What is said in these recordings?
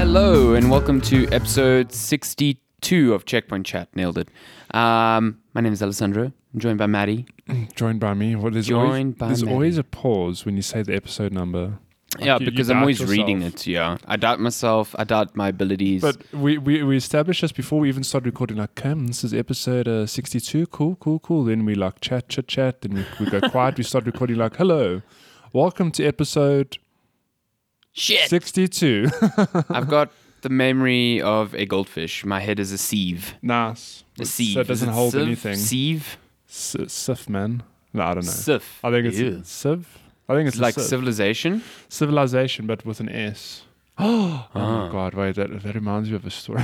and welcome to episode 62 of Checkpoint Chat. Nailed it. Um, my name is Alessandro. I'm joined by Maddie. Joined by me. Well, there's always, Joined by there's Maddie. always a pause when you say the episode number. Like, yeah, you- you because I'm doubt always yourself. reading it. Yeah. I doubt myself. I doubt my abilities. But we, we, we established this before we even started recording. Like, come, this is episode uh, 62. Cool, cool, cool. Then we like chat, chat, chat. Then we, we go quiet. We start recording like, hello, welcome to episode Shit. 62. I've got the memory of a goldfish. My head is a sieve. nice. A sieve. So it Is doesn't hold sieve? anything. Sieve? S- Sif, man. No, I don't know. Sif. I think it's Ew. Civ. I think it's, It's like civ. civilization. civilization, but with an S. Oh, Ah. my God! Wait, that, that reminds me of a story.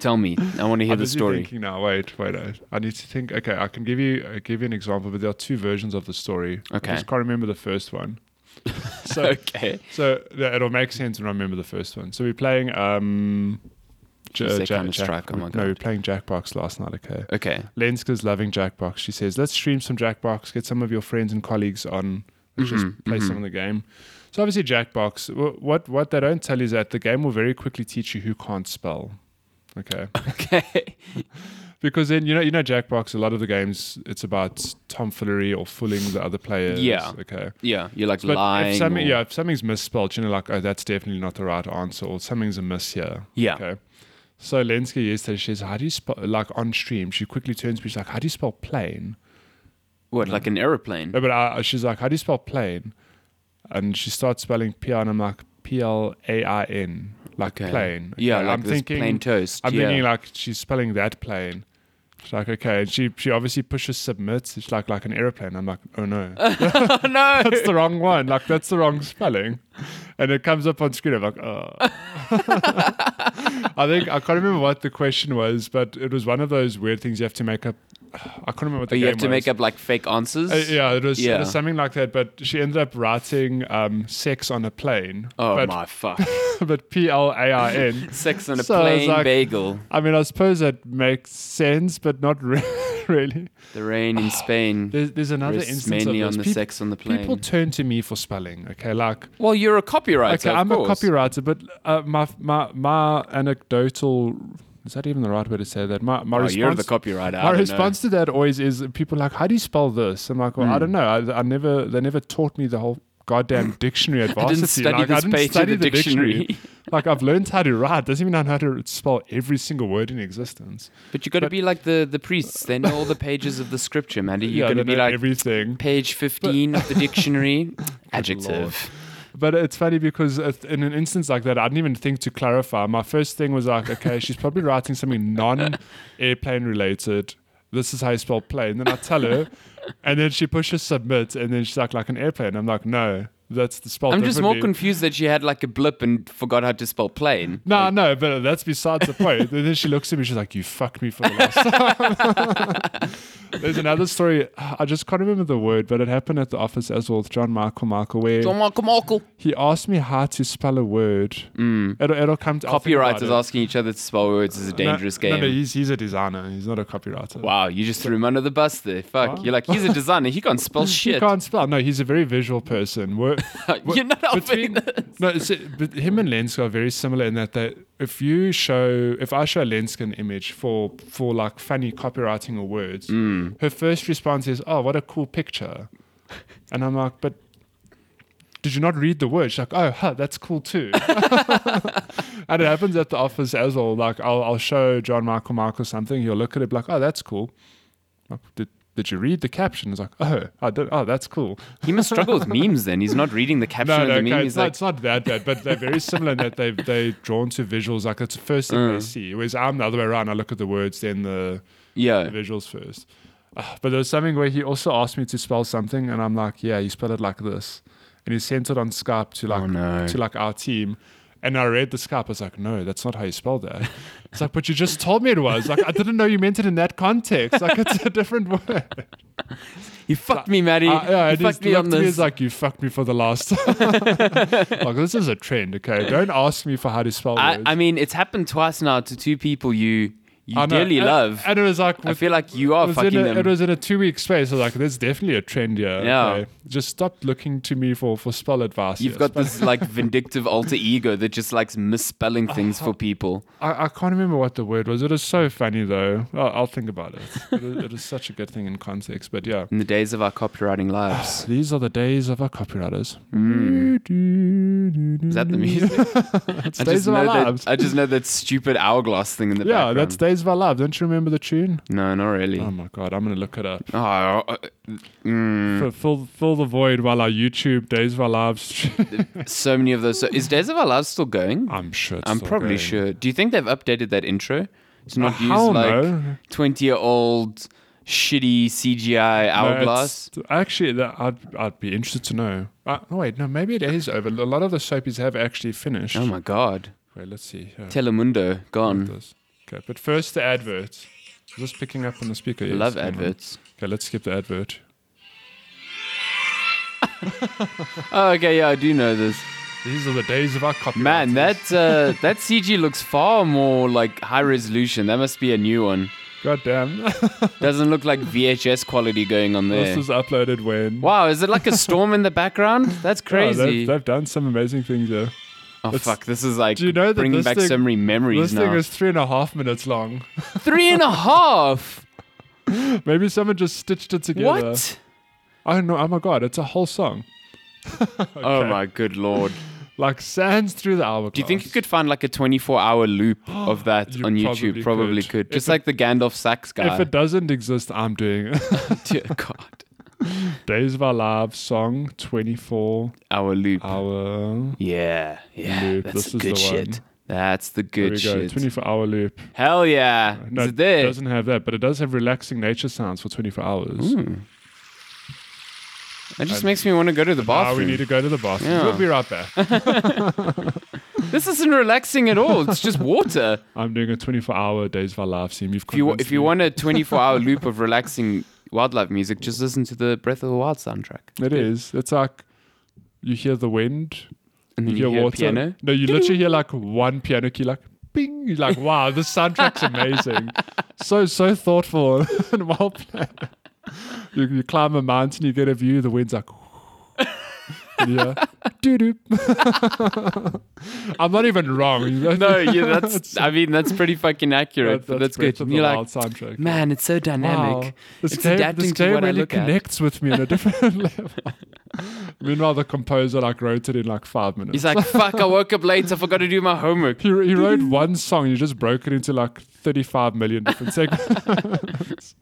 Tell me. I want to hear I'm the busy story. Thinking now. Wait, wait. I, I need to think. Okay, I can give you I give you an example, but there are two versions of the story. Okay. I just can't remember the first one. so Okay. so th- it'll make sense when I remember the first one. So we're playing um. J- Is that Jack- Counter-Strike? Jack- Oh my No, God. we we're playing Jackbox last night. Okay. Okay. Lenska's loving Jackbox. She says, "Let's stream some Jackbox. Get some of your friends and colleagues on. Let's Mhm, just play mhm. some of the game." So obviously, Jackbox. wh- What what they don't tell you is that the game will very quickly teach you who can't spell. Okay. Okay. Because then you know you know Jackbox. A lot of the games it's about tomfoolery or fooling the other players. Yeah. Okay. Yeah. You're like But lying. if something, or- yeah, if something's misspelled, you know, like oh, that's definitely not the right answer, or something's amiss here. Yeah. Okay. So Lenska yesterday she says, "How do you spell?" Like on stream, she quickly turns to me. She's like, "How do you spell plane?" What, like an aeroplane? No, but I, she's like, "How do you spell plane?" And she starts spelling P, and I'm like, "P L A I N, like Okay. plane." Okay, Yeah, like I'm this plain toast. I'm yeah. thinking like she's spelling that plane. She's like, okay, and she she obviously pushes submit. It's like like an airplane. I'm like, oh no, no. that's the wrong one. Like that's the wrong spelling, and it comes up on screen. I'm like, oh. I think I can't remember what the question was, but it was one of those weird things you have to make up. I can't remember what Oh, the you have game to was. make up like fake answers. Uh, yeah, it was, Yeah. it was something like that. But she ended up writing um, "sex on a plane," Oh but, my fuck! but P L A I N. Sex on a So I was plain like- bagel. I mean, I suppose that makes sense, but not re- really. The rain in Spain There's, there's another rests instance of mainly this. on the Peop- sex on the plane. People turn to me for spelling. Okay, like well, you're a copywriter. okay, of I'm course. a copywriter, but uh, my my my anecdotal is that even the right way to say that? My my Oh, response. you're the copywriter. I my don't know. response to that always is people are like, how do you spell this? I'm like, well, Hmm. I don't know. I, I never, they never taught me the whole goddamn dictionary at I varsity. didn't study like, this I didn't page study of the, dictionary. like I've learned how to write. Doesn't even know how to spell every single word in existence. but you got to But- be like the the priests. They know all the pages of the scripture, man. You're yeah, going to they be know like everything. page 15 of the dictionary. Lord. Adjective. But it's funny because it- in an instance like that, I didn't even think to clarify. My first thing was like, okay, she's probably writing something non-airplane related. This is how you spell plane. Then I tell her, and then she pushes submit, and then she's like, like an airplane. I'm like, no, that's the spell. I'm just more differently. confused that she had like a blip and forgot how to spell plane. No, no, but that's besides the point. and then she looks at me, she's like, You fucked me for the last time. There's another story. I just can't remember the word, but it happened at the office as well with John Michael Michael, where John Michael Michael. he asked me how to spell a word. Mm. It'll, it'll come to I'll think about Copywriters it. asking each other to spell words is a dangerous no, game. No, no, he's, he's a designer. He's not a copywriter. Wow, you just threw him under the bus there. Fuck. Wow. You're like, he's a designer. He can't spell He shit. can't spell. No, he's a very visual person. We're, You're not helping. between, no, it's, but him and Lenska are very similar in that they, if you show, if I show Lenska an image for for like funny copywriting or words, her first response is, "Oh, what a cool picture," and I'm like, "But did you not read the words?" She's like, "Oh, huh, that's cool too." and it happens at the office as well. Like I'll, I'll show John Michael Michael something. He'll look at it be like, "Oh, that's cool." Like, did did you read the caption? It's like, "Oh, I did. Oh, that's cool." He must struggle with memes then. He's not reading the caption No, of no, the okay, meme. it's, He's not, like, it's not that bad, but they're very similar in that they they drawn to visuals. Like it's the first thing Mm. they see. Whereas I'm the other way around. I look at the words, then the yeah. visuals first. Ah, But there was something where he also asked me to spell something, and I'm like, yeah, you spell it like this, and he sent it on Skype to like Oh, no. to like our team. And I read the Skype. I was like, no, that's not how you spell that. It's like, but you just told me it was. Like, I didn't know you meant it in that context. Like, it's a different word. You fucked me, Maddie. Uh, yeah, you it is fucked me on looked to me this. as like you fucked me for the last time. like this is a trend, okay? Don't ask me for how to spell I, words. I mean, it's happened twice now to two people you you I know. dearly And- love. And it was like, I with- feel like you are was in fucking a, them. It was in a two week space. I was like, there's definitely a trend here. Yeah. okay. Just stop looking to me for, for spell advice. You've here. got Spell- this like vindictive alter ego that just likes misspelling things for people. I, I can't remember what the word was. It was so funny, though. I'll, I'll think about it. it, is, it is such a good thing in context. But yeah. In the days of our copywriting lives. These are the days of our copywriters. Hmm. Is that the music? It's I days just, of know our that, lives. I just know that stupid hourglass thing in the yeah, background. that's days of our lives. Don't you remember the tune? No, not really. Oh my god, I'm gonna look it up. Oh, uh, mm. F- fill fill the void while our YouTube days of our lives. so many of those. So, is Days of Our Lives still going? I'm sure. It's I'm still probably going. sure. Do you think they've updated that intro to Uh, not use hell like no. 20 year old shitty CGI No, hourglass? it's- actually, that, I'd I'd be interested to know. Uh, no, wait, no, maybe it is over. A lot of the soapies have actually finished. oh my god. Wait, let's see. Yeah, Telemundo gone. this. Okay, but first the advert. Is this picking up on the speaker? Yes, Love hang on. adverts. Okay, let's skip the advert. Oh, okay, yeah, I do know this. These are the days of our copy. Man, that uh, that CG looks far more like high resolution. That must be a new one. goddamn. Doesn't look like VHS quality going on there. this was uploaded when. Wow, is it like a storm in the background? That's Yeah, crazy. they've, they've done some amazing things there. oh it's- fuck, this is like Do you know that bringing this back thing- so many This memories thing now. is three and a half minutes long. Three and a half. Maybe someone just stitched it together. What? I don't know. Oh my god, it's a whole song. Oh my good lord! Like sands through the hourglass. Do you think you could find like a 24-hour loop of that You on probably YouTube? Probably, could. could. If Just it- like the Gandalf sax guy. If it doesn't exist, I'm doing it. Dear God, Days of Our Lives song 24 our loop. hour. yeah, yeah. Loop, That's this the is good the shit. one. That's the There we good go. shit. 24 hour loop. Hell yeah! No, is it there? doesn't have that, but it does have relaxing nature sounds for 24 hours. It just makes me want to go to the Now bathroom. we need to go to the bathroom. Yeah. We'll be right back. This isn't relaxing at all. It's just water. I'm doing a 24 hour Days of Our Lives theme. You've If you convinced if you me. want a 24 hour loop of relaxing wildlife music, just listen to the Breath of the Wild soundtrack. It is. It's like you hear the wind, And then you hear water. piano. No, you literally hear like one piano key, like bing. You're like, wow, this soundtrack's amazing. so so thoughtful and well planned. You, you climb a mountain, you get a view. The wind's like. yeah, doo doo. I'm not even wrong. No, yeah, that's. I mean, that's pretty fucking accurate. but that's Breath good. of And the you're Wild like, soundtrack. man, it's so dynamic. Wow. This It's game, adapting this to game what I really look at. connects with me on a different level. Meanwhile, the composer like wrote it in like five minutes. He's like, fuck, I woke up late. I forgot to do my homework. He, he wrote one song. He just broke it into like 35 million different segments.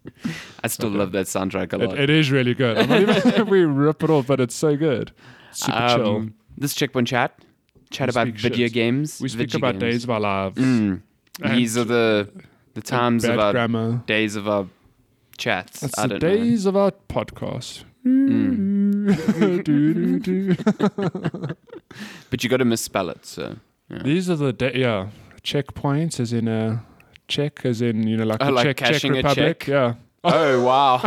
I still love that soundtrack a it, lot. it is really good. I'm not even, we rip it off, but it's so good. Super Um, chill. This checkpoint chat. Chat We about speak shit. video games. We speak video about games. days of our lives. Mm. and These are the the times bad of our grammar. days of our chats. It's I the don't Mm. days of our podcast. Do-do-do. know. But you got to misspell it. So These are the da- yeah checkpoints, as in a check, as in you know like Oh, a like check, check cashing a republic. check? Yeah. oh wow,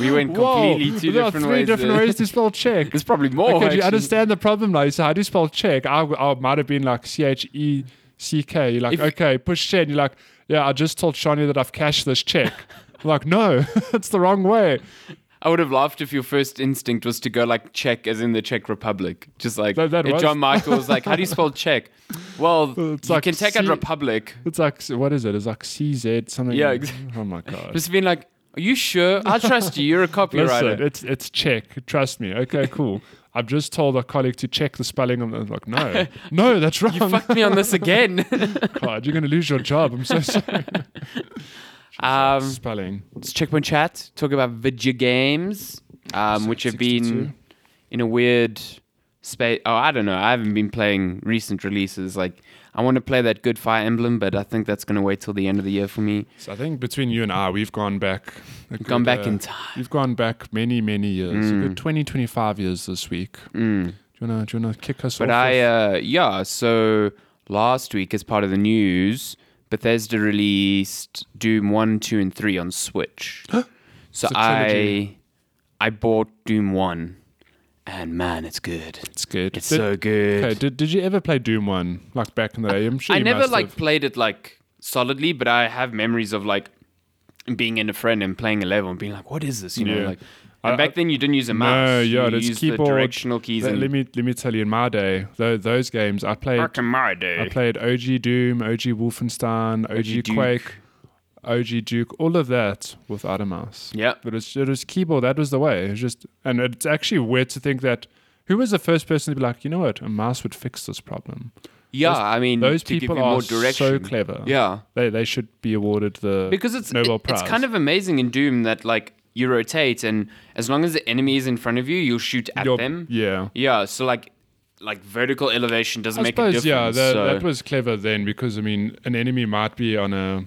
we went completely two there are different three ways. different there. ways to spell check. There's probably more. okay, do you actually. understand the problem now? So how do you spell check? I, I might have been like C H E C K. You're like, If- okay, push Shen. You're like, yeah, I just told Shani that I've cashed this check. I'm like, no, it's the wrong way. I would have laughed if your first instinct was to go like Czech, as in the Czech Republic, just like That- that if was- John Michael was like, "How do you spell Czech?" Well, It's you like can take out C- republic. It's like, what is it? It's like C Z something. Yeah, exactly. Oh my god. Just being like, "Are you sure? I trust you. You're a Listen, copywriter." it's it's check. Trust me. Okay, cool. I've just told a colleague to check the spelling. of- I'm like, no, no, that's wrong. you fucked me on this again. God, you're gonna lose your job. I'm so sorry. um, spelling. It's Checkpoint Chat. Talk about video games, um, which have been 62. in a weird space. Oh, I don't know. I haven't been playing recent releases. Like, I want to play that good Fire Emblem, but I think that's going to wait till the end of the year for me. So I think between you and I, we've gone back. a good, Gone back uh, in time. You've gone back many, many years. Mm. A good 20, 25 years this week. Do you wanna do you wanna kick us But off? I, with- uh, yeah, so last week, as part of the news, Bethesda released Doom 1, 2, and 3 on Switch. so It's a I, trilogy. I bought Doom 1, and man, it's good. it's good. It's Did- so good. Okay, did, did you ever play Doom One like back in the day? I'm sure I you never must like have. played it like solidly, but I have memories of like being in a friend and playing a level and being like, "What is this?" You know, Yeah. like. And I- back then, you didn't use a mouse. No, yeah, you that's used keyboard. the directional keys. Let, and let me let me tell you, in my day, tho- those games I played, back in my day, I played OG Doom, OG Wolfenstein, OG OG, Duke. Quake, OG Duke, all of that without a mouse. Yeah. But it was, it was keyboard. That was the way. It was just, and it's actually weird to think that who was the first person to be like, you know what, a mouse would fix this problem. yeah, those- I mean, Those to give people you more are so direction. clever. yeah, They, they should be awarded the because it's Nobel it- Prize. it's kind of amazing in Doom that like you rotate, and as long as the enemy is in front of you, you'll shoot at Your- them. Yeah. Yeah, so like like vertical elevation doesn't I make a suppose, difference. yeah, that, so. that was clever then because, I mean, an enemy might be on a,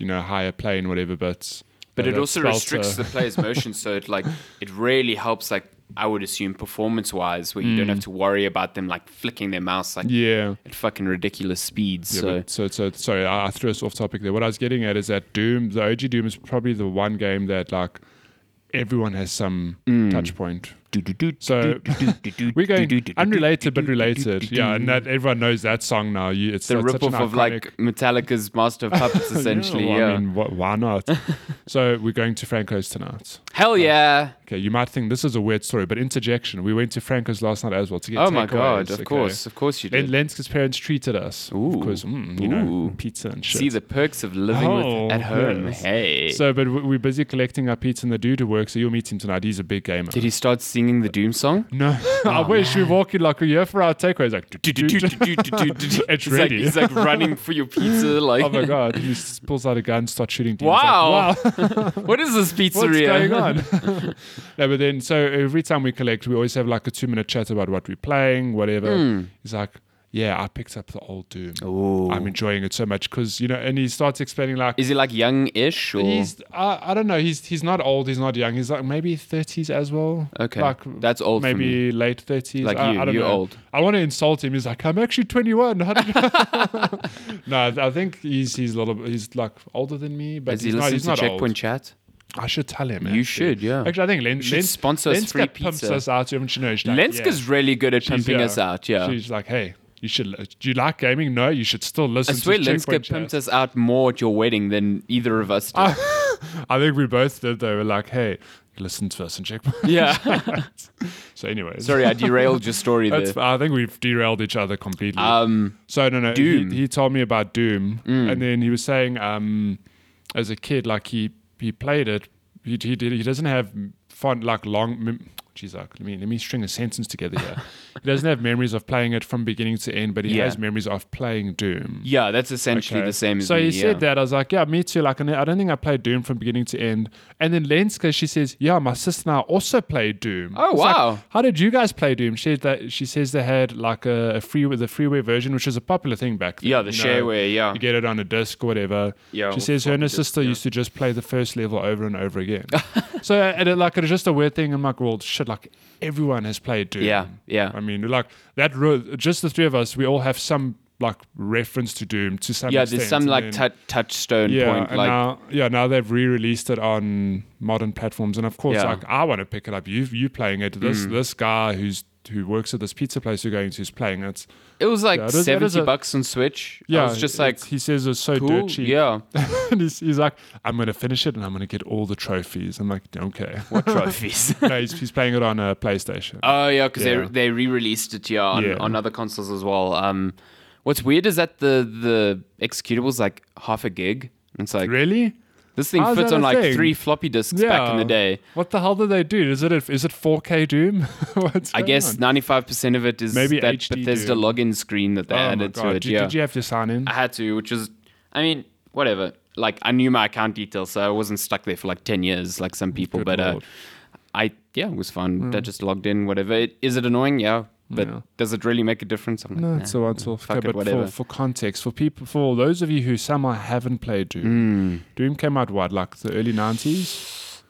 you know, higher plane, whatever, but. but uh, it that also spelter- restricts the player's motion, so it like it really helps like I would assume performance wise, where you don't have to worry about them like flicking their mouse like Mm. Yeah. at fucking ridiculous speeds. Yeah, so but- so, so sorry, I I threw us off topic there. What I was getting at is that Doom, the OG Doom, is probably the one game that like everyone has some Mm. touch point. So we're going unrelated but related. Yeah, and that everyone knows that song now. You, it's the that's such an ripoff of iconic- like Metallica's Master of Puppets, essentially. well, yeah, I mean, wh- why not? so we're going to Franco's tonight. hell yeah. Okay, you might think this is a weird story, but interjection. We went to Franco's last night as well to get. Oh my takeaways, god! Of okay? course, of course you Len- did. Lenska's parents treated us. Ooh. Of course, mm, you Ooh. know, pizza and shit. See the perks of living Oh, with at home. yes. Hey. So, but we- we're busy collecting our pizza and the dude who works, so you'll meet him tonight. He's a big gamer. did he Oh, start singing the Doom song? no, I wish we walk in like a year for our takeaways. Like, dude, dude, dude. It's like ready. he's like running for your pizza. Like, oh my god, he just pulls out a gun, starts shooting. demons. Like, wow, what is this pizzeria? what's going on? no, but then so every time we collect, we always have like a two-minute chat about what we're playing, whatever. He's like. Yeah, I picked up the old Doom. Hmm. Ooh. I'm enjoying it so much because you know, and he starts explaining like Is he like young-ish or He's I, I don't know. He's he's not old. He's not young. He's like maybe thirties as well. okay? like That's old. for me. maybe late thirties. Like I, you, I don't you're know. old. I want to insult him. He's like I'm actually twenty one. no, I think he's he's a little bit- he's like older than me, but Does he he's not. listen He's to not Checkpoint old. Chat? I should tell him. You actually. should, yeah. Actually, I think Len, should Len, sponsor us Lenska free pumps pizza. us out. Haven't you know? She's like, Lenska's yeah. really good at She's- pumping yeah. us out. Yeah. She's like, hey, you should. li- Do you like gaming? No, you should still I listen. swear to Checkpoint Lenska Chat. Ah, pumped us out more at your wedding than either of us did. I think we both did. They were like, hey, listen to us and check. yeah. so, anyways. Sorry, I derailed your story there. That's, I think we've derailed each other completely. Um, so no, no. Doom. Mm. He, he told me about Doom, and then he was saying, um, as a kid, like he he played it. He he, did, he doesn't have fond like long. Mem- Jeez, like, let me let me string a sentence together here. he doesn't have memories of playing it from beginning to end, but he Yeah. has memories of playing Doom. yeah, that's essentially Okay. the same as so me. he yeah. said that. I was like, yeah, me too. Like, I ne- I don't think I played Doom from beginning to end. And then Lenska, she says, yeah, my sister and I also played Doom. Oh, It's like, wow. How did you guys play Doom? She said that she says they had like a, a freeware, the freeware version, which was a popular thing back then. Yeah, the you know. shareware. Yeah. You get it on a disc or whatever. Yeah, she or says her and her floppy disk, sister used to just play the first level over and over again. so and it, like it was just a weird thing. I'm like, well, shit, like everyone has played Doom. Yeah, yeah. I mean, like that. ro- Just the three of us, we all have some like reference to Doom to some Yeah, extent. there's some and like then- tou touchstone yeah, point. and Like, now, yeah, now they've re-released it on modern platforms, and of course, Yeah. Mm. like I want to pick it up. You you playing it? This this guy who's who works at this pizza place you're going to is playing it. it was like Yeah, it is- it 70 is a- bucks on Switch. Yeah, Yeah, I was just like, it's- he says it's so cool. dirt cheap. Yeah. and he's, he's like, I'm gonna finish it, and I'm gonna get all the trophies. I'm like, okay. What trophies? no, he's, he's playing it on a PlayStation. oh, yeah, because Yeah. they, they re released it, yeah on, Yeah. on other consoles as well. Um, What's weird is that the, the executable's like half a gig. It's like, really? this thing How's fits that on a like thing? three floppy disks back in the day. What the hell did they do? Is it a, is it 4K Doom? What's I going guess on? 95% of it is Maybe that HD Bethesda do. login screen that they Oh my added to God. it. Did, yeah. Ah, did you have to sign in? I had to, which was, I mean, whatever. Like, I knew my account details, so I wasn't stuck there for like 10 years, like some people. Good but uh, lord. Mm. I, yeah, it was fine. I just logged in, whatever. It, is it annoying? Yeah. But Yeah. does it really make a difference? I'm like, No, nah. it's a once off. fuck Okay, it, but whatever. for, for context, for people, for those of you who somehow haven't played Hmm. Doom, Doom came out what, like the early 90s?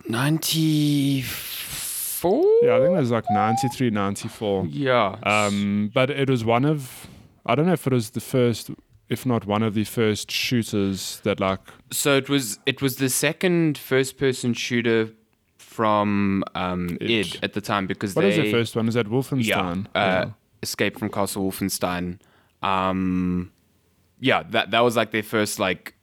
94? Yeah, I think it was like 93, Oh, 94. Yeah. Um, but it was one of, I don't know if it was the first, if not one of the first shooters that like, so it was it was the second first person shooter from um, It. id at the time because what they uh, was the first one? Is that Wolfenstein? Yeah. Uh, Escape from Castle Wolfenstein. Um, yeah, that that was like their first like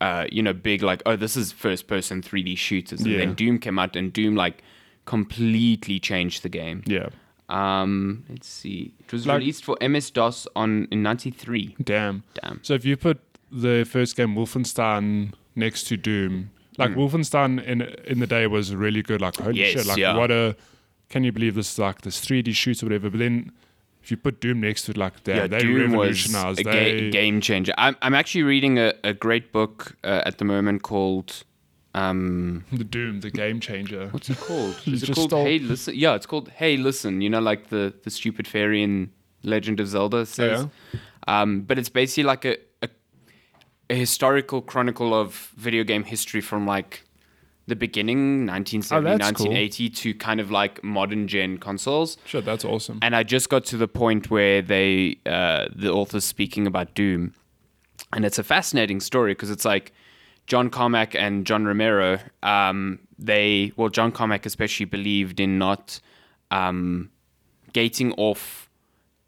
uh, you know, big like, oh, this is first person 3D shooters. And Yeah. then Doom came out and Doom like completely changed the game. Yeah. Um, let's see. It was Like- released for MS DOS on in '93. Damn. Damn. So if you put the first game Wolfenstein next to Doom, like Wolfenstein in in the day was really good. Like holy Mm. Yes, shit, like yeah. what a can you believe this is like this 3D shoot or whatever. But then if you put Doom next to it, like damn, they Doom was revolutionized. a ga- they, game changer. I'm I'm actually reading a, a great book uh, at the moment called um the Doom, the game changer. what's it called? You Is it just called stole- Hey Listen? Yeah, it's called Hey Listen. You know, like the the stupid fairy in Legend of Zelda Oh, says. Um, but it's basically like a, a a historical chronicle of video game history from like the beginning 1970 Oh, that's cool. 1980 to kind of like modern gen consoles Shit, that's awesome. and I just got to the point where they uh, the author's speaking about Doom, and it's a fascinating story because it's like John Carmack and John Romero. Um, they well, John Carmack especially believed in not um, gating off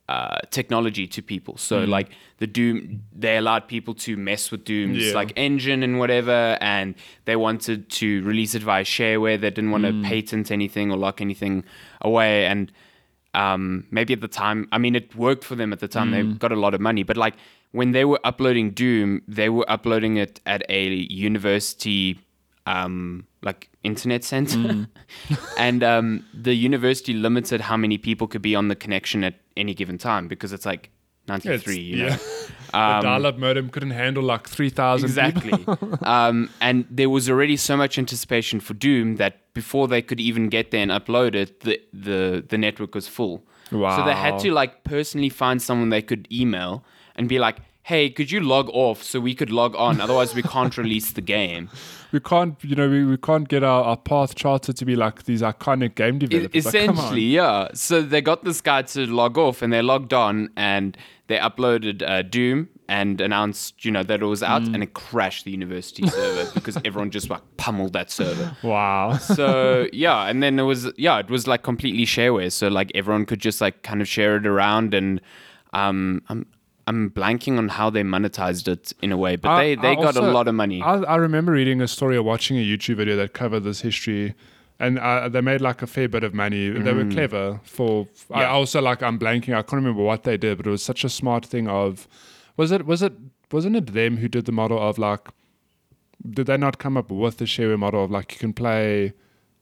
uh, technology to people. So like the Doom, they allowed people to mess with Doom's Yeah. like engine and whatever, and they wanted to release it via shareware. They didn't want to patent anything or lock anything away, and um, maybe at the time, I mean, it worked for them at the time. They got a lot of money, but like when they were uploading Doom, they were uploading it at a university um, like internet center, and um, the university limited how many people could be on the connection at any given time because it's like ninety It's- three. you know? Um, yeah. the dial-up modem couldn't handle like three thousand. Exactly. um, and there was already so much anticipation for Doom that before they could even get there and upload it, the the, the network was full. So they had Wow. to like personally find someone they could email and be like, "Hey, could you log off so we could log on? Otherwise, we can't release the game." We can't, you know, we, we can't get our, our path charted to be like these iconic game E- developers. like, come on. essentially, yeah. So they got this guy to log off, and they logged on, and they uploaded uh, Doom and announced, you know, that it was out, Mm. and it crashed the university server because everyone just like pummeled that server. wow. So yeah, and then it was yeah, it was like completely shareware. So like everyone could just like kind of share it around, and um, I'm I'm blanking on how they monetized it in a way, but I- they they I got a Uh, also- uh, lot of money. I, I remember reading a story or watching a YouTube video that covered this history, and uh, they made like a fair bit of money. They were clever. For I Mm. Yeah. also like I'm blanking. I can't remember what they did, but it was such a smart thing. Of was it was it wasn't it them who did the model of like? Did they not come up with the shareware model of like you can play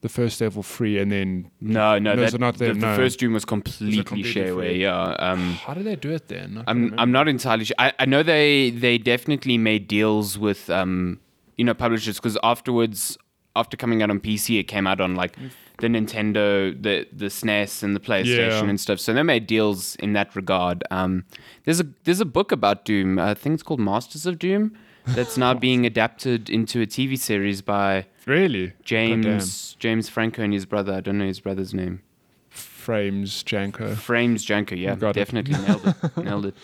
the first level free and then no, no, No, that, so not the, them, the no. first Doom was completely, completely shareware. free. Yeah. Um, how did they do it then? I can't I'm remember. I'm not entirely sure. I, I know they they definitely made deals with um you know publishers because afterwards after coming out on PC it came out on like Mm. the Nintendo the the SNES and the PlayStation Yeah. and stuff. So they made deals in that regard. Um, there's a there's a book about Doom. I think it's called Masters of Doom. That's now being adapted into a TV series by really Goddamn. James James Franco and his brother. I don't know his brother's name. frames Janko. Frames Janko, yeah, Got it. definitely nailed it, nailed it.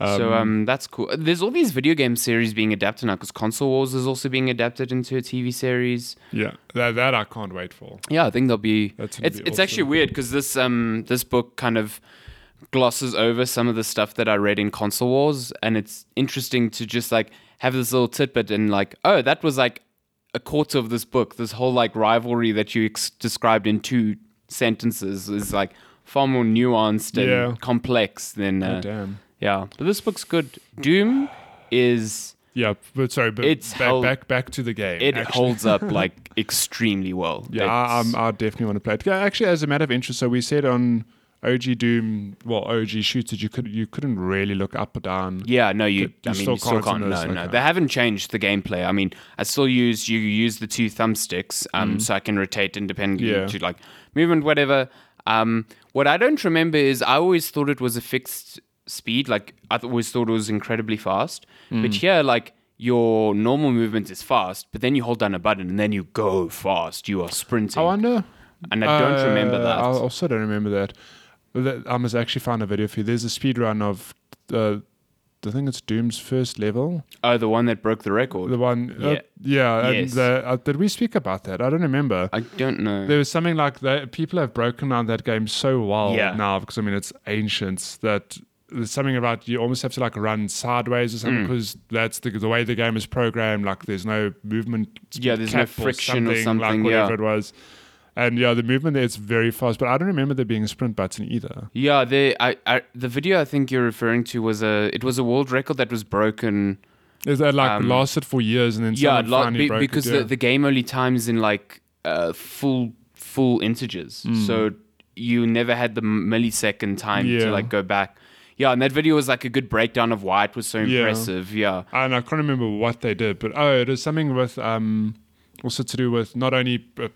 so um, that's cool. There's all these video game series being adapted now because Console Wars is also being adapted into a TV series. Yeah, that that I can't wait for. Yeah, I think they'll be. That's gonna it's be it's awesome. actually weird because this um this book kind of glosses over some of the stuff that I read in Console Wars, and it's interesting to just like have this little tidbit and like, oh, that was like a quarter of this book. This whole like rivalry that you ex- described in two sentences is like far more nuanced and Yeah. complex than Oh, uh, damn. yeah. But this book's good. Doom is Yeah, but sorry, but It's back, held- back back to the game. it actually. holds up like extremely well. yeah, I, It's- um, I definitely want to play it. Yeah, Actually, as a matter of interest, so we said on OG Doom, well, OG shooters, you could you couldn't really look up or down. Yeah, no, you. You I mean, still you still can't can't. on No, this, no, okay. they haven't changed the gameplay. I mean, I still use you use the two thumbsticks, um, so I can rotate independently Mm. Yeah. to like movement, whatever. Um, what I don't remember is I always thought it was a fixed speed. Like I th- always thought it was incredibly fast, Mm. but here, like your normal movement is fast, but then you hold down a button and then you go fast. You are sprinting, Oh, I wonder. and I don't remember Uh, that. I also don't remember that. That- I must actually find a video for you. There's a speed run of uh, I think it's Doom's first level. oh, the one that broke the record. The one, Yeah. uh, yeah. And Yes. the, uh, did we speak about that? I don't remember. I don't know. There was something like that. People have broken down that game so well Yeah. now because I mean it's ancient that there's something about you almost have to like run sideways or Mm. something because that's the, the way the game is programmed. Like there's no movement. Yeah, there's no cap friction or something, Like whatever yeah. it was. And yeah, the movement there, it's very fast, but I don't remember there being a sprint button either. Yeah, the I, I the video I think you're referring to was a it was a world record that was broken. Is that like Um, lasted for years and then yeah, someone like, finally be- broke because it? yeah. the, the game only times in like uh, full full integers, Hmm. so you never had the m- millisecond time Yeah. to like go back. Yeah, and that video was like a good breakdown of why it was so Yeah. impressive. Yeah, and I can't remember what they did, but oh, it was something with um, also to do with not only uh,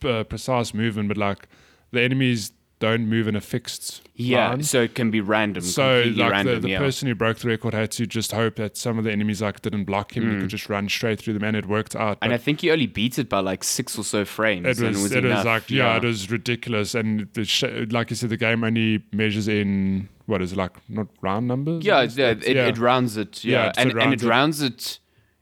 p- uh, precise movement, but like the enemies don't move in a fixed yeah. line. So it can be random. So completely like random, the, the yeah. person who broke the record had to just hope that some of the enemies like didn't block him. and He could just run straight through them, and it worked out. Mm. and but I think he only beat it by like six or so frames. it and was, it was it enough. was like yeah, it was ridiculous. And the sh- like you said, the game only measures in what is it like not round numbers. Yeah, It's- it's, yeah, it's- it, it rounds it. Yeah, Yeah, it's- and, it and it rounds it,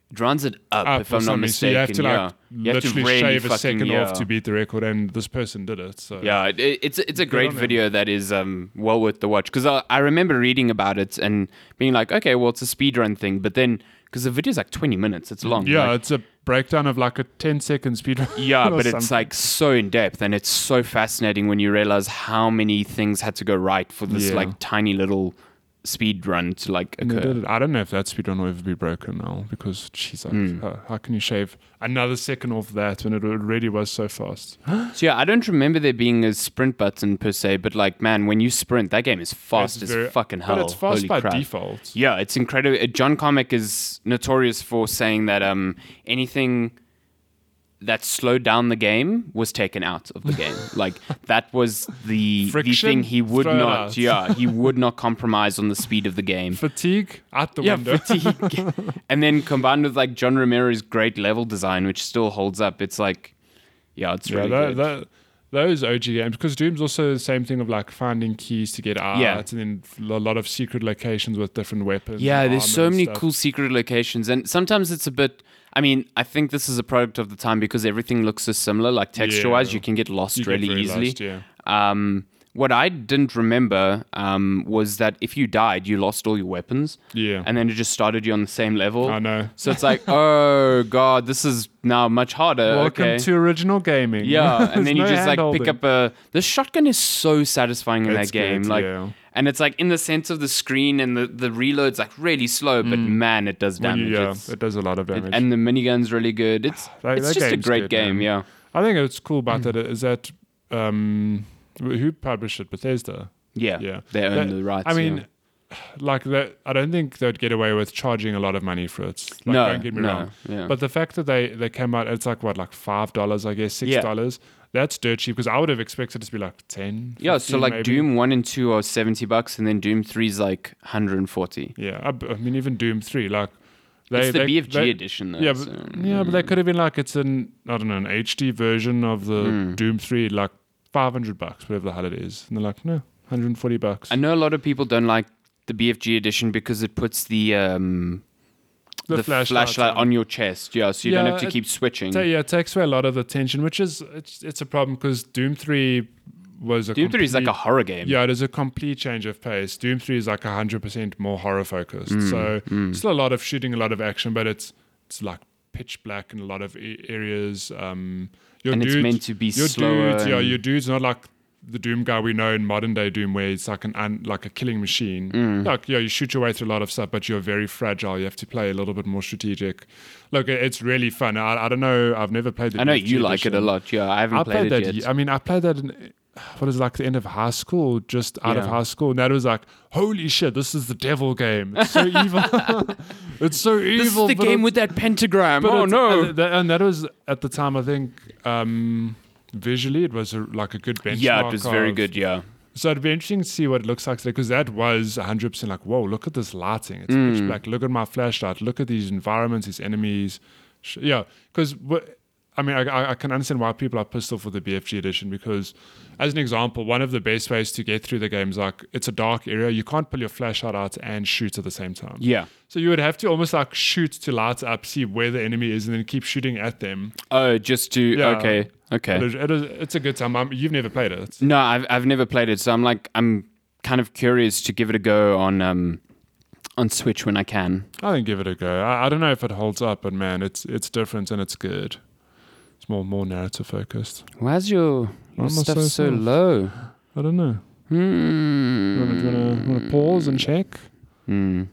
it rounds it up, up if or I'm not something. So mistaken. you have to like yeah. You have to literally really shave a fucking- second yeah. off to beat the record, and this person did it. So Yeah, it, it- it's it's a great on him. video that is um well worth the watch because I, I remember reading about it and being like, okay, well it's a speedrun thing, but then because the video's like 20 minutes, it's long. Yeah, like- it's a breakdown of like a 10 second speed run. yeah, or but it's something. like so in depth and it's so fascinating when you realize how many things had to go right for this Yeah. like tiny little speed run to like And they occur. did it. I don't know if that speedrun will ever be broken now because she's like, Hmm. how, how can you shave another second off that when it already was so fast? So yeah, I don't remember there being a sprint button per se, but like man, when you sprint, that game is fast It's as very- fucking hell. But it's fast Holy by crap. default. Yeah, it's incredible. Uh, John Carmack is notorious for saying that um, anything that slowed down the game was taken out of the game. like that was the, the Friction? thing he would Throw it not. out. Yeah, he would not compromise on the speed of the game. Fatigue out the Yeah, window. fatigue. and then combined with like John Romero's great level design, which still holds up. It's like, yeah, it's Yeah, really tho- good. tho- those OG games because Doom's also the same thing of like finding keys to get out, Yeah. and then a lot of secret locations with different weapons. Yeah, and there's armor so and many stuff. cool secret locations, and sometimes it's a bit. I mean, I think this is a product of the time because everything looks so similar, like texture-wise, Yeah. you can get lost You get really very easily. lost, yeah. Um, what I didn't remember um, was that if you died, you lost all your weapons, Yeah. and then it just started you on the same level. I know. So it's like, oh god, this is now much harder. Welcome okay. to original gaming. Yeah, and There's then you no just like handholding. pick up a. The shotgun is so satisfying in It's that game, good, like, yeah. and it's like in the sense of the screen and the the reload's like really slow, but man, it does Mm. When you- damage. yeah, It's- it does a lot of damage. and the minigun's really good. It's That- it's that just a game's great good, game, man. yeah. I think it's cool about Mm. that is that um, who published it? Bethesda. yeah, Yeah, They own That- the rights. I mean, yeah. like that. I don't think they'd get away with charging a lot of money for it. Like, No, don't get me no, wrong. yeah. But the fact that they they came out, it's like what, like five dollars, I guess, six Yeah. dollars. That's dirt cheap because I would have expected it to be like ten. yeah. So 15 like maybe. Doom one and two are seventy bucks, and then Doom three is like hundred and forty. Yeah, I, I mean even Doom three, like. They, It's the they- BFG they- edition though. Yeah, but, so- mm. yeah, but that could have been like it's an I don't know an HD version of the Hmm. Doom Three, like five hundred bucks, whatever the hell it is, and they're like, no, hundred and forty bucks. I know a lot of people don't like the BFG edition because it puts the um, The flashlight on. on your chest. Yeah, so you don't Yeah, have to it- keep switching. So yeah, it takes away a lot of the tension, which is it's, it's a problem because Doom Three was a Doom 3 is like a complete- horror game. yeah, it is a complete change of pace. Doom Three is like hundred percent more horror focused, Mm, so still a lot of shooting, a lot of action, but it's it's like pitch black in a lot of a- areas. Um, your And it's dude- meant to be your slower Dudes, yeah, and- your dude's not like the Doom guy we know in modern day Doom, where it's like an un, like a killing machine. Mm. Like yeah, you shoot your way through a lot of stuff, but you're very fragile. You have to play a little bit more strategic. Look, it- it's really fun. I, I don't know. I've never played. The I know DFG you like it a edition. lot. Yeah, I haven't I played, played it that. yet. I mean, I played that in what is it, like the end of high school, just out of Yeah. high school, and that was like, holy shit, this is the devil game. It's so evil. it's so evil. but it's- with Oh, that pentagram. but it's- And that, and that was at the time. I think um, visually, it was a, like a good benchmark. Yeah, it was very of- good. Yeah. So it'd be interesting to see what it looks like today, because that was 100 percent like, whoa, look at this lighting. It's pitch black. Look at my flashlight. Look at these environments, these enemies. Sh- Yeah, because I mean, I, I- I can understand why people are pissed off with the BFG edition because, as an example, one of the best ways to get through the game is like it's a dark area. You can't pull your flashlight out and shoot at the same time. Yeah. So you would have to almost like shoot to light up, see where the enemy is, and then keep shooting at them. Oh, just to. Yeah. Okay. Okay. But it- it is- it's a good time. I'm, Um, you've never played it. No, I've, I've never played it, so I'm like I'm kind of curious to give it a go on um, on Switch when I can. I think give it a go. I, I don't know if it holds up, but man, it's it's different and it's good. It's more more narrative focused. Why's your, Why your am I stuff so so soft? low? I don't know. Hmm. You wanna- do you wanna, wanna pause and check? Hmm.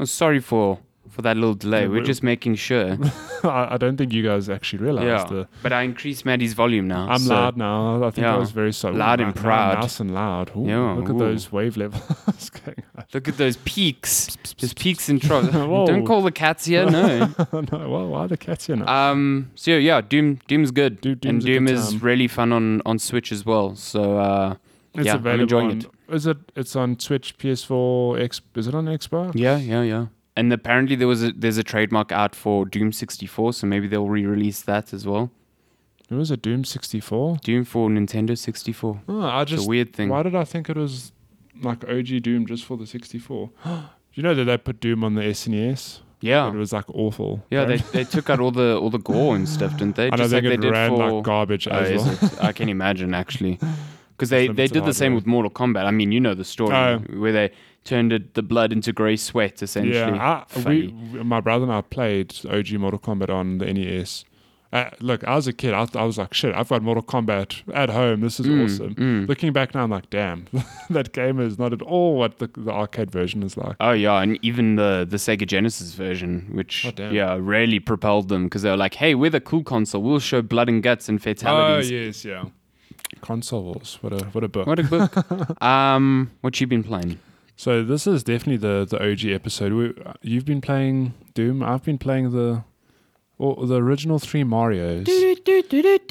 I'm sorry for for that little delay. Yeah, We're we- just making sure. I, I don't think you guys actually realized yeah. the. But I increased Maddie's volume now. I'm so- loud now. I think Yeah. I was very so Loud Ooh, and now- proud. Nice and loud. Ooh, Yeah, look ooh. at those wave levels going up. Look at those peaks. There's peaks and troughs. Whoa. Don't call the cats here. No. no, well, why the cats here now? um. So yeah, Doom. Doom's good. Doom- and Doom's a Doom good is time. really fun on on Switch as well. So uh, it's yeah, I'm available enjoying on, it. Is it? It's on Twitch, PS4, X. Is it on Xbox? yeah, yeah, yeah. And apparently there was a, there's a trademark out for Doom 64, so maybe they'll re-release that as well. It was a Doom 64. Doom for Nintendo 64. Oh, I It's just. a weird thing. Why did I think it was like OG Doom just for the 64? Do you know that they put Doom on the SNES? But it Yeah. was like awful. Yeah, they, they took out all the all the gore and stuff, didn't they? and I Just like think they it did ran for like garbage Oh, as is well. it? I can imagine actually, because they, Just they limited did the same hardware. with Mortal Kombat. I mean, you know the story Oh. where they turned it, the blood into grey sweat, essentially. Yeah, I, we, Funny. we- my brother and I played OG Mortal Kombat on the NES. Uh, look, I was a kid. I, I was like, shit, I've got Mortal Kombat at home. This is Mm, awesome. mm. Looking back now, I'm like, damn, that game is not at all what the, the arcade version is like. Oh yeah, and even the the Sega Genesis version, which Oh, damn. yeah really propelled them because they were like, hey, we're the cool console. We'll show blood and guts and fatalities. Oh, yes, yeah. Console Wars. What a what a book. What a book. um, what you been playing? So this is definitely the the OG episode. We, you've been playing Doom. I've been playing the or the original three Mario's.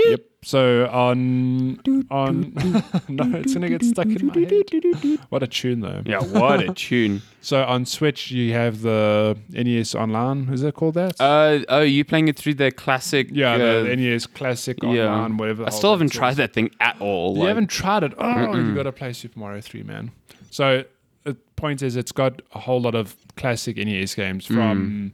Yep. So on on no, it's gonna get stuck in my head. What a tune though. Yeah, what a tune. So on Switch you have the NES Online. Is it called that? Uh, oh, you playing it through the classic? yeah, uh, the NES Classic Online, yeah. whatever. the I hell still haven't that's tried that thing at all. you like- haven't tried it. Oh, you got to play Super Mario 3, man. So the point is, it's got a whole lot of classic NES games Mm. from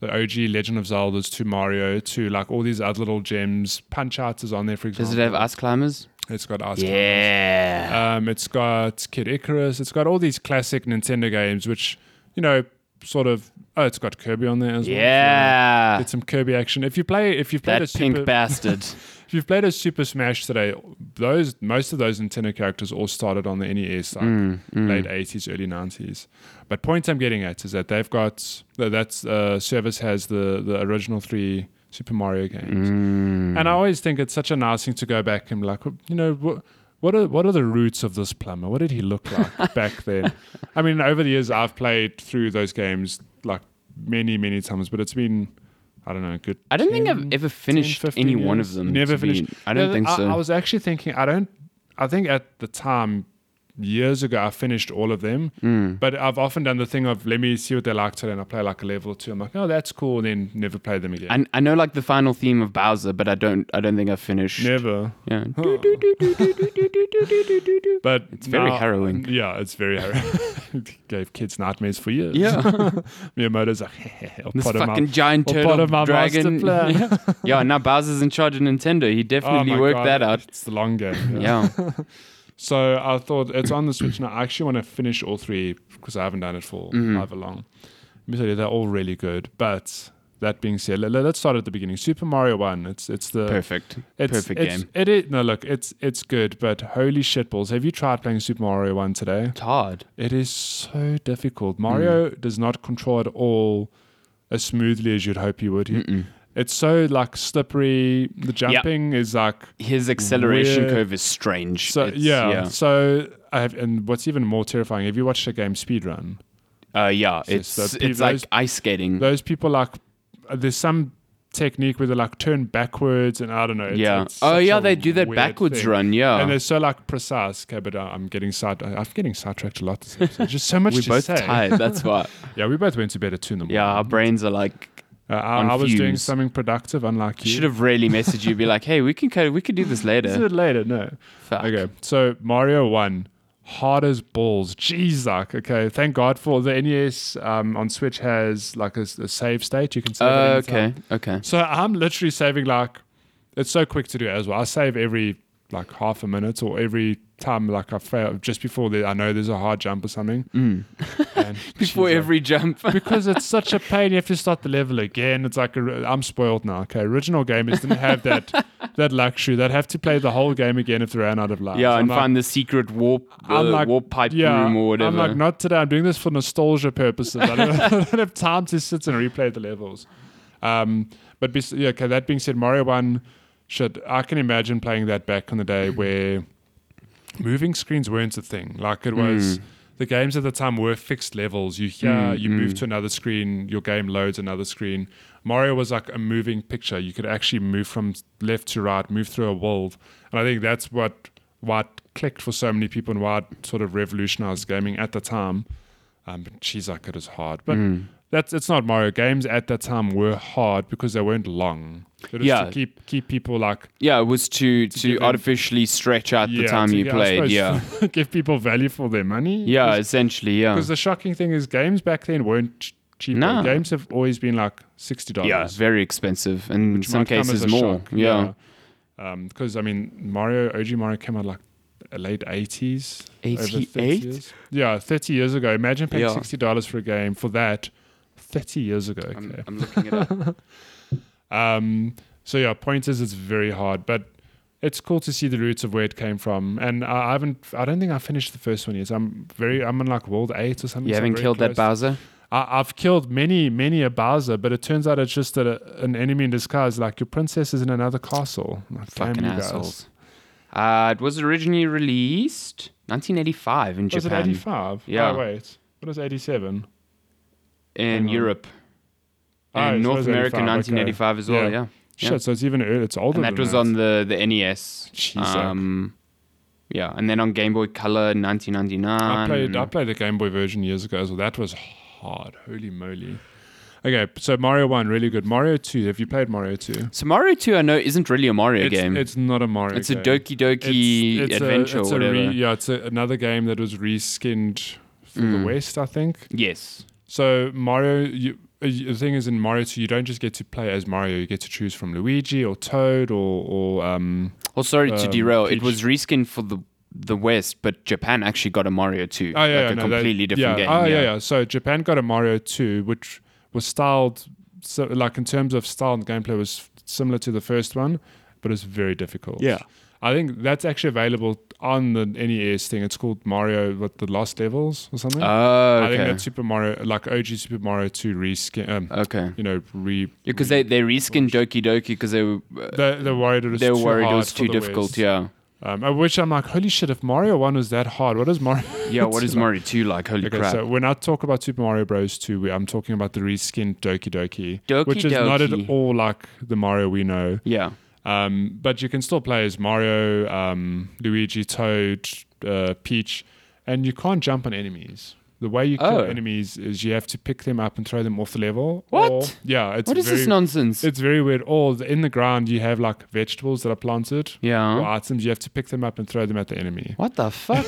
the OG Legend of Zelda's to Mario to like all these other little gems. Punch Outs is on there, for example. Does it have ice climbers? It's got Ice Yeah. Um, it's got Kid Icarus. It's got all these classic Nintendo games, which, you know, sort of. Oh, it's got Kirby on there as well. yeah. Get some Kirby action. If you play, if you play that pink bastard. If you've played as Super Smash today, those most of those Nintendo characters all started on the NES, like Mm, late eighties, early nineties. But point I'm getting at is that they've got that that's, uh, service has the the original three Super Mario games, and I always think it's such a nice thing to go back and be like, you know, what what are what are the roots of this plumber? What did he look like back then? I mean, over the years, I've played through those games like many many times, but it's been I don't know, a good. I don't think 10 I've ever finished 15 any one years. of them. Never to be- finished. I don't Yeah, think so. I was actually thinking. I don't. I think at the time, years ago, I finished all of them. Hmm. But I've often done the thing of let me see what they're like today, and I play like a level or two. I'm like, oh, that's cool, and then never play them again. I, I know like the final theme of Bowser, but I don't. I don't think I've finished. never. Yeah. But It's very now- harrowing. Yeah, it's very harrowing. Gave kids nightmares for years. Yeah. Miyamoto's like, "Hehehe, I'll this pot 'em fucking up." giant I'll pot turtle 'em up master dragon. plan. yeah. yeah. Now Bowser's in charge of Nintendo. He Oh definitely my worked God, that out. It's the long game. Yeah. So I thought it's on the Switch now. I actually want to finish all three because I haven't done it for Mm-hmm. however long. Let me tell you, they're all really good. But that being said, let, us start at the beginning. Super Mario One. It's it's the Perfect. it's, Perfect it's- game. It is no look. It's it's good, but holy shitballs! Have you tried playing Super Mario One today? It's hard. It is so difficult. Mario Mm. does not control at all as smoothly as you'd hope he would. It's so like slippery. The jumping is like His acceleration Weird. curve is strange. so It's- yeah, So I have, and what's even more terrifying? Have you watched the game Speedrun? Yeah. Uh, yeah. So- It's so it's those- like ice skating. Those people like there's some technique where they like turn backwards, and I don't know. it's- yeah. it's oh such yeah, a they do that weird backwards thing. run. Oh. Yeah. And they're so like precise. Okay, but uh, I'm getting side. I'm getting sidetracked a lot. This episode. Just so much We're to both say. tired. That's why. Yeah, we both went to bed at two in the morning. Yeah, our brains are like. Uh, on I, I was doing fumes. something productive, unlike you. Should have really messaged you. Be like, hey, we can co- we could do this Is later. it later? No. Fuck. Uh, Okay, so Mario One, hard as balls. Jeez, like okay, thank God for the NES um, on Switch has like a, a save state. You can save. at Uh, any okay. time. Okay. So I'm literally saving like, it's so quick to do as well. I save every like half a minute or every time like I fail just before the I know there's a hard jump or something. And Mm. Before she's like, every jump. because it's such a pain. You have to start the level again. It's like a, I'm spoiled now. Okay, original gamers didn't have that that luxury. They'd have to play the whole game again if they ran out of lives. yeah, I'm and like, find the secret warp, uh, I'm like- warp pipe room or whatever. I'm like not today. I'm doing this for nostalgia purposes. I don't, I don't have time to sit and replay the levels. Um, but bes- yeah, okay. That being said, Mario One, should I can imagine playing that back in the day where moving screens weren't a thing. Like Hmm. it was. The games at the time were fixed levels. You hear, Mm, you move to another screen, your game loads another screen. Mario was like a moving picture. You could actually move from left to right, move through a world. And I think that's what why it clicked for so many people and why it sort of revolutionized gaming at the time. Um, but geez, like it is hard. But Mm. Hmm. that's it's not Mario games at that time were hard because they weren't long. It was Yeah. to keep keep people like yeah, it was to, to give them- artificially stretch out the yeah, time to- you yeah, I played. suppose Yeah. give people value for their money. Yeah, essentially, yeah. Because the shocking thing is, games back then weren't ch- cheap. No. Games have always been like sixty dollars. Yeah, very expensive. And in some cases more. Yeah. Because Um, I mean, Mario OG Mario came out like late eighties. 88? Yeah, thirty years ago. Imagine paying Yeah. sixty dollars for a game for that. Thirty years ago. Okay. I'm, I'm looking it up. Um, so yeah, point is it's very hard, but it's cool to see the roots of where it came from. And I, I haven't, I don't think I finished the first one yet. So I'm very, I'm in like world eight or something. You so I'm haven't very killed that close. Bowser? I, I've killed many, many a Bowser, but it turns out it's just a, an enemy in disguise. Like your princess is in another castle. Like, damn Fucking you guys. assholes. Uh, it was originally released 1985 in Was it Japan, 85? Yeah. Oh, wait. What is 87? in Hang on. Europe, Oh, and so it North was America 85, okay. 1985 as well. Yeah, Yeah. Yeah. Shit, so it's even earlier. It's older and that than was on the the NES. Jesus. Um, yeah, and then on Game Boy Color in I 1999. played I played the Game Boy version years ago, so that was hard. Holy moly. Okay, so Mario 1, really good. Mario 2, have you played Mario 2? so Mario 2, I know, isn't really a Mario It's, game. It's, it's not a Mario a game. Doki Doki It's- it's a- adventure it's or a re- whatever. yeah, it's a, another game that was reskinned for Hmm. the West, I think. yes. So Mario, you, uh, you- the thing is in Mario 2, you don't just get to play as Mario. You get to choose from Luigi or Toad or, or um, Oh, sorry to Um, derail. It Peach. was reskinned for the the West, but Japan actually got a Mario 2. Oh yeah, like yeah, a no, that- completely different yeah. game. Oh yeah. yeah, So Japan got a Mario two, which was styled so like in terms of style and gameplay was similar to the first one, but it's very difficult. Yeah. I think that's actually available on the NES thing. It's called Mario what the Lost Levels or something. Oh, okay. I think that's Super Mario, like OG Super Mario two reskin. Um, Okay. you know, re Because they, they reskinned Doki Doki because they were, they they worried it was they were too worried it hard was for too the difficult. West. Yeah. Um, I wish I'm like, holy shit! If Mario one was that hard, what is Mario? Yeah. What It's is like- Mario 2 like? Holy Okay, crap. so when I talk about Super Mario Bros. 2, we- I'm talking about the reskinned Doki Doki, Doki which is not Doki. at all like the Mario we know. yeah. Um, but you can still play as Mario, um, Luigi, Toad, uh, Peach, and you can't jump on enemies. The way you kill Oh. enemies is you have to pick them up and throw them off the level. What? or- yeah, it's What is very, this nonsense? It's very weird. Or the- in the ground, you have like vegetables that are planted. Yeah. Or items you have to pick them up and throw them at the enemy. What the fuck?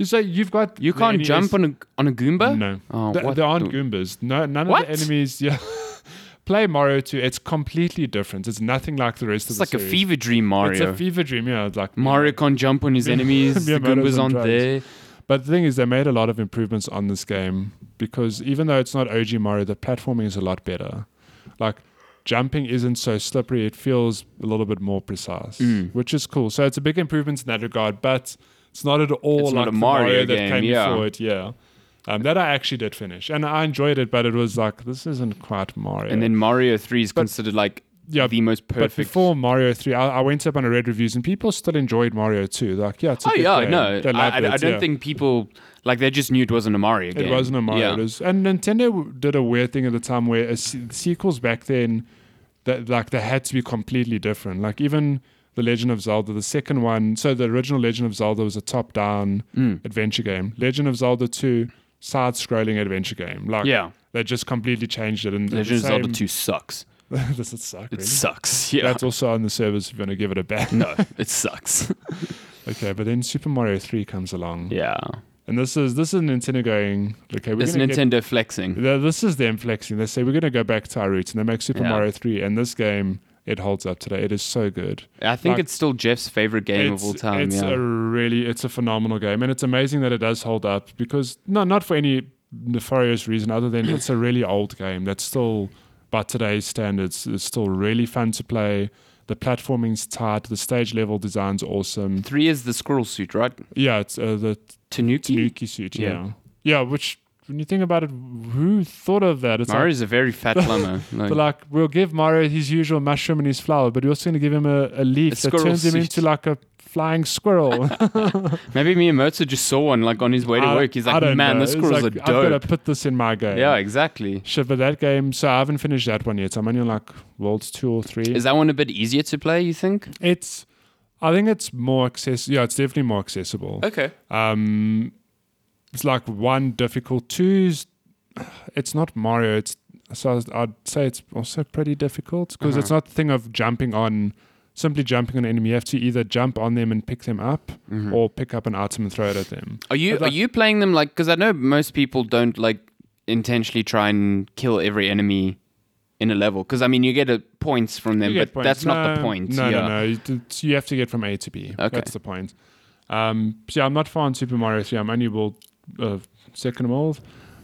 So you've got You the can't NES jump on a on a Goomba? no, Oh, Th- what there aren't the- Goombas. No, none What? of the enemies. Yeah, play Mario Two. It's completely different. It's nothing like the rest It's of the like a series. fever dream It's Mario. a fever dream. Yeah, it's like Mario can't jump on his enemies. the Goombas Miyamoto's on aren't drugs. there. But the thing is, they made a lot of improvements on this game because even though it's not OG Mario, the platforming is a lot better. Like jumping isn't so slippery; it feels a little bit more precise, Mm. which is cool. So it's a big improvement in that regard. But it's not at all It's not like a the Mario that game, came yeah. before it. Yeah. Um, that I actually did finish, and I enjoyed it, but it was like this isn't quite Mario. And then Mario 3 is considered like yeah, the most perfect. but before Mario three, I, I went up on a red reviews, and people still enjoyed Mario two. Like, yeah, it's a oh, good yeah, game. no. They I, love I, it, I don't yeah. think people, like, they just knew it wasn't a Mario game. It wasn't a Mario. Yeah. It was, and Nintendo w- did a weird thing at the time where a se- sequels back then, that like they had to be completely different. Like even the Legend of Zelda, the second one. So the original Legend of Zelda was a top-down Mm. adventure game. Legend of Zelda two, side-scrolling adventure game. Like Yeah. they just completely changed it. And the Legend of Zelda same- 2 sucks. this is suck. It Really. sucks. Yeah. That's also on the service if you want to give it a back. no, it sucks. Okay, but then Super Mario 3 comes along. yeah. And this is this is Nintendo going, okay, we're It's going to Nintendo flexing. Th- This is them flexing. They say we're going to go back to our roots, and they make Super Yeah. Mario Three, and this game it holds up today. It is so good. I think Like, it's still Jeff's favorite game of all time. It's yeah. a really, it's a phenomenal game, and it's amazing that it does hold up because no, not for any nefarious reason other than it's a really old game that's still, by today's standards, it's still really fun to play. The platforming's tight. The stage level design's awesome. Three is the squirrel suit, right? Yeah, it's uh, the Tanuki. Tanuki suit. Yeah. Yeah. yeah, Which, when you think about it, who thought of that? It's like, Mario's a very fat plumber. But like we'll give Mario his usual mushroom and his flower, but we're also going to give him a, a leaf A that squirrel turns him suit. into like a flying squirrel. Maybe Miyamoto just saw one like on his way to I- work. He's I like, don't man, know. the It's squirrels like, are I've got dope. to put this in my game. Yeah, exactly. Shit, but that game. So I haven't finished that one yet. I'm only on like worlds two or three. Is that one a bit easier to play? You think? it's, I think it's more accessible. Yeah, it's definitely more accessible. Okay. Um, it's like one difficult. Two's, it's not Mario. It's so I- I'd say it's also pretty difficult because it's not the thing of jumping on, simply jumping on an enemy. You have to either jump on them and pick them up, Mm-hmm. or pick up an item and throw it at them. Are you Mm-hmm. But, like- are you playing them like? Because I know most people don't like intentionally try and kill every enemy in a level. Because I mean, you get a, points from them, You but get points. that's not the No, point. No, yeah. no, no. You- it's- You have to get from A to B. Okay. That's the point. Um, so yeah, I'm not far on Super Mario 3. I'm only world, uh, second world.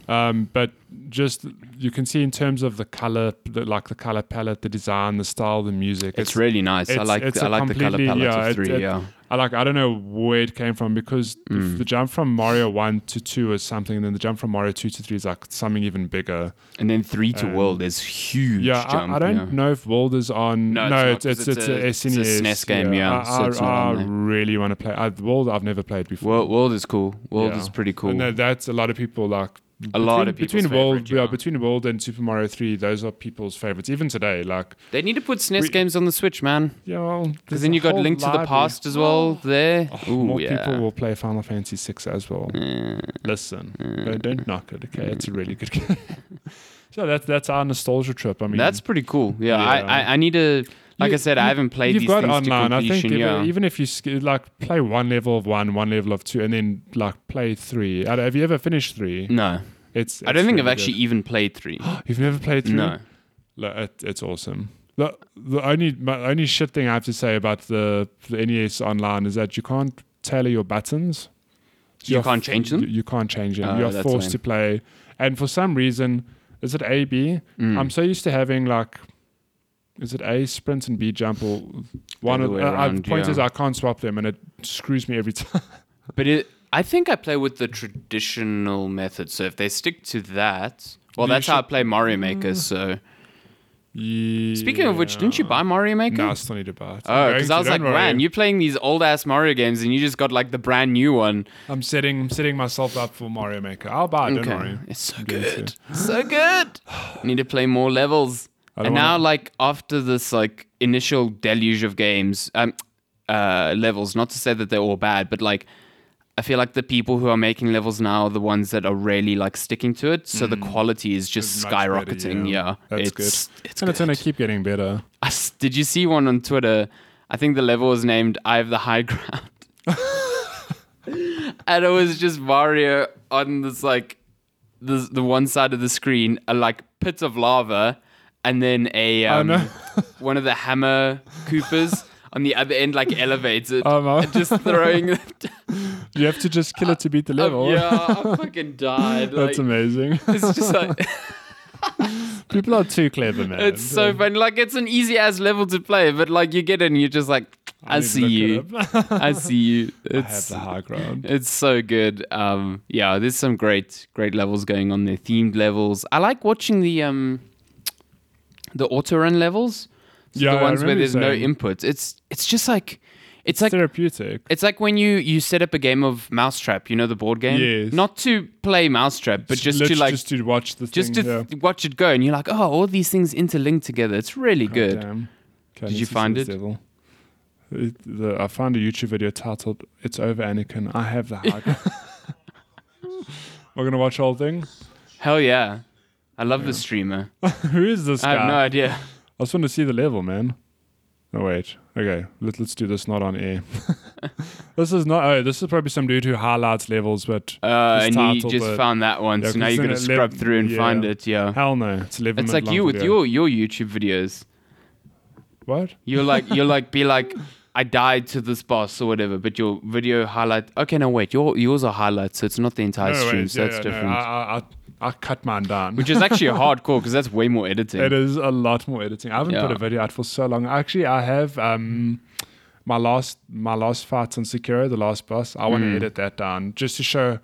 Um, but just you can see in terms of the color, the, like the color palette, the design, the style, the music. It's, really nice. I it's- like it's the, I a like the color completely- palette yeah, of it- three. it- yeah. I like. I don't know where it came from because the- Mm. the jump from Mario one to two is something, and then the jump from Mario two to three is like something even bigger. And then three to um, world is huge. Yeah, I- jump, I, don't yeah. know if World is on. No, No, it's it's not, it's, 'cause it's, a, it's a- SNES it's a SNES game, yeah, I, so it's not I, on I there. really want to play I, World. I've never played before. World, world is cool. World Yeah. is pretty cool. And that- that's a lot of people like. A lot of between people's World, favorite, yeah. between World and Super Mario Three, those are people's favorites. Even today, like They need to put SNES We- games on the Switch, man. yeah, well, Because then you got Link to the Past as well. There. Ooh, Oh, More yeah. Mm. people will play Final Fantasy Six as well. Yeah. Listen, Mm. don't, don't knock it. Okay, it's a really good game. so that's that's our nostalgia trip. I mean, That's pretty cool. Yeah, Yeah. I, I, I need to. Like I You- said, I haven't played You've these got things online. to I think completion. even, yeah. even if you sk- like play one level of one, one level of two, and then like play three. I don't- Have you ever finished three? no, It's, Mm. I don't it's think I've really actually even played three. good. You've never played three? no. Like, it, it's awesome. The, the only my only shit thing I have to say about the, the NES Online is that you can't tailor your buttons. You you're can't change them? You, you can't change them. Oh, you're that's forced lame. to play. And for some reason, is it A B? Mm. am so used to having like, is it A sprint and B jump or one? Other Of, way uh, uh, the around, point yeah. is I can't swap them, and it screws me every time. But it, I think I play with the traditional method. So if they stick to that, well, You that's how I should- Mm. play Mario Maker. So speaking of which, didn't you buy Mario Maker? No, I still need to buy it. Oh, I'm going because to, I was don't like, worry. man, you're playing these old ass Mario games and you just got like the brand new one. I'm setting I'm setting myself up for Mario Maker. I'll buy it. Don't worry. It's so going good. So good. Need to play more levels. don't And now, wanna- like, after this, like, initial deluge of games, um, uh, levels, not to say that they're all bad, but like, I feel like the people who are making levels now are the ones that are really like sticking to it. So the quality Mm. is just It's much better, skyrocketing. yeah. yeah. That's it's, good. It's and it's good. going to keep getting better. I s- Did you see one on Twitter? I think the level was named I Have the High Ground. and it was just Mario on this, like, this, the one side of the screen, a, like, pit of lava, and then a um, Oh, no. one of the hammer Coopers on the other end, like, elevates it. Oh, no. and just throwing it. You have to just kill it to beat the level. yeah, I fucking died. Like, That's amazing. It's just like. People are too clever, man. It's so fun. Like it's an easy ass level to play, but like you get in, you're just like, I, need to see look it you, up. I see you. I have It's the high ground. it's so good. Um, yeah, there's some great great levels going on there. Themed levels. I like watching the um the auto run levels. So Yeah, the I ones where remember you there's no saying. input. It's it's just like it's like Therapeutic. it's like when you you set up a game of Mousetrap. You know the board game. Yes. Not to play Mousetrap, but just to Literally like just to watch the just thing. to th- watch it go, and you're like, oh, all these things interlink together. It's really yeah. good. Damn. Did Okay, I you need to see find this it? level. It- the- I found a YouTube video titled "It's Over, Anakin." I have the high ground. We're gonna watch the whole thing. Hell yeah. I love the streamer. Who is this I guy? have no idea. I just want to see the level, man. Oh wait, okay. Let, let's do this not on air. this is not. Oh, this is probably some dude who highlights levels, but Uh, It's and you titled, just but- found that one, Yeah, so now 'cause you're gonna it's in a scrub lev- through and yeah. find it. Yeah, hell no, it's a level. it's minute like you long with video. your your YouTube videos. what? You're like you're like be like I died to this boss or whatever, but your video highlight. Okay, no wait, your yours are highlights, so it's not the entire No, stream. wait, so yeah, that's yeah, no, different. I, I, I, I cut mine down. Which is actually hardcore because that's way more editing. It is a lot more editing. I haven't put Yeah. a video out for so long. Actually, I have um, my last my last fight on Sekiro, the last boss. I Mm. want to edit that down just to show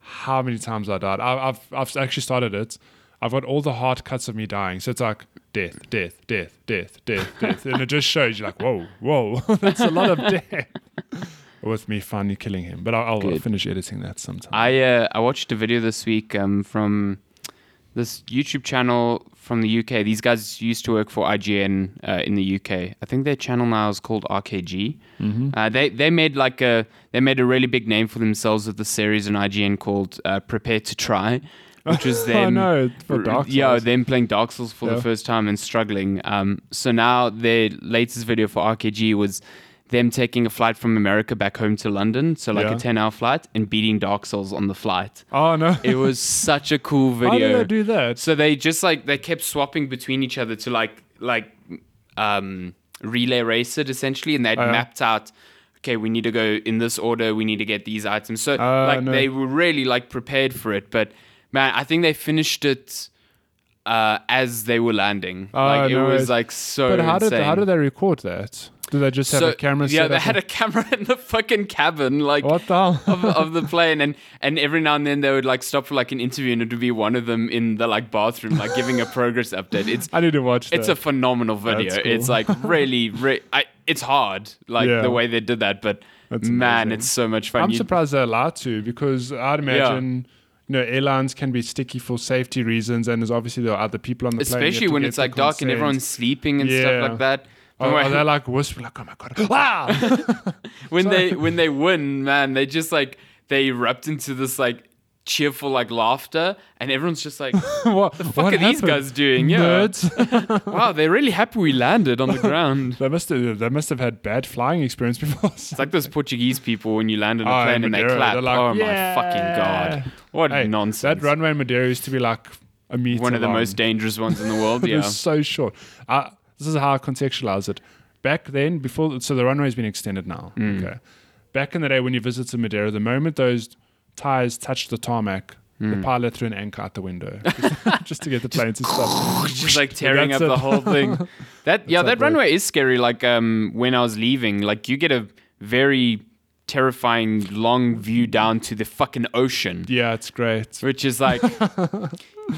how many times I died. I, I've I've actually started it. I've got all the hard cuts of me dying, so it's like death, death, death, death, death, death, and it just shows you like whoa, whoa, that's a lot of death. With me finally killing him, but I'll, I'll Good. finish editing that sometime. I uh, I watched a video this week um, from this YouTube channel from the UK. These guys used to work for IGN uh, in the UK. I think their channel now is called RKG. Mm-hmm. Uh, they they made like a they made a really big name for themselves with the series in IGN called uh, Prepare to Try, which was I them. know, Oh, for Dark Yeah, Souls. them playing Dark Souls for Yeah. the first time and struggling. Um, so now their latest video for RKG was them taking a flight from America back home to London, so like Yeah. a ten-hour flight, and beating Dark Souls on the flight. oh no, It was such a cool video. how did I do that? So they just like they kept swapping between each other to like like um relay race it essentially and they'd Oh, yeah. mapped out okay we need to go in this order we need to get these items so Ah, like no. they were really like prepared for it but man I think they finished it uh as they were landing Ah, like no it was ways. like so But how did insane. how did they record that? Did they just have so, a camera? yeah set they up had and- a camera in the fucking cabin like What the hell? of, of the plane and and every now and then they would like stop for like an interview and it would be one of them in the like bathroom like giving a progress update it's I need to watch that. it's a phenomenal video That's cool. it's like really re- I, it's hard like Yeah. the way they did that but That's man amazing. it's so much fun I'm You- surprised they're allowed to because I'd imagine you know airlines can be sticky for safety reasons, and there's obviously there are other people on the plane. you have especially to when get it's the like dark and consent. everyone's sleeping and Yeah. stuff like that Are, When- are they like whispering like, "Oh my god, wow!" when they when they win, man, they just like they erupt into this like cheerful like laughter, and everyone's just like, what the "Fuck are these guys doing? Yeah, Nerds. wow, they're really happy we landed on the ground." they must have they must have had bad flying experience before. It's like those Portuguese people when you land on a Oh, plane in and they Madeira, clap. they're like, oh "Yeah." my fucking god! What Hey, nonsense! That runway in Madeira used to be like a meter. One of the long. most dangerous ones in the world. It Yeah, was so short. I, this is how I contextualize it. Back then, before so the runway's been extended now. Mm. Okay. Back in the day when you visited Madeira, the moment those tires touched the tarmac, Mm. the pilot threw an anchor out the window just, just to get the plane to stop. just like tearing up That's it. the whole thing. That yeah, That's that how it works. runway is scary. Like um, when I was leaving, like you get a very terrifying long view down to the fucking ocean. Yeah, it's great. which is like,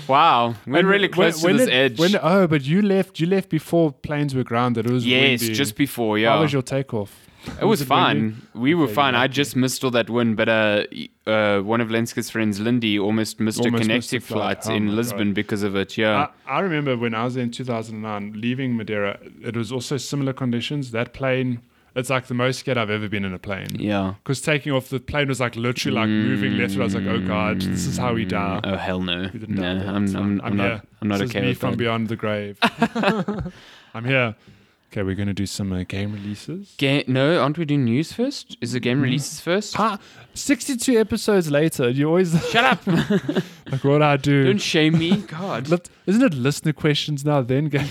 wow, we're And really when- close when to this it- edge. When, oh, but you left. You left before planes were grounded. It was yes, windy. just before, yeah. How was your takeoff? it was it windy? fine. We were Okay, fine. I lucky. just missed all that wind, but uh, y- uh, one of Lenska's friends, Lindy, almost missed a Almost missed connecting the flight. flight Oh my in God. Ah. Lisbon because of it, yeah. I, I remember when I was there in 2009, leaving Madeira, it was also similar conditions. That plane, it's like the most scared I've ever been in a plane. yeah. Because taking off, the plane was like literally like moving left. And I was like, oh God, this is how we die. Oh hell no! We didn't No, die. I'm, It's I'm, I'm, fine. I'm here. not. I'm not this okay is me with from that. beyond the grave. I'm here. Okay, we're going to do some uh, game releases. Ga- no, aren't we doing news first? Is the game releases first? Ah, 62 episodes later, you always Shut up! like, what do I do? Don't shame me, God. Let- Isn't it listener questions now then? game?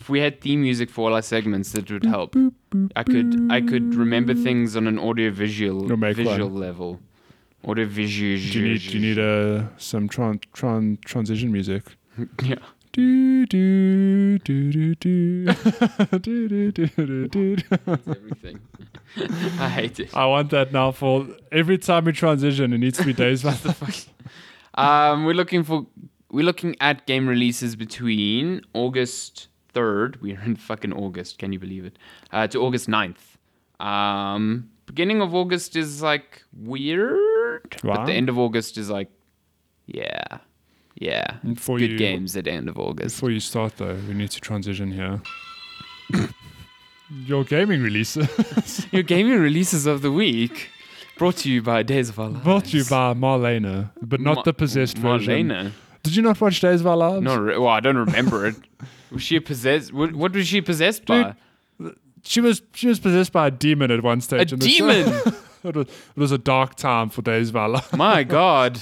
If we had theme music for all our segments, that would help. I could I could remember things on an audio visual You'll make visual level. Audio visual. do you need, do you need uh, some tran- tran- transition music? Yeah. Do do do do do do do do do do. everything. I hate it. I want that now for every time we transition. It needs to be days by the Um, we're looking for we're looking at game releases between August third. We're in fucking August. Can you believe it? Uh, to August 9th. Um, beginning of August is like weird, Wow. but the end of August is like, yeah, yeah. And It's for good you- games at the end of August. Before you start, though, we need to transition here. Your gaming release Your gaming releases of the week, brought to you by Days of Our Lives. brought to you by Marlena, but not Ma- the possessed version. Marlena. Did you not watch Days of Our Lives? No, re- well, I don't remember it. Was she possessed? What, what was she possessed by? She was she was possessed by a demon at one stage. A in the show. demon? it, was, it was a dark time for Days of Our Lives. My God,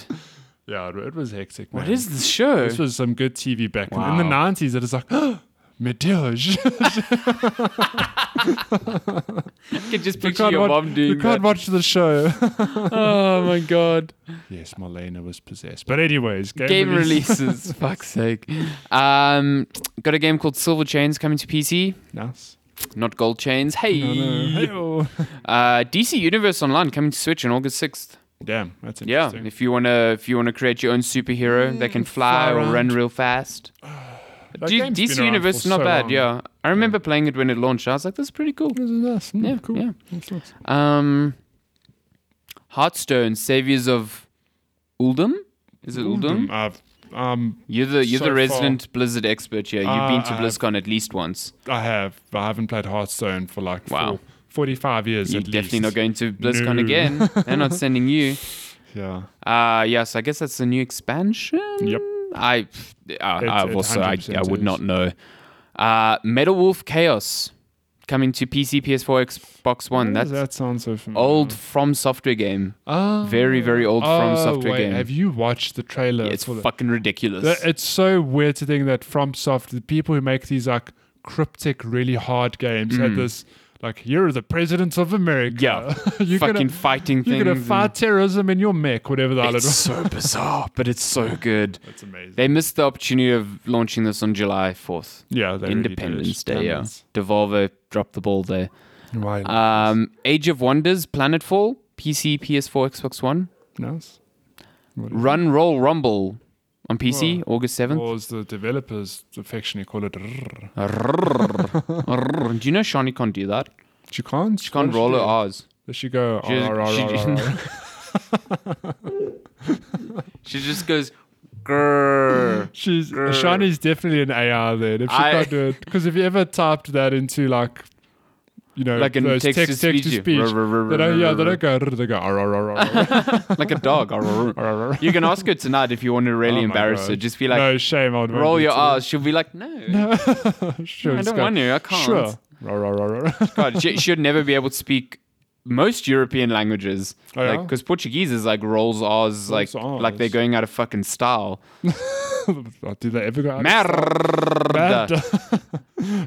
Yeah, it, it was hectic. what man. is this show? This was some good TV back in- in Wow. the nineties. It is like Medioge. I can just we picture can't, your watch, mom we doing can't that. watch the show. Oh my god. yes, Marlena was possessed. But anyways, game, Game release. releases. Fuck's sake. Um, got a game called Silver Chains coming to PC, Nice. not Gold Chains. Hey. No, no. Hey-oh. Uh, DC Universe Online coming to Switch on August 6th. Damn, that's Yeah, interesting. Mm, if you want to if you want to create your own superhero that can fly fly or run around. real fast. That Dude, game's been DC around Universe is for not so bad, long. yeah. I remember playing it when it launched. I was like, this is pretty cool. This is nice. Mm, Yeah, cool. yeah. That's nice. Um Hearthstone, Saviors of Uldum? Is it Uldum? Mm, I've, um, You're the you're So the far. resident Blizzard expert here. You've been Uh, to I have. BlizzCon at least once. I have. I haven't played Hearthstone for like Wow. four, 45 years You're at definitely not least. going to BlizzCon No. again. They're not sending you. yeah. Uh yeah, so I guess that's the new expansion. Yep. I uh, I've it also I, I 100% would is. not know. Uh Metal Wolf Chaos coming to PC, PS4, Xbox One. Why does That's that sound so familiar? old from software game. Ah. Very, very old from Oh, software wait, game. Have you watched the trailer? Yeah, it's for the- fucking ridiculous. Th- It's so weird to think that FromSoft, the people who make these like cryptic, really hard games, had this like you're the president of America. Mm. Yeah. you're fucking gonna fighting things. you're gonna fight terrorism in your mech, whatever the hell it It's was. so bizarre, but it's so good. That's amazing. They missed the opportunity of launching this on July 4th, yeah, they really did. Independence Day. Damn Yeah. it. Devolver dropped the ball there. Why? Um, Age of Wonders, Planetfall, PC, PS4, Xbox One. nice. What is- Run, Roll, Rumble on PC, August 7th. Or as the developers affectionately call it, rrr. Rrrr. Rrrr. Do you know Shani can't do that? she can't. She can't roll her R's. Does she go? She- "Rrr, rrr, she- rrr, rrr, rrr." She just goes, grrr. She's Grr. Shani's definitely an AI then if she I- can't do it. Because if you ever typed that into like, you know, Like in those text to text, speech, text to you- speech, rrr, rrr, they don't, yeah, rrr, they rrr. don't go. "Rrr," They go. "Arr, arr, arr, arr, arr, like a dog. Rrr. arr, arr." You can ask her tonight if you want to really Oh my embarrass her. God. Just be like, no shame. I would roll your ass. She'll be like, no, Sure, I just don't go, want to. I can't. Sure. Arr, arr, arr, arr. God, she, she'd never be able to speak most European languages. Oh, yeah? Because Portuguese is like rolls R's, like, R's. like they're going out of fucking style. Did they ever go? out of Merda. style?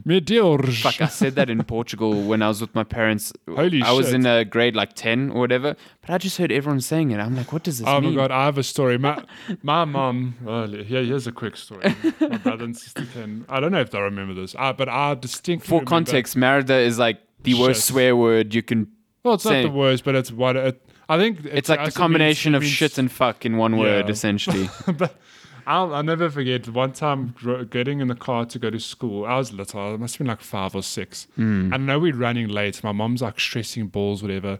Meteors. Fuck, I said that in Portugal when I was with my parents. Holy I was shit. in a grade like 10 or whatever, but I just heard everyone saying it. I'm like, what does this Oh mean? my god, I have a story. My my mom. Well, here, here's a quick story. My brother and sister came. I don't know if they remember this, uh, but I distinctly For remember- context, merda is like the worst Shit. swear word you can. Well, it's say- not the worst, but it's what it, I think. It's like the combination of shit and fuck in one word, Yeah. essentially. but I'll, I'll never forget one time gr- getting in the car to go to school. I was little, I must have been like five or six. Hmm. And I know we're running late. My mom's like stressing balls, whatever.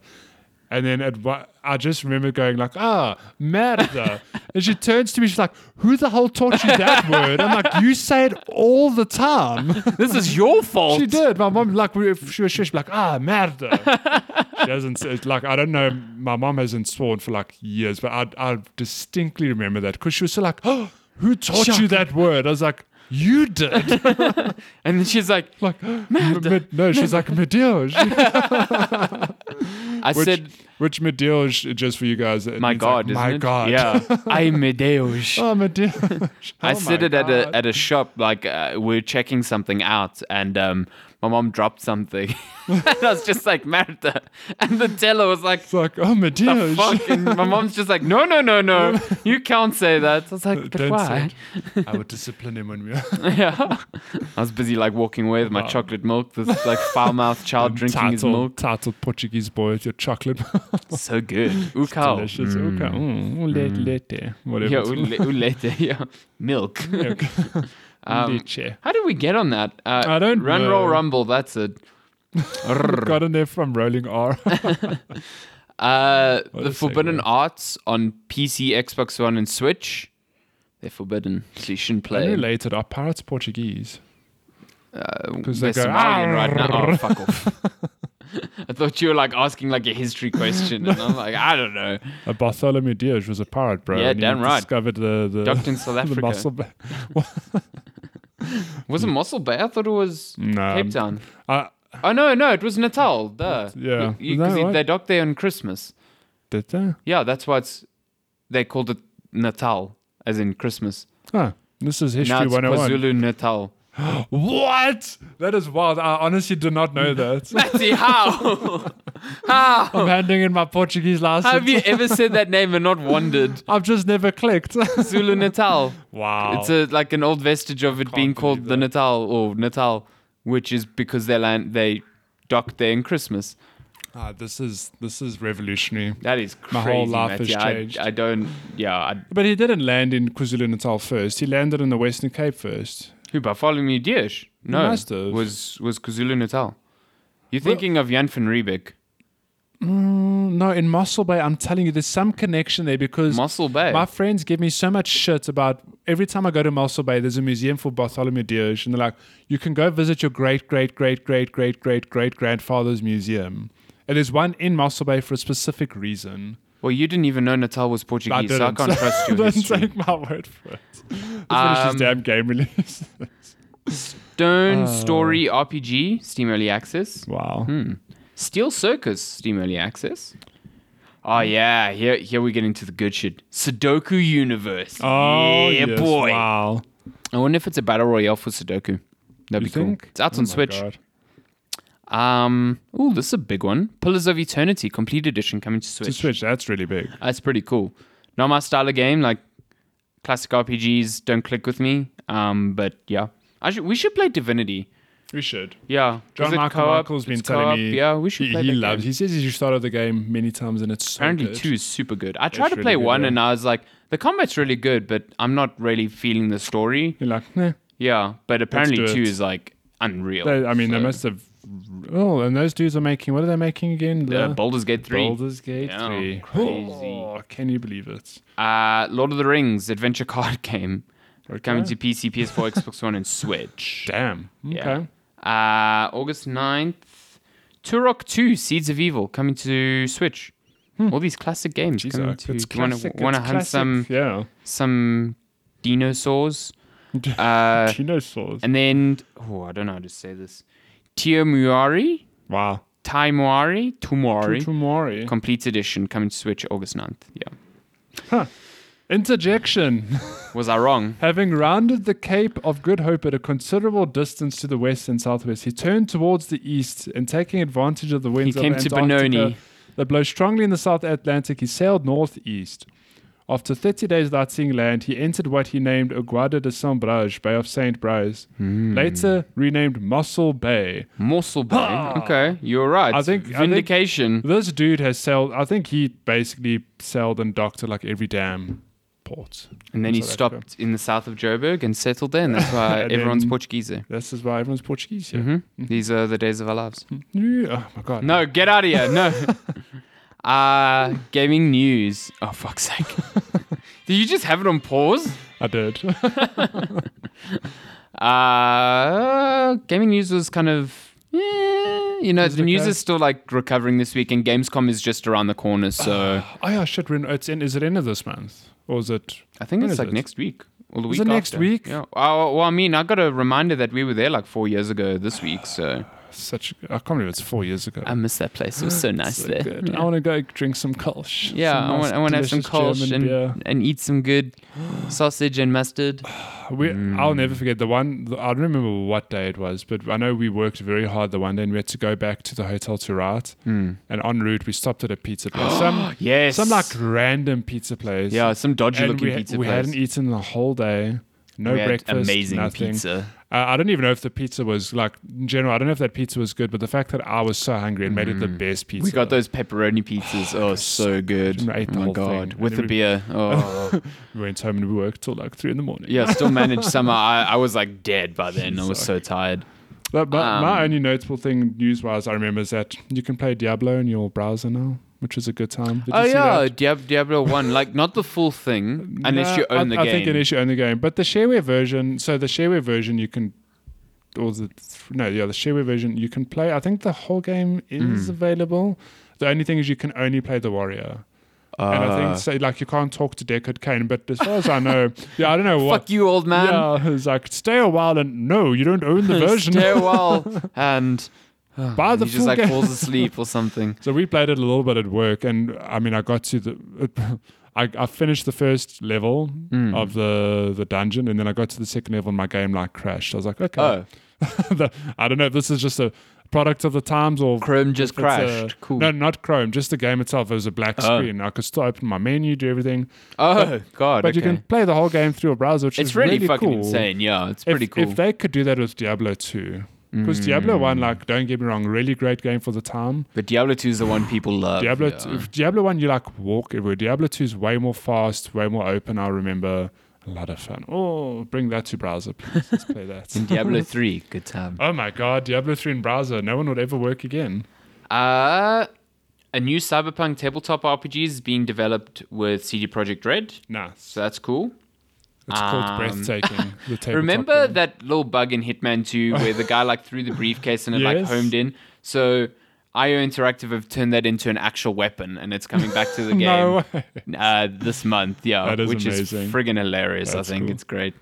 And then at one, I just remember going like, ah, merda. and she turns to me, she's like, who the hell taught you that word? I'm like, you say it all the time. this is your fault. She did. My mom, like, we- if she was Swiss, she'd be like, ah, merda. she doesn't say, it's like, I don't know. My mom hasn't sworn for like years, but I, I distinctly remember that because she was so like, oh, who taught you that word? I was like, you did. And then she's like, Like, "M- m- no, she's like, Medioge. I Which, said, which Medioge, just for you guys, it my means, like, God, isn't my it? God. Yeah. I'm Medeus. Oh, Medioge. I said it at a at a shop. Like uh, we're checking something out, and um, my mom dropped something. and I was just like, Martha, and the teller was like, It's like, oh, Medioge. "Fuck!" And my mom's just like, "No, no, no, no, you can't say that." I was like, "But Don't why?" say it. I would discipline him when we yeah, I was busy like walking away Oh. with my chocolate milk. This like foul mouthed child drinking his milk. Titled Portuguese boy with your chocolate. So good. Ukau. Delicious. Okay. Mm. Ule- Lete. Whatever. Oh. Yeah, it's- ule- ulete. Yeah, milk. Um, Leche. How did we get on that? Uh, I don't Run, roll, know. rumble. That's it. Got in there from Rolling R. Uh, What the a Forbidden segue. Arts on PC, Xbox One, and Switch. They're forbidden, so you shouldn't play. Unrelated. Are pirates Portuguese? Because 'Cause they're they go, Somalian right now. Oh, fuck off. I thought you were like asking like a history question, and I'm like, I don't know. A Bartholomew Diaz was a pirate, bro. Yeah, and he damn right. Discovered the the, Docked in South the Africa. muscle. ba- Was it Mossel Bay? I thought it was No, Cape Town. I, Oh no, no, it was Natal. Duh. Yeah. Is that because right? they docked there on Christmas. did they? Yeah, that's why it's they called it Natal, as in Christmas. Huh. This is now history it's one hundred and one. KwaZulu Natal. What? That is wild. I honestly did not know that. Matty, how? how? I'm handing in my Portuguese license. Have you ever said that name and not wondered? I've just never clicked. Zulu Natal. wow. It's a like an old vestige of it being can't called believe the Natal or Natal, which is because they land they docked there in Christmas. Ah, this is this is revolutionary. That is crazy. My whole life has Matty. I- changed. I, don't. Yeah. I, But he didn't land in KwaZulu Natal first. He landed in the Western Cape first. who Bartholomew Diesch? No. must have. Was was KwaZulu Natal? You're thinking of Jan van Riebeck, Mm, No, in Mossel Bay. I'm telling you, there's some connection there because Mossel Bay. my friends give me so much shit about every time I go to Mossel Bay. There's a museum for Bartholomew Diosh, and they're like, you can go visit your great great great great great great great grandfather's museum. And there's one in Mossel Bay for a specific reason. well, you didn't even know Natal was I Portuguese, so I didn't. can't trust your don't history. take my word for it. Let's finish this Um, damn game release. Oh. Stone Story RPG, Steam Early Access. wow. hmm. Steel Circus, Steam Early Access. Oh yeah, here here we get into the good shit. Sudoku Universe. Oh yeah, yes, boy. Wow. I wonder if it's a battle royale for Sudoku. That'd You be cool. think? It's out Oh on my Switch. God. Um, ooh, this is a big one. Pillars of Eternity Complete Edition coming to Switch. To Switch, that's really big. That's pretty cool. Not my style of game, like classic RPGs don't click with me. Um, but yeah, I should, we should play Divinity. We should. Yeah, John Is it Michael co-op? Michael's been It's telling co-op. me Yeah, we should he, play. he that loves. game. He says he's started the game many times and it's so Apparently, good. two is super good. I tried It's to really play good, one, yeah. and I was like, the combat's really good, but I'm not really feeling the story. You're like, nah. Yeah, but apparently, do two it. is like unreal. They, I mean, they So, must have. Oh, and those dudes are making. What are they making again? uh, Baldur's Gate three. Baldur's Gate Yeah, three. crazy. Oh, can you believe it? Uh, Lord of the Rings adventure card game coming to Okay. PC, PS4, Xbox One, and Switch. Damn. Okay. Yeah. Uh, August 9th, Turok 2 Seeds of Evil coming to Switch. All these classic games Hmm. Jeez, coming Oak, to. it's you wanna- classic. wanna it's hunt classic. some Yeah. some dinosaurs? Uh, Dinosaurs. and then oh, I don't know how to say this. Tiamuari, Wow. Taimuari, Tumori, Tutumori. complete edition coming to Switch August 9th. Yeah, Interjection. was I wrong? Having rounded the Cape of Good Hope at a considerable distance to the west and southwest, he turned towards the east and taking advantage of the winds came of to Antarctica Benoni. that blow strongly in the South Atlantic, he sailed northeast. After 30 days without seeing land, he entered what he named Aguada de Sombrage, Bay of Saint Brice, later renamed Mossel Bay. Morsel Bay. Okay, you're right. Ah. I think- I think- vindication. This dude has sailed, I think he basically sailed and docked to like every damn port. and then he South stopped Africa. in the south of Joburg and settled there, and that's why And everyone's then- Portuguese there. This is why everyone's Portuguese here. hmm These are the days of our lives. Yeah. Oh my God. No, get out of here. No. Uh, gaming news. Oh, fuck's sake. Did you just have it on pause? I did. Uh, gaming news was kind of. Yeah, you know, Was it the news okay? is still like recovering this week, and Gamescom is just around the corner. So Oh yeah, shit. We're in, it's in. Is it end of this month or is it? I think When it's is like it? next week or the Is week it next after. week? Yeah. Oh, well, I mean, I got a reminder that we were there like four years ago this week, so Such. I can't believe it's four years ago. I miss that place. It was so nice So there. good. Yeah. I want to go drink some Kolsch. Yeah, some I want, I want to have some delicious German kolsch and, beer. and eat some good sausage and mustard. We, Mm. I'll never forget the one. the- I don't remember what day it was, but I know we worked very hard the one day, and we had to go back to the hotel to write. And en route, we stopped at a pizza place. some Mm. Yes. some like random pizza place. yeah, some dodgy And looking we, pizza we place. hadn't eaten the whole day. No We had breakfast. amazing nothing. pizza. Uh, I don't even know if the pizza was like in general. I don't know if that pizza was good, but the fact that I was so hungry and made it the best pizza. Mm. We got those pepperoni pizzas. Oh, so good. I ate the oh my whole god, thing. with the And beer. Oh, We went home and we worked till like three in the morning. yeah. Still managed somehow. I, I was like dead by then. I was so tired. But my, my Um, only notable thing news wise I remember is that you can play Diablo in your browser now, which is a good time. Did you oh see yeah, that? Diab- Diablo One. Like not the full thing, unless Nah, you own I, the I game. think unless you own the game. But the shareware version, so the shareware version you can, or the no, yeah, the shareware version you can play. I think the whole game Mm. is available. The only thing is you can only play the warrior. and I Uh, think so, like you can't talk to Deckard Kane, but as far as I know, yeah, I don't know what. Fuck you, old man. Yeah, it's like stay a while and no, you don't own the version. Stairwell and. Buy the he just full like game. falls asleep or something. So we played it a little bit at work, and I mean, I got to the. I, I finished the first level Hmm. of the the dungeon, and then I got to the second level, and my game like crashed. I was like, okay, Oh, the, I don't know if this is just a product of the times or Chrome just if it's a- crashed. Cool. uh, No, not Chrome, just the game itself. It was a black Oh. screen. I could still open my menu, do everything, oh God. but you okay. can play the whole game through a browser, which It's is really, fucking cool. insane. Yeah, it's If- pretty cool. Hmm. If they could do that with Diablo 2, because Diablo 1, like, don't get me wrong, really great game for the time. but Diablo 2 is the one people love. Diablo, yeah. 2, if Diablo 1, you like walk everywhere. Diablo 2 is way more fast, way more open. I remember a lot of fun. Oh, bring that to browser, please. Let's play that. Diablo 3, good time. Oh my god, Diablo 3 in browser. No one would ever work again. Uh, a new cyberpunk tabletop RPG is being developed with CD Projekt Red, Nice. so that's cool. It's called Um, breathtaking. The tabletop Remember game. that little bug in Hitman 2 where the guy like threw the briefcase and it like Yes. homed in? So IO Interactive have turned that into an actual weapon and it's coming back to the game No way. Uh, this month. Yeah, That is which amazing. is friggin' hilarious. That's I think cool. it's great.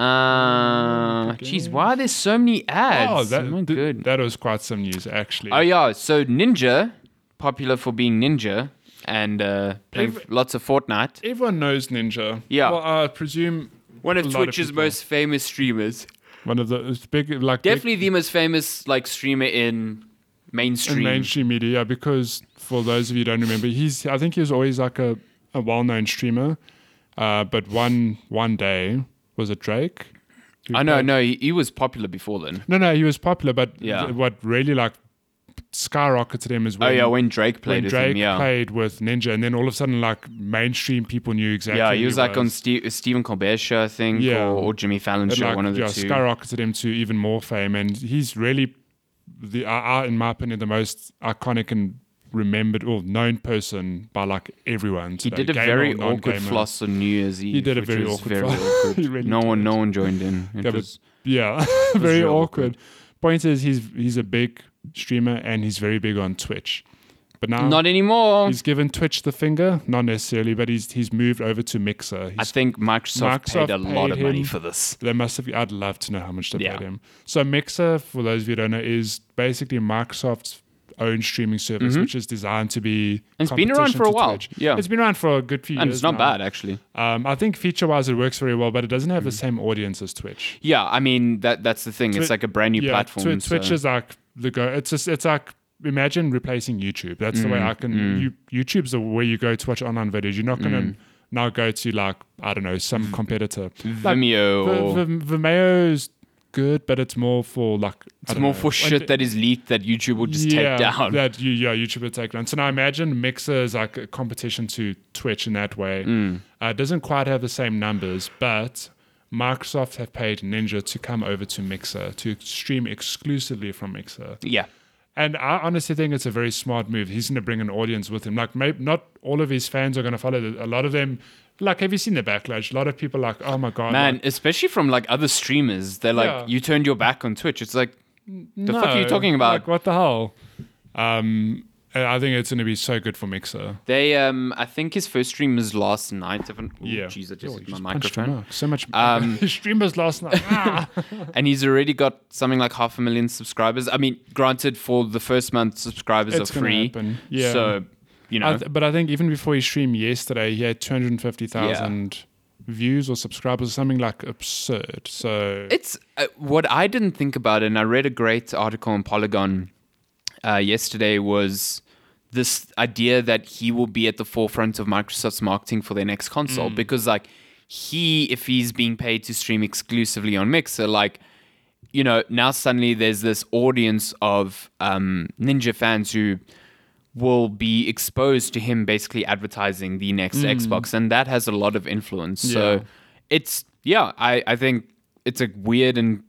Uh, geez, why are there so many ads? Oh, that, my th- good. that was quite some news, actually. Oh yeah, so Ninja, popular for being Ninja and uh, playing Every- f- lots of Fortnite. Everyone knows Ninja. Yeah. Well, I presume One a of lot of Twitch's people- most famous streamers. one of the it's big, like, big Definitely the most famous like streamer in mainstream. in mainstream media yeah, because for those of you who don't remember he's i think he was always like a, a well-known streamer uh, but one one day was it drake Who I know, played- no, he, he was popular before then. no no he was popular but Yeah. th- what really like skyrocketed him is oh when, yeah, when Drake when played with drake him, yeah. played with ninja and then all of a sudden like mainstream people knew exactly yeah, who he was like on Ste- Stephen Colbert show, I think, Yeah. or, or Jimmy Fallon It, show, like, one of the yeah, two. skyrocketed him to even more fame and he's really the uh, in my opinion the most iconic and remembered or known person by like everyone he today, did a gamer very or awkward non-gamer. floss on New Year's Eve. did a which very was awkward very floss. awkward. He really no one, no one joined in. It Yeah, but- was yeah very real awkward. point is he's he's a big streamer and he's very big on twitch but now not anymore. um, he's given twitch the finger not necessarily but he's he's moved over to mixer I he's, think Microsoft, Microsoft paid a lot paid of money him. for this. they must have i'd love to know how much they Yeah. paid him so mixer for those of you who don't know is basically microsoft's own streaming service which is designed to be Mm-hmm. And it's been around competition for a to while. Twitch. Yeah. it's been around for a good few And years it's not now. bad Mm. actually. um, i think feature wise it works very well but it doesn't have the same audience as twitch Yeah, I mean that that's the thing. It's Twi- like a brand new yeah, platform. Twi- Twitch so- is like the go. It's just, it's like imagine replacing YouTube. That's the way Mm, I can. You, YouTube's the way you go to watch online videos. You're not gonna Mm. now go to like I don't know some competitor. Like, Vimeo V- or V- Vimeo's good, but it's more for like I it's don't more know, for when shit the- that is leaked that YouTube will just yeah, take down. That you, yeah, YouTube would take down. So now imagine Mixer is like a competition to Twitch in that way. Mm. Uh, it doesn't quite have the same numbers, but Microsoft have paid Ninja to come over to Mixer to stream exclusively from Mixer. yeah. And I honestly think it's a very smart move. He's going to bring an audience with him. Like, maybe not all of his fans are going to follow. The, a lot of them, like, have you seen the backlash? A lot of people, like, oh my god, Man, especially from like other streamers, they're like, Yeah. you turned your back on Twitch. It's like, the like, fuck are you no, talking about? Like, what the hell? Um, I think it's going to be so good for Mixer. they, um, I think his first stream was last night. If I'm, oh, Yeah. Jeez, I just Oh, hit you my punched the microphone. mark. So much Um, streamers last night. Ah. And he's already got something like half a million subscribers. I mean, granted, for the first month, subscribers It's are gonna free. happen. Yeah. So, you know. I th- but I think even before he streamed yesterday, he had 250,000 views or subscribers, something like absurd. So It's uh, what I didn't think about, and I read a great article on Polygon uh, yesterday. Was this idea that he will be at the forefront of Microsoft's marketing for their next console? Mm. Because like he, if he's being paid to stream exclusively on Mixer, like you know now suddenly there's this audience of um, Ninja fans who will be exposed to him basically advertising the next Xbox, and that has a lot of influence. Mm. Yeah. So it's yeah, I I think it's a weird and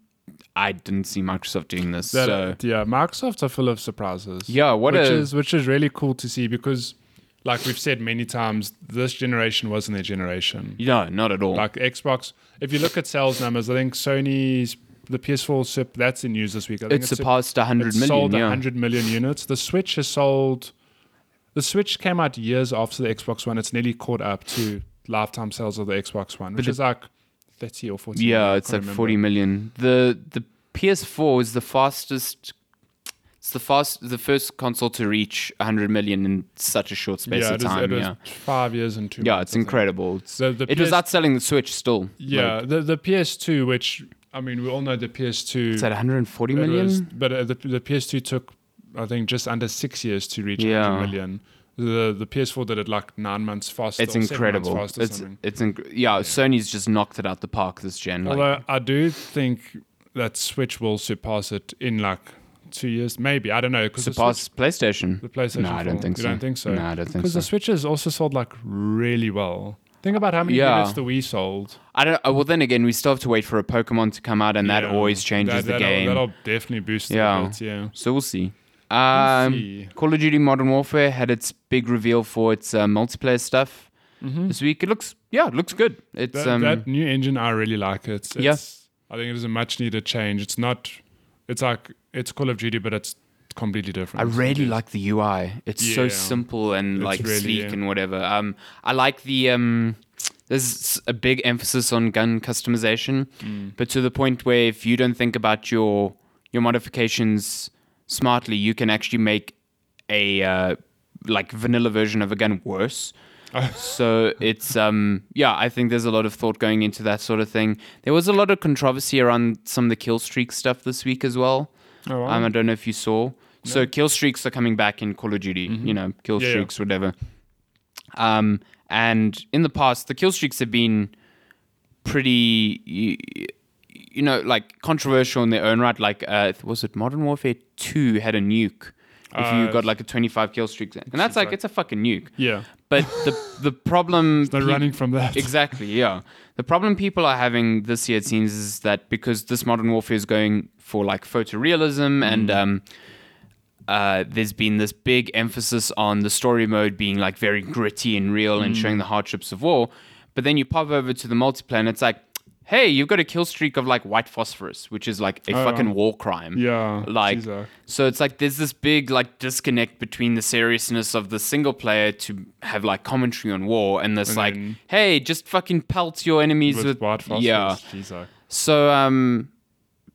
I didn't see Microsoft doing this. that, uh, so yeah, Microsoft are full of surprises. Yeah, what which a- is which is really cool to see because, like we've said many times, this generation wasn't their generation. no, not at all. Like Xbox, if you look at sales numbers, I think Sony's the PS4 SIP that's in news this week. I think it it's surpassed 100 it's million. sold yeah. 100 million units. The Switch has sold. The Switch came out years after the Xbox One. It's nearly caught up to lifetime sales of the Xbox One, which is like 30 or 40. yeah, it's like 40 million. The the PS4 is the fastest It's the fast, the first console to reach 100 million in such a short space yeah, of it was, time. it was yeah, five years and two. yeah, months, it's I think. incredible. It's- The- the it was PS outselling the Switch still. Yeah, Like, the the PS2, which I mean, we all know the PS2. it's at 140 it million. was- but uh, the, the PS2 took, I think, just under six years to reach Yeah. 100 million. The the PS4 did it like nine months faster. it's or seven months incredible. faster or It's something. it's inc- yeah, Sony's just knocked it out the park this gen. Like, Although I do think that Switch will surpass it in like two years, maybe. I don't know because surpassed PlayStation. the PlayStation. No, I don't 4. think you so. don't think so? No, I don't think Because the so. Switch has also sold like really well. Think about how many Yeah. units the Wii sold. I don't. oh, Well, then again, we still have to wait for a Pokemon to come out, and that Yeah. always changes That- the that'll, game. That'll definitely boost yeah. Yeah. it. a bit, Yeah. So we'll see. Um, see. Call of Duty Modern Warfare had its big reveal for its uh, multiplayer stuff this week. It looks, yeah, it looks good. It's Mm-hmm. That, um, that new engine, I really like it. It's, Yeah. it's- I think it is a much needed change. It's not. It's like it's Call of Duty, but it's completely I different. really like the UI. It's Yeah. so simple and It's like really, sleek yeah. and whatever. Um, I like the um, there's a big emphasis on gun customization, Mm. but to the point where if you don't think about your your modifications smartly, you can actually make a uh, like vanilla version of a gun worse. so it's um yeah I think there's a lot of thought going into that sort of thing. There was a lot of controversy around some of the kill streak stuff this week as well. Oh, wow. Um, I don't know if you saw. So kill streaks are coming back in Call of Duty. You know, kill Mm-hmm. Yeah, yeah. streaks, whatever. Um, and in the past, the kill streaks have been pretty, you, you know, like controversial in their own right. Like, uh, was it Modern Warfare Two had a nuke? If Uh, you got like a 25 kill streak, and that's like it's a fucking nuke. Yeah. But the the problem They're peop- running from that. Exactly, yeah. The problem people are having this year, it seems, is that because this modern warfare is going for like photorealism Mm. and um, uh, there's been this big emphasis on the story mode being like very gritty and real Mm. and showing the hardships of war. But then you pop over to the multiplayer and it's like, hey, you've got a kill streak of like white phosphorus, which is like a Oh, yeah. fucking war crime. Yeah. Like, Jeez, uh, so it's like there's this big like disconnect between the seriousness of the single player to have like commentary on war and this And like, then- hey, just fucking pelt your enemies with, with white phosphorus. yeah. Jeez, uh, So um,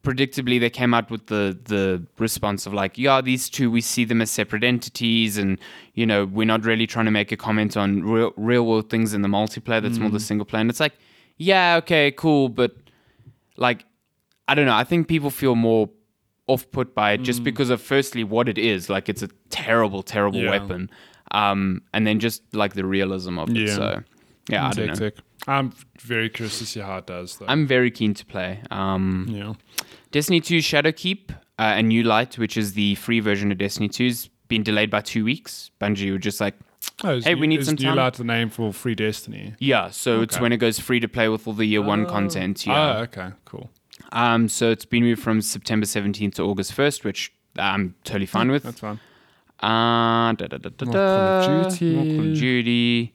predictably, they came out with the the response of like, yeah, these two we see them as separate entities, and you know we're not really trying to make a comment on real real world things in the multiplayer. That's more the Mm. single player. And it's like, yeah, okay, cool, but like, I don't know. I think people feel more off put by it Mm. just because of firstly what it is. Like, it's a terrible, terrible Yeah. weapon. Um, and then just like the realism of it. Yeah. So yeah, I don't know. tick, tick. I'm very curious to see how it does, though. I'm very keen to play. Um, yeah. Destiny 2 Shadowkeep uh, and New Light, which is the free version of Destiny 2, has been delayed by two weeks. Bungie were just like, Oh, is Hey, New- we need is some New time. Light the name for Free Destiny. yeah, so it's when it goes free to play with all the year one content. Yeah. Oh, okay, cool. um, so it's been moved from September 17th to August 1st, which I'm totally fine with. That's fine. Uh, da, da, da, da, More Call of da. More Call Duty. of Duty.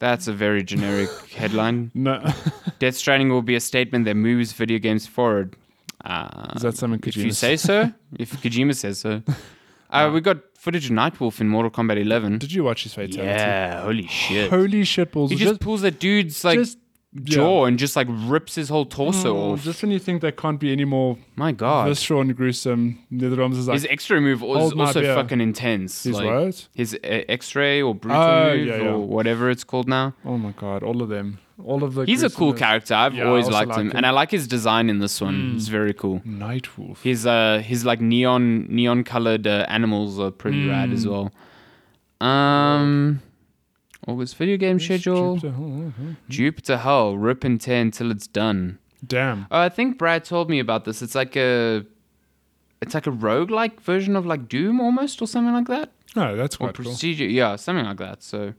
That's a very generic headline. No, Death Stranding will be a statement that moves video games forward. Uh, is that something If you Kojima say so, if Kojima says so. Uh, we got footage of Nightwolf in Mortal Kombat 11. Did you watch his fatality? Yeah, holy shit. Holy shit balls! He just, pulls that dude's like just- jaw and just like rips his whole torso Oh, off. just when you think there can't be any more My god. visceral and gruesome, the drums is like, his X-ray move is Hold my also beer. fucking intense. His like, what? His uh, X-ray or brutal Oh, move yeah, yeah. or whatever it's called now. oh my god, all of them, all of the. He's a cool gruesomeness. character. I've Yeah, I always also liked like him. him. Mm. and I like his design in this one. It's very cool. Nightwolf. His uh his like neon neon colored uh, animals are pretty rad as well. Um August video game schedule. Jupiter, oh, oh, oh. Jupiter Hull, rip and tear until it's done. Damn. Oh, I think Brad told me about this. It's like a it's like a roguelike version of like Doom almost or something like that. No, that's Or quite cool. procedure, yeah, something like that. So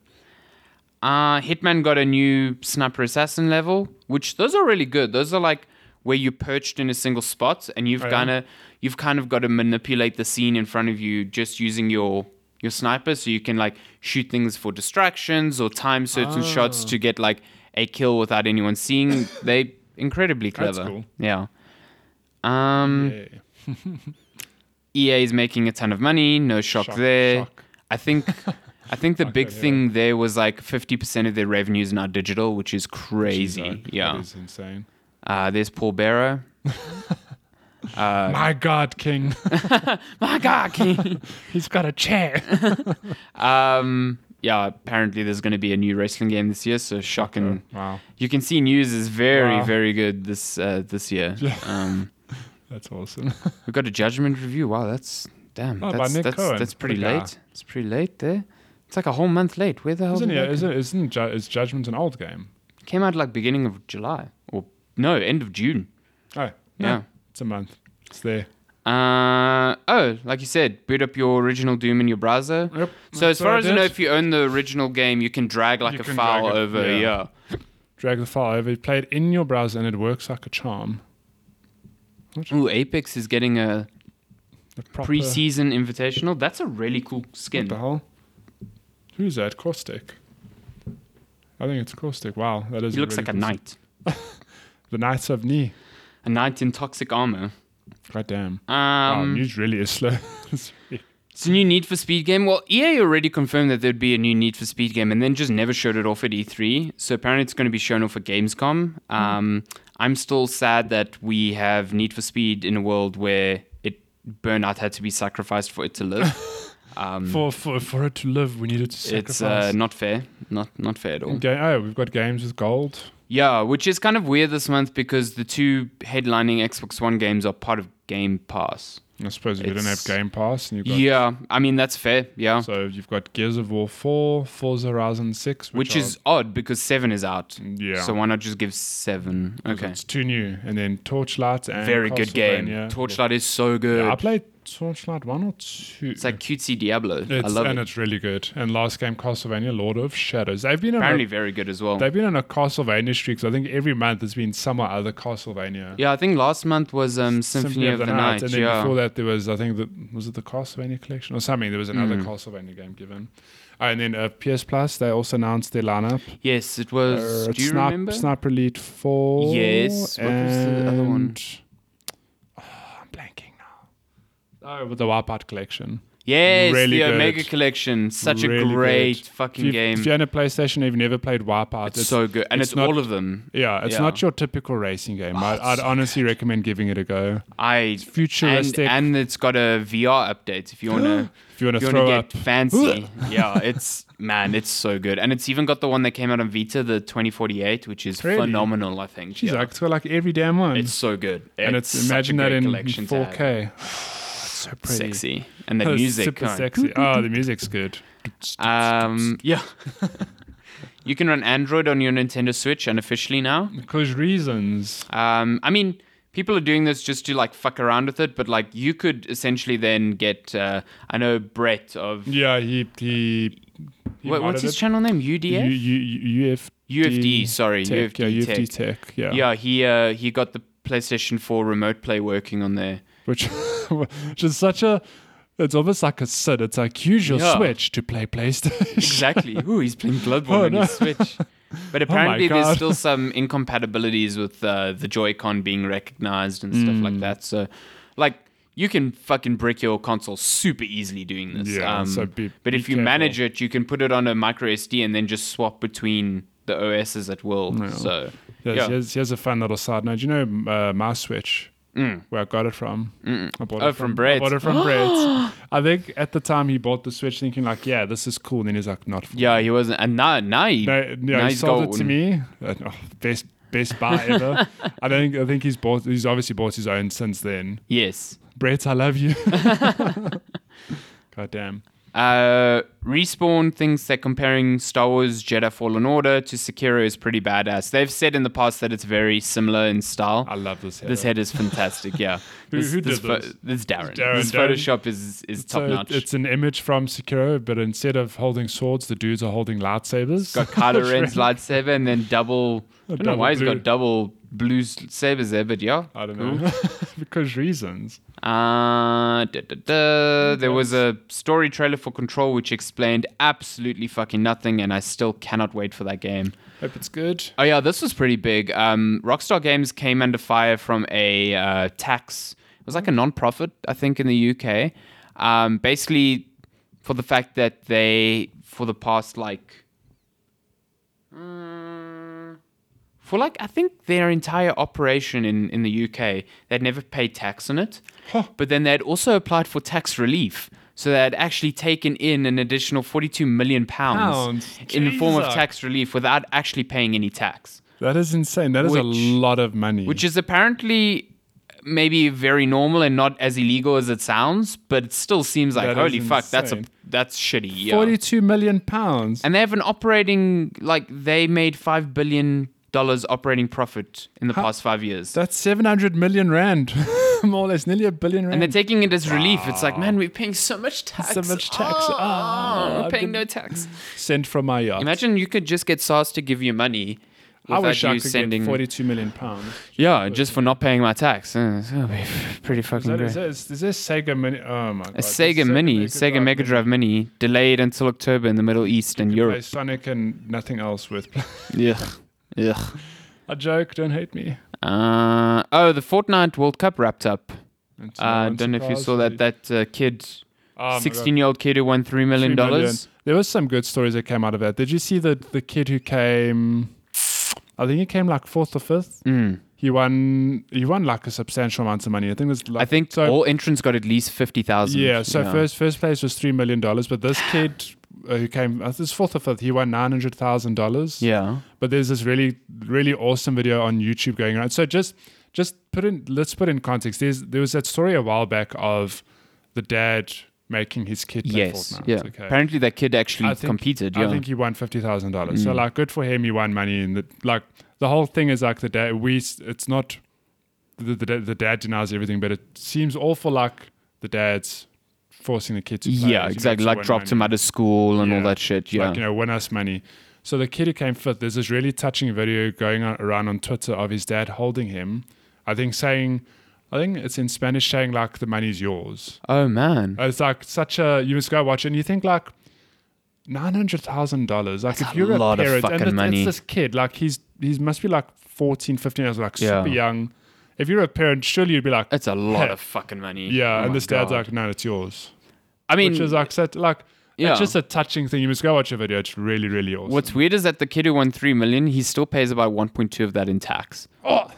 uh Hitman got a new sniper assassin level, which those are really good. Those are like where you're perched in a single spot and you've Oh, yeah? kind of you've kind of got to manipulate the scene in front of you just using your your sniper so you can like shoot things for distractions or time certain Ah. shots to get like a kill without anyone seeing. they incredibly clever. That's cool. Yeah. Um Yeah. EA is making E a ton of money. No shock, Shock, there. shock. I think, I think the big Okay, yeah. thing there was like fifty percent of their revenues now digital, which is crazy. Jeez, uh, yeah. That is insane. Uh, there's Paul Bearer. Uh, My God, King. my God, King. He's got a chair. um, yeah, apparently there's going to be a new wrestling game this year, so shock and wow. you can see news is very, Wow. very good this uh, this year. Um, That's awesome. we got a judgment review. Wow, that's damn. Oh, by that's Nick that's, Cohen. that's What pretty a guy. late. It's pretty late there. It's like a whole month late. Where the hell Isn't did it? that Isn't isn't ju- is Judgment an old game? come- came out like beginning of July or no end of June. Oh, no, Yeah. It's a month. It's there. Uh, oh, like you said, boot up your original Doom in your browser. Yep, So as that's what far I as I know, did. if you own the original game, you can drag like You a can file drag it, over. yeah. Yeah. Drag the file over. You play it in your browser, and it works like a charm. Ooh, Apex is getting a A proper, preseason invitational. That's a really cool What skin. the hell? Who's that? Caustic. I think it's Caustic. Wow, that is. He looks really like a cool- knight, The Knights of Knee. a knight in toxic armor. God damn. Um, wow, news really is slow. It's really- It's a new Need for Speed game. Well, EA already confirmed that there'd be a new Need for Speed game and then just never showed it off at E3. So apparently it's going to be shown off at Gamescom. Um, I'm still sad that we have Need for Speed in a world where it burnout had to be sacrificed for it to live. Um, for, for for it to live, we needed to it's uh, not fair. Not not fair at all. Ga- oh, we've got games with gold. Yeah, which is kind of weird this month because the two headlining Xbox One games are part of Game Pass. I suppose if you didn't have It's- Game Pass and you've got Yeah, I mean that's fair. Yeah. So you've got Gears of War 4, Forza Horizon 6, which, which is odd because 7 is out. yeah, So why not just give 7? Okay. it's too new. And then Torchlight and very good game. Castlevania. Torchlight is so good. Yeah, I played Torchlight one or two. it's like cutesy Diablo. I It's- love and it. it's really good. And last game Castlevania Lord of Shadows. They've been on Apparently a, very good as well. they've been on a Castlevania streak. 'cause I think every month there's been some or other Castlevania. Yeah, I think last month was um, Symphony, of the, Night. and then yeah. before that there was I think the was it the Castlevania collection or something. There was another Mm. Castlevania game given. Uh, and then uh, PS Plus they also announced their lineup. yes, it was. Uh, do you Snipe- remember? Sniper Elite 4. Yes, what was the other one? and- Oh, I'm blanking now. Oh, with the Wipeout collection. yes, really the good. Omega Collection. Such Really a good. great If fucking you, game. If you own a PlayStation, you've never played Wipeout. it's, so good, and it's it's, not- all of them. yeah, it's yeah. not your typical racing game. I'd, I'd honestly recommend giving it a go. I and, Futuristic. and it's got a VR update if you wanna if you want if to you wanna throw get up, fancy. yeah, it's man, it's so good, and it's even got the one that came out on Vita, the 2048, which is Really? phenomenal. I think. she's yeah. like, it's got like every damn one. It's so good. and it's, such a imagine that great in collection to have. 4K. so pretty. Sexy. And the It's music. Super huh? sexy. Oh, the music's good. Um, yeah. you can run Android on your Nintendo Switch unofficially now. Because reasons. Um, I mean, people are doing this just to like fuck around with it, but like you could essentially then get, uh, I know Brett of, Yeah, he he. he what, what's modded his it. channel name? UDF? U, U, U, UFD, UFD, sorry. Tech, UFD, yeah, Tech. UFD tech. yeah. Yeah, he, uh, he got the PlayStation 4 remote play working on there. Which, which is such a. It's almost like a sit. It's like use your Yeah. Switch to play PlayStation. Exactly. Ooh, he's playing Bloodborne Oh, on no. Oh his Switch. But apparently, God. there's still some incompatibilities with uh, the Joy-Con being recognized and stuff Mm. like that. So, like, you can fucking brick your console super easily doing this. Um, Yeah, so be- but be if you careful. manage it, you can put it on a micro SD and then just swap between the OSs at will. So, Yes, yeah. here's, here's a fun little side note. Do you know uh, my Switch? Where I got it from? I Mm. bought Oh, it from from, I Brett. bought it from Brett. I think at the time he bought the Switch, thinking like, "Yeah, this is cool." And then he's like, "Not for Yeah, he wasn't. And now, now he, No, yeah, now he he's sold got it to one. me. Uh, oh, best best buy ever. I don't think I think he's bought. He's obviously bought his own since then. Yes. Brett, I love you. God damn. Uh, Respawn thinks that comparing Star Wars Jedi Fallen Order to Sekiro is pretty badass. They've said in the past that it's very similar in style. I love this. Header. this head is fantastic, yeah. Who- this, who this did this? This Darren. Darren, This Darren. Photoshop is, is So top notch. it- it's an image from Sekiro, but instead of holding swords, the dudes are holding lightsabers. got Kylo Ren's lightsaber and then double. I don't know double why he's blue. got double blue s- sabers there, but yeah. I don't know because reasons. Uh, da, da, da. There was a story trailer for Control which explained absolutely fucking nothing, and I still cannot wait for that game. Hope it's good. Oh yeah, this was pretty big. Um, Rockstar Games came under fire from a uh, tax. It was like a non-profit, I think, in the UK. Um, basically, for the fact that they, for the past like, uh, for like I think their entire operation in, in the UK, they'd never paid tax on it. Huh. But then they'd also applied for tax relief. So they had actually taken in an additional forty two million pounds Pounds. in the form of Jesus. tax relief without actually paying any tax. That is insane. That is a Which- lot of money. Which is apparently maybe very normal and not as illegal as it sounds, but it still seems like That is holy fuck, that's a insane. that's shitty. Yeah. forty-two million pounds. uh, And they have an operating like they made five billion dollars operating profit in the past five years. That's seven hundred million rand, more or less, nearly a billion rand. and they're taking it as relief. It's like, man, we're paying so much tax. So much tax. Oh, Ah, we're I've paying been- no tax. sent from my yacht. Imagine you could just get SARS to give you money I without wish you I could sending. get forty-two million pounds. yeah, just for not paying my tax. Uh, it's gonna be pretty Is, fucking that, is, great. that, is, is this Sega Mini? Oh my god! A Sega Mini, Sega Mega Drive Mini, delayed until October in the Middle East and Play Europe. Sonic and nothing else with. Yeah. Ugh. a joke. Don't hate me. Uh, oh, the Fortnite World Cup wrapped up. It's Uh, I not don't know if you saw surprising. that that uh, kid, Oh my God. sixteen-year-old kid who won three million Three million. dollars. There was some good stories that came out of that. Did you see the the kid who came? I think he came like fourth or fifth. Mm. He won. He won like a substantial amount of money. I think it was. Like, I think so. all entrants got at least fifty thousand. yeah. So first first place was three million dollars, but this kid uh, who came, uh, this fourth or fifth, he won nine hundred thousand dollars. Yeah. But there's this really really awesome video on YouTube going around. So just just put in let's put in context. There's there was that story a while back of the dad making his kid play Yes. Fortnite. Yeah. Okay. Apparently, that kid actually I think- competed. I Yeah. Mm. think he won fifty thousand dollars. So like, good for him. He won money, and the, like the whole thing is like the dad. We s- it's not the, the da- the dad denies everything, but it seems awful like the dad's forcing the kid to play. yeah. you know, Exactly. to Like win dropped him money. out of school and all Yeah. that shit. Yeah. Like you know, win us money. So the kid who came fifth. There's this really touching video going on, around on Twitter of his dad holding him. I think saying, I think it's in Spanish saying like the money's yours. oh man. It's like such a you must go watch it and you think like nine hundred thousand dollars. Like That's if a you're a, lot of parent fucking and it's, money. it's this kid, like he's he must be like 14, 15 years old, like Yeah. super young. If you're a parent, surely you'd be like, That's a lot Yeah. of fucking money. yeah, Oh and my this dad's God. like, no, it's yours. I mean, Which is like such like Yeah. it's just a touching thing. You must go watch a video. It's really really awesome. what's weird is that the kid who won three million, he still pays about one point two of that in tax. oh,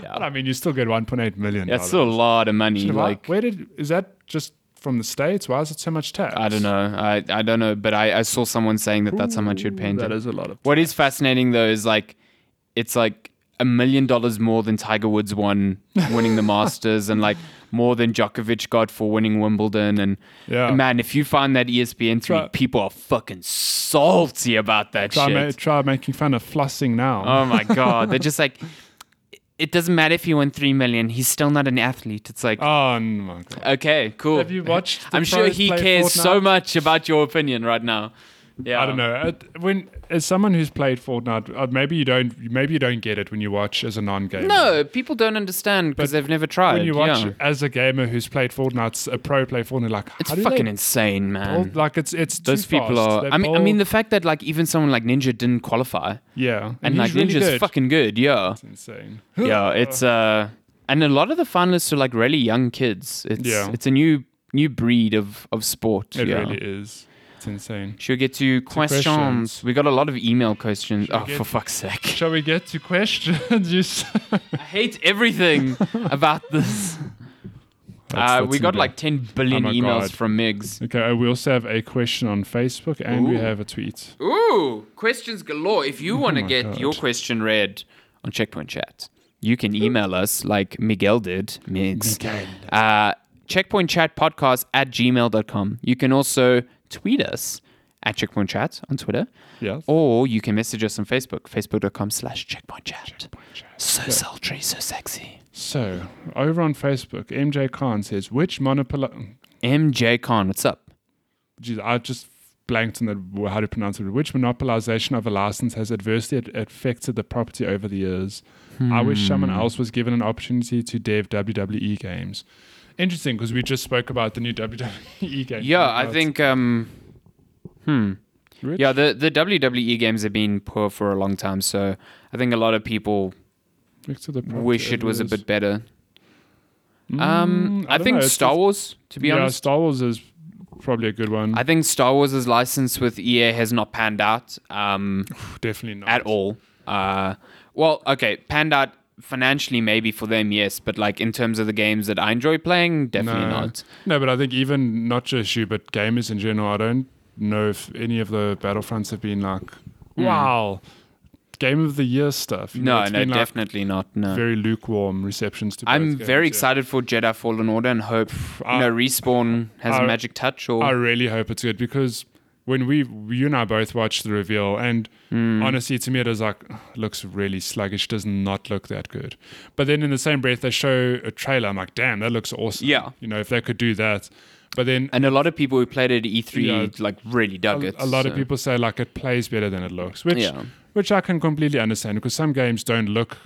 Yeah. but I mean, you still get one point eight million. That's still a lot of money. Like. where did is that just from the states? Why is it so much tax? I don't know. I, I don't know, but I, I saw someone saying that that's how much you'd pay. into That is a lot of. What is fascinating though is like it's like a million dollars more than Tiger Woods won winning the Masters and like more than Djokovic got for winning Wimbledon and Yeah. man, if you find that E ESPN three, Try- people are fucking salty about that Try, shit. ma- try making fun of flossing now. oh my god. They're just like it doesn't matter if he won three million, he's still not an athlete. It's like Oh my god! okay, cool. Have you watched the I'm sure pros he play cares so Fortnite? much about your opinion right now. Yeah. I don't know. It- When as someone who's played Fortnite, uh, maybe you don't. Maybe you don't get it when you watch as a non-gamer. No, people don't understand because they've never tried. when you watch yeah. as a gamer who's played Fortnite, s- a pro play Fortnite, like It's how do fucking they insane, man. build- like it's it's too Those people fast. are. They I mean, I mean, the build- fact that like even someone like Ninja didn't qualify, yeah, and, and, like he's really Ninja's good. fucking good, yeah, It's insane. yeah. It's uh, and a lot of the finalists are like really young kids. It's Yeah. it's a new new breed of of sport. It yeah. really is. It's insane. Should we get to questions? questions. We got a lot of email questions. we Oh, get- for fuck's sake! Shall we get to questions? You s- I hate everything about this. That's- Uh, that's we got indeed. like ten billion my emails God. from Migs. Okay, uh, we also have a question on Facebook and we Ooh. have a tweet. Ooh, questions galore. If you want to my get God. your question read on Checkpoint Chat, you can email us like Miguel did. Migs. Uh, Checkpoint Chat podcast at gmail.com. You can also tweet us at Checkpoint Chat on Twitter, Yes. or you can message us on Facebook, facebook.com slash Checkpoint Chat. So sultry, so sexy. So, over on Facebook, MJ Khan says, which Monopoly. MJ Khan, what's up? Geez, I just blanked on that, how to pronounce it. Which monopolization of a license has adversely ad- affected the property over the years? I wish someone Hmm. else was given an opportunity to dev WWE games. Interesting, because we just spoke about the new WWE game. Yeah, I think, um, hmm. Rich? Yeah, the, the WWE games have been poor for a long time, so I think a lot of people Affected the property wish it over was a years. bit better. Um, Mm, I, don't think know, it's Star just- Wars, to be yeah, honest. Star Wars is probably a good one. I E think Star Wars' license with EA has not panned out um, Definitely not. at all. Uh, well, okay, Pandart financially maybe for them yes, but like in terms of the games that I enjoy playing, definitely not. No, but I think even not just you, but gamers in general, I don't know if any of the Battlefronts have been like, wow, game of the year stuff. You know, Hmm. No, it's no, been, like, definitely not. No. Very lukewarm receptions to. I'm both very games, yeah. excited for Jedi Fallen Order and hope you know respawn has I- a magic touch or I really hope it's good because when we you and I both watched the reveal, and Hmm. honestly, to me, it was like "Ugh, looks really sluggish. Does not look that good. But then in the same breath, they show a trailer. I'm like, damn, that looks awesome. Yeah. you know, if they could do that. But then and a lot of people who played it at E3 Yeah. like really dug it. a lot of so- people say like it plays better than it looks, which Yeah. which I can completely understand because some games don't look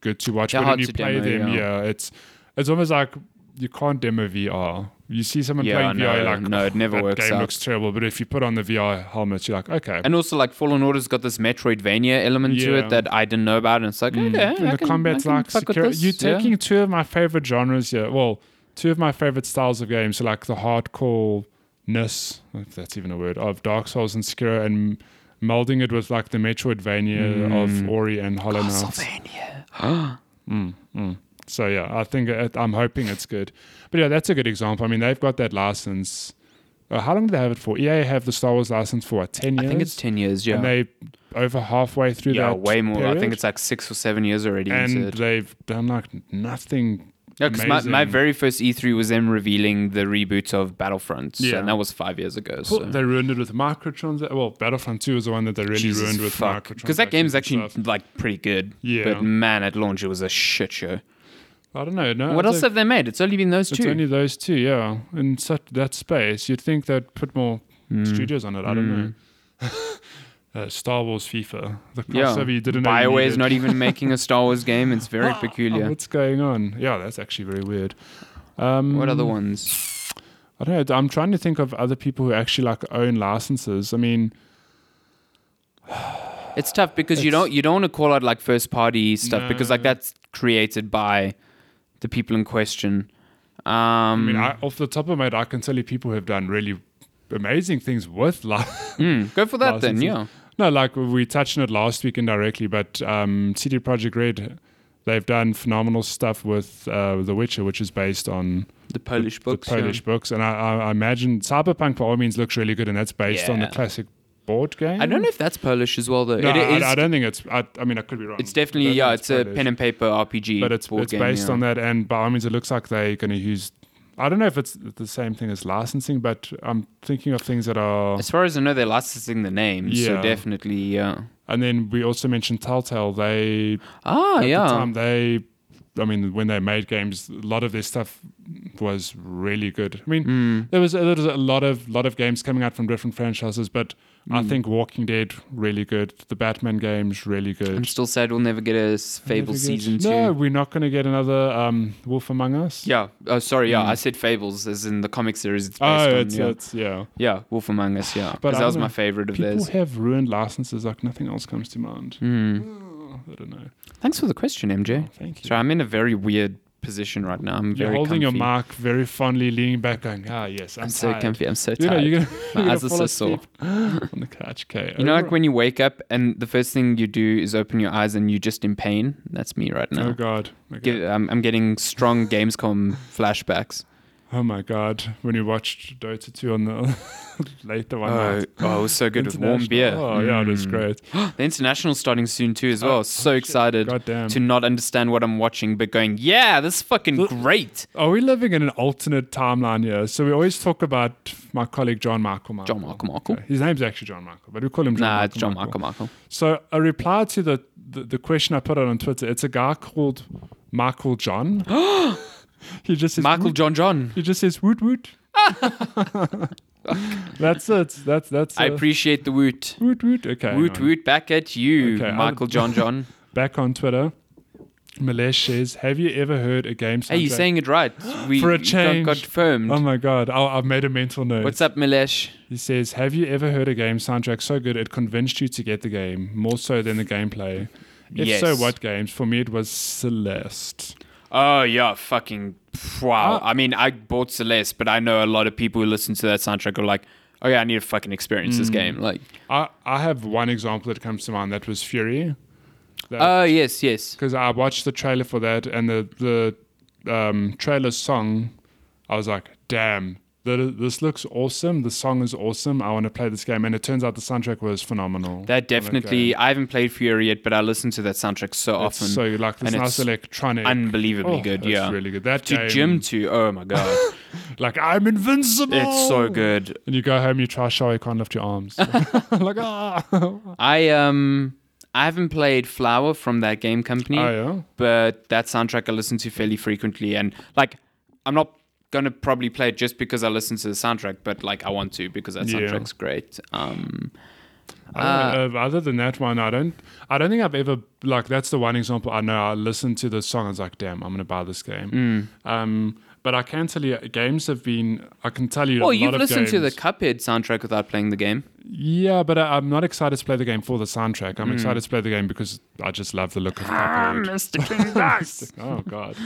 good to watch, They're but when hard you to play demo, them, yeah. yeah. it's it's almost like you can't demo VR. You see someone Yeah, playing VR, no, you're like no, it "Oh, never that works Game out." looks terrible, but if you put on the VR helmet, you're like, okay. And also, like Fallen Order's got this Metroidvania element to Yeah. Mm. it that I didn't know about, and it's like, okay, I Hmm. and the can- combat's I can like fuck with secure. this, You're yeah. taking two of my favorite genres here. Well, two of my favorite styles of games, so like the hardcore-ness, if that's even a word, of Dark Souls and Sekiro, and melding it with like the Metroidvania of Ori and Hollow Knight. Hmm. Castlevania. Mm, So yeah, I think it, I'm hoping it's good. But yeah, that's a good example. I mean, they've got that license. Uh, how long do they have it for? EA have the Star Wars license for what, ten years? I think it's ten years. Yeah, And they over halfway through yeah, that. way more. I period? think it's like six or seven years already. into and it. they've done like nothing. Yeah, because my, my amazing. very first E3 was them revealing the reboot of Battlefront, so- Yeah. and that was five years ago. Well, So. They ruined it with microtransactions. Well, Battlefront 2 is the one that they really ruined with microtransactions. Because that game's and actually stuff. like pretty good. Yeah. But man, at launch it was a shit show. I don't know. No, What Uh, it's else a- have they made? It's only been those It's two. only those two, yeah. In such that space, you'd think they'd put more Hmm. studios on it. I don't know. uh, Star Wars FIFA. The yeah. crossover you didn't know you Bioware's needed. not even making a Star Wars game. It's very Oh, peculiar. what's going on? Yeah, that's actually very weird. Um, What other ones? I don't know. I'm trying to think of other people who actually like own licenses. I mean, It's tough because you It's- don't you don't want to call out like first party stuff because like No. that's created by the people in question. Um, I mean, I, off the top of my head, I can tell you people who have done really amazing things with like mm, go for that then. licenses. Yeah. No, like we touched on it last week indirectly, but um, CD Projekt Red, they've done phenomenal stuff with uh, The Witcher, which is based on The Polish the books. yeah. Polish books, and I, I, I imagine Cyberpunk by all means looks really good, and that's based on the Yeah. classic board game. I don't know if that's Polish as well though. No, it I, is I don't think it's. I, I mean, I could be wrong. It's I definitely don't yeah. think It's, a Polish. pen and paper RPG, but it's board it's game, based yeah. on that, and by all means, it looks like they're going to use. I don't know if it's the same thing as licensing, but I'm thinking of things that are. As far as I know, they're licensing the name, Yeah. so definitely yeah. And then we also mentioned Telltale. They Ah, at yeah. the time they I mean when they made games a lot of their stuff was really good. I mean Mm. Hmm. there was there was a lot of lot of games coming out from different franchises but I Mm. think Walking Dead really good. The Batman games really I'm good. still sad we'll never get a s- Fable Really good. season two. No, we're not going to get another um, Wolf Among Us. Yeah. Oh, sorry. Yeah, I said Fables, as in the comic series. It's based Hmm. Oh, on, it's, yeah. it's yeah. yeah, Wolf Among Us. Yeah, But because I that was don't my know. favorite of People theirs. have ruined licenses like nothing else comes to mind. Oh, Mm. I don't know. Thanks for the question, MJ. Thank you. So I'm in a very weird position right now. I'm You're very holding your comfy. mark very fondly, leaning back, going, "Ah, yes, I'm, I'm so tired. comfy. I'm so You know, tired. you're gonna, you're gonna eyes are fall so asleep on the couch. Oh, Okay. you know, like when you wake up and the first thing you do is open your eyes and you're just in pain. That's me right now. Oh God. Okay. Get- I'm, I'm getting strong Gamescom flashbacks. oh my God. When you watched Dota 2 on the later one. Oh, night. oh, it was so good with warm International. beer. Oh yeah, it was Mm. great. The international's starting soon too, as well. Oh, so excited God damn. to not understand what I'm watching, but going, yeah, this is fucking great. Are we living in an alternate timeline here? So we always talk about my colleague John Michael. Michael. John Michael Michael. Okay. His name's actually John Michael, but we call him John nah, Michael it's John Michael Michael. So a reply to the, the the question I put out on Twitter. It's a guy called Michael John. he just says, Michael John John. He just says woot woot. that's it. That's that's. I uh, appreciate the woot. woot woot. Okay. Woot hang on. woot back at you, Okay, I'll- Michael John John. Back on Twitter, Malesh says, "Have you ever heard a game?" hey, you're soundtrack- saying it right. We For a got change. confirmed. Oh my god! Oh, I've made a mental note. What's up, Milesh? he says, "Have you ever heard a game soundtrack so good it convinced you to get the game more so than the gameplay?" If Yes. so, what games? For me, it was Celeste. Oh yeah, fucking wow. I mean, I bought Celeste, but I know a lot of people who listen to that soundtrack are like, "Oh yeah, I need to Mm. fucking experience this game." Like, I I have one example that comes to mind. That was Fury. That Oh yes, yes. because I watched the trailer for that and the the um, trailer song, I was like, damn, th- this looks awesome. The song is awesome. I want to play this game, and it turns out the soundtrack was phenomenal. uh, That definitely. I haven't played Fury yet, but I listen to that soundtrack so It's often. so like this and nice it's electronic, unbelievably Oh, good. it's Yeah, really good. That to game, Jim too. Oh my god, like I'm invincible. it's so good. And you go home, you try show, you can't lift your arms. like ah, oh I um I haven't played Flower from that game company, Oh, yeah. but that soundtrack I listen to fairly frequently, and like I'm not gonna probably play it just because I listen to the soundtrack, but like I want to because that Yeah. soundtrack's great. Um, I don't know, uh, other than that one, I don't. I don't think I've ever like. That's the one example I know. I listened to the song. I was like, "Damn, I'm gonna buy this game." Hmm. Um, but I can tell you, games have been. I can tell you. well, a Oh, you've lot of listened to the games- Cuphead soundtrack without playing the game. Yeah, but I, I'm not excited to play the game for the soundtrack. Hmm. I'm excited to play the game because I just love the look of Cuphead. Mr. King Dice. Oh God,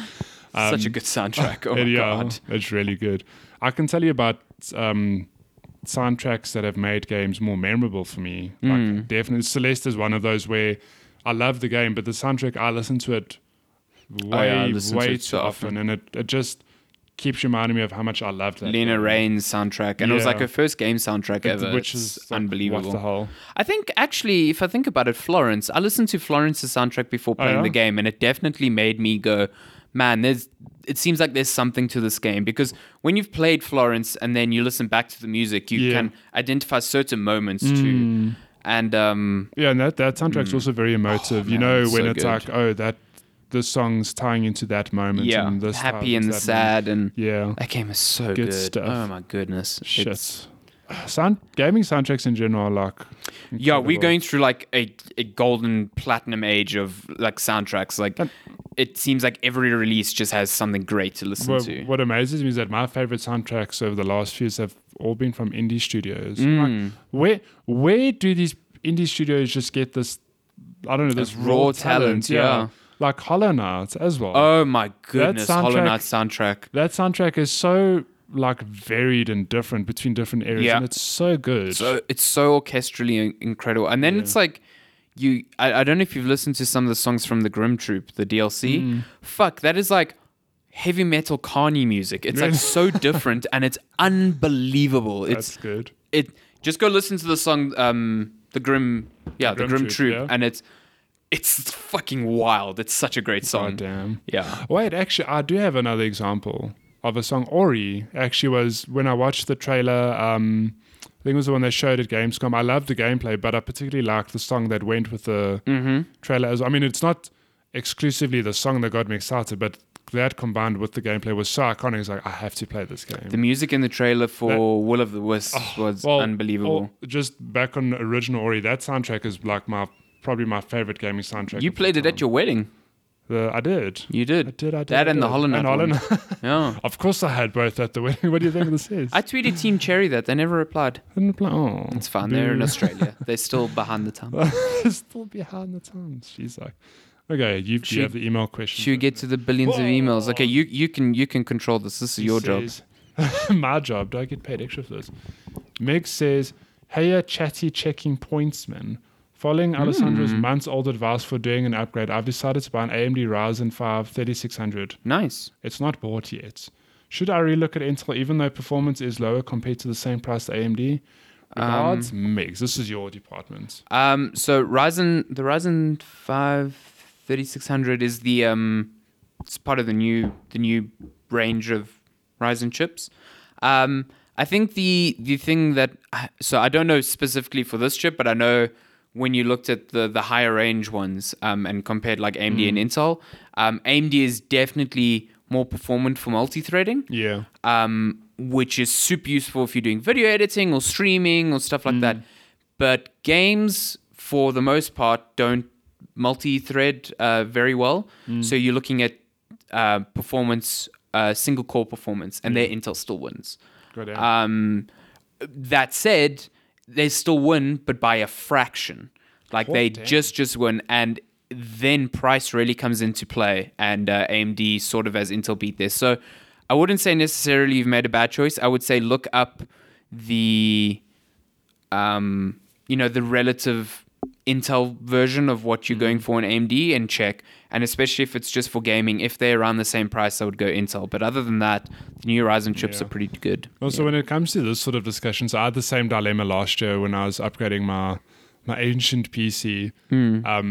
Um, Such a good soundtrack. Oh It- my yeah, god. it's really good. I can tell you about um, soundtracks that have made games more memorable for me. Hmm. Like definitely, Celeste is one of those where I love the game, but the soundtrack I listen to it Oh, yeah, I way, listen to way it too so often, and it, it just keeps reminding me of how much I loved that. Lena Rain's soundtrack, and it was Yeah. like her first game soundtrack game, ever, which It's is like, unbelievable. What the hell? I think actually, if I think about it, Florence. I listened to Florence's soundtrack before playing Oh, yeah? the game, and it definitely made me go, "Man, there's." It seems like there's something to this game because when you've played Florence and then you listen back to the music, you Yeah. Hmm. can identify certain moments too. And um, Yeah, and that, that soundtrack's also very emotive. you Hmm. Oh, man, know, it's when so it's good. like, oh, that the song's tying into that moment. yeah, and this happy ties and into the that moment. sad, and Yeah. that game is so Good good. stuff. Oh my goodness, Shit. It's- uh, Sound gaming soundtracks in general, are like Yeah, we're incredible. going through like a, a golden platinum age of like soundtracks. Like it seems like every release just has something great to listen Wha- to. What, amazes me is that my favorite soundtracks over the last few years have all been from indie studios. Mm. Like, where where do these indie studios just get this? I don't know this raw raw, talent, yeah. like Hollow Knight as well. Oh my goodness, Hollow soundtrack- Knight soundtrack. that soundtrack is so like varied and different between different areas, Yeah. and it's so good. So it's so orchestrally in- incredible. And then it's like you I, I don't know if you've listened to some of the songs from the Grim Troop, the DLC. Mm. Fuck, that is like heavy metal carny music. It's like so different and it's unbelievable. It's That's good. it just go listen to the song um the grim yeah the Grim grim Troop, troop yeah. and it's it's fucking wild it's such a great Oh song damn. yeah Wait, actually, I do have another example of a song. Ori actually was when I watched the trailer. Um, I think it was the one they showed at Gamescom. I loved the gameplay, but I particularly liked the song that went with the Mm-hmm. trailer. As I mean, it's not exclusively the song that got me excited, but that combined with the gameplay was so iconic. It's like I have to play this game. the music in the trailer for will of the wisp was Oh, Well, unbelievable or just back on original Ori, that soundtrack is like my probably my favorite gaming soundtrack. you of all played it at your wedding time. The- I did. you did I did. I did. that I and the did. hollow And knight Hollow one. Knight. yeah Of course, I had both at the wedding. What do you think this is? i tweeted team cherry that they never replied didn't apply. Oh, it's fine they're in australia they're still behind the time still behind the times. She's like, okay, you, Should- you have the email question. should we get to the billions of emails okay you you can you can control this this is your job job. my job. Do I get paid extra for this? Meg says, "Hey, uh, chatty checking pointsman. Following Alessandro's Hmm. months-old advice for doing an upgrade, I've decided to buy an AMD Ryzen 5 3600. nice It's not bought yet. Should I relook at Intel, even though performance is lower compared to the same price AMD?" Regards, Megs. This is your department. Um, so Ryzen, the Ryzen 5 3600 is the um, it's part of the new the new range of Ryzen chips. Um, I think the the thing that so I don't know specifically for this chip, but I know when you looked at the the higher range ones um, and compared like AMD and Intel, um, AMD is definitely more performant for multi-threading Yeah. um, which is super useful if you're doing video editing or streaming or stuff like that. But games, for the most part, don't multi-thread uh, very well. So you're looking at uh, performance, uh, single core performance, and their Intel still wins. Good. Um, that said, they still win, but by a fraction. Like they damn. just just win, and then price really comes into play, and uh, AMD sort of as Intel beat this. So I wouldn't say necessarily you've made a bad choice. I would say look up the, um, you know, the relative Intel version of what you're going for in AMD and check. And especially if it's just for gaming, if they're around the same price, I would go Intel. But other than that, the new Ryzen chips Yeah. are pretty good. Also, when it comes to this sort of discussions, I had the same dilemma last year when I was upgrading my my ancient PC. Um,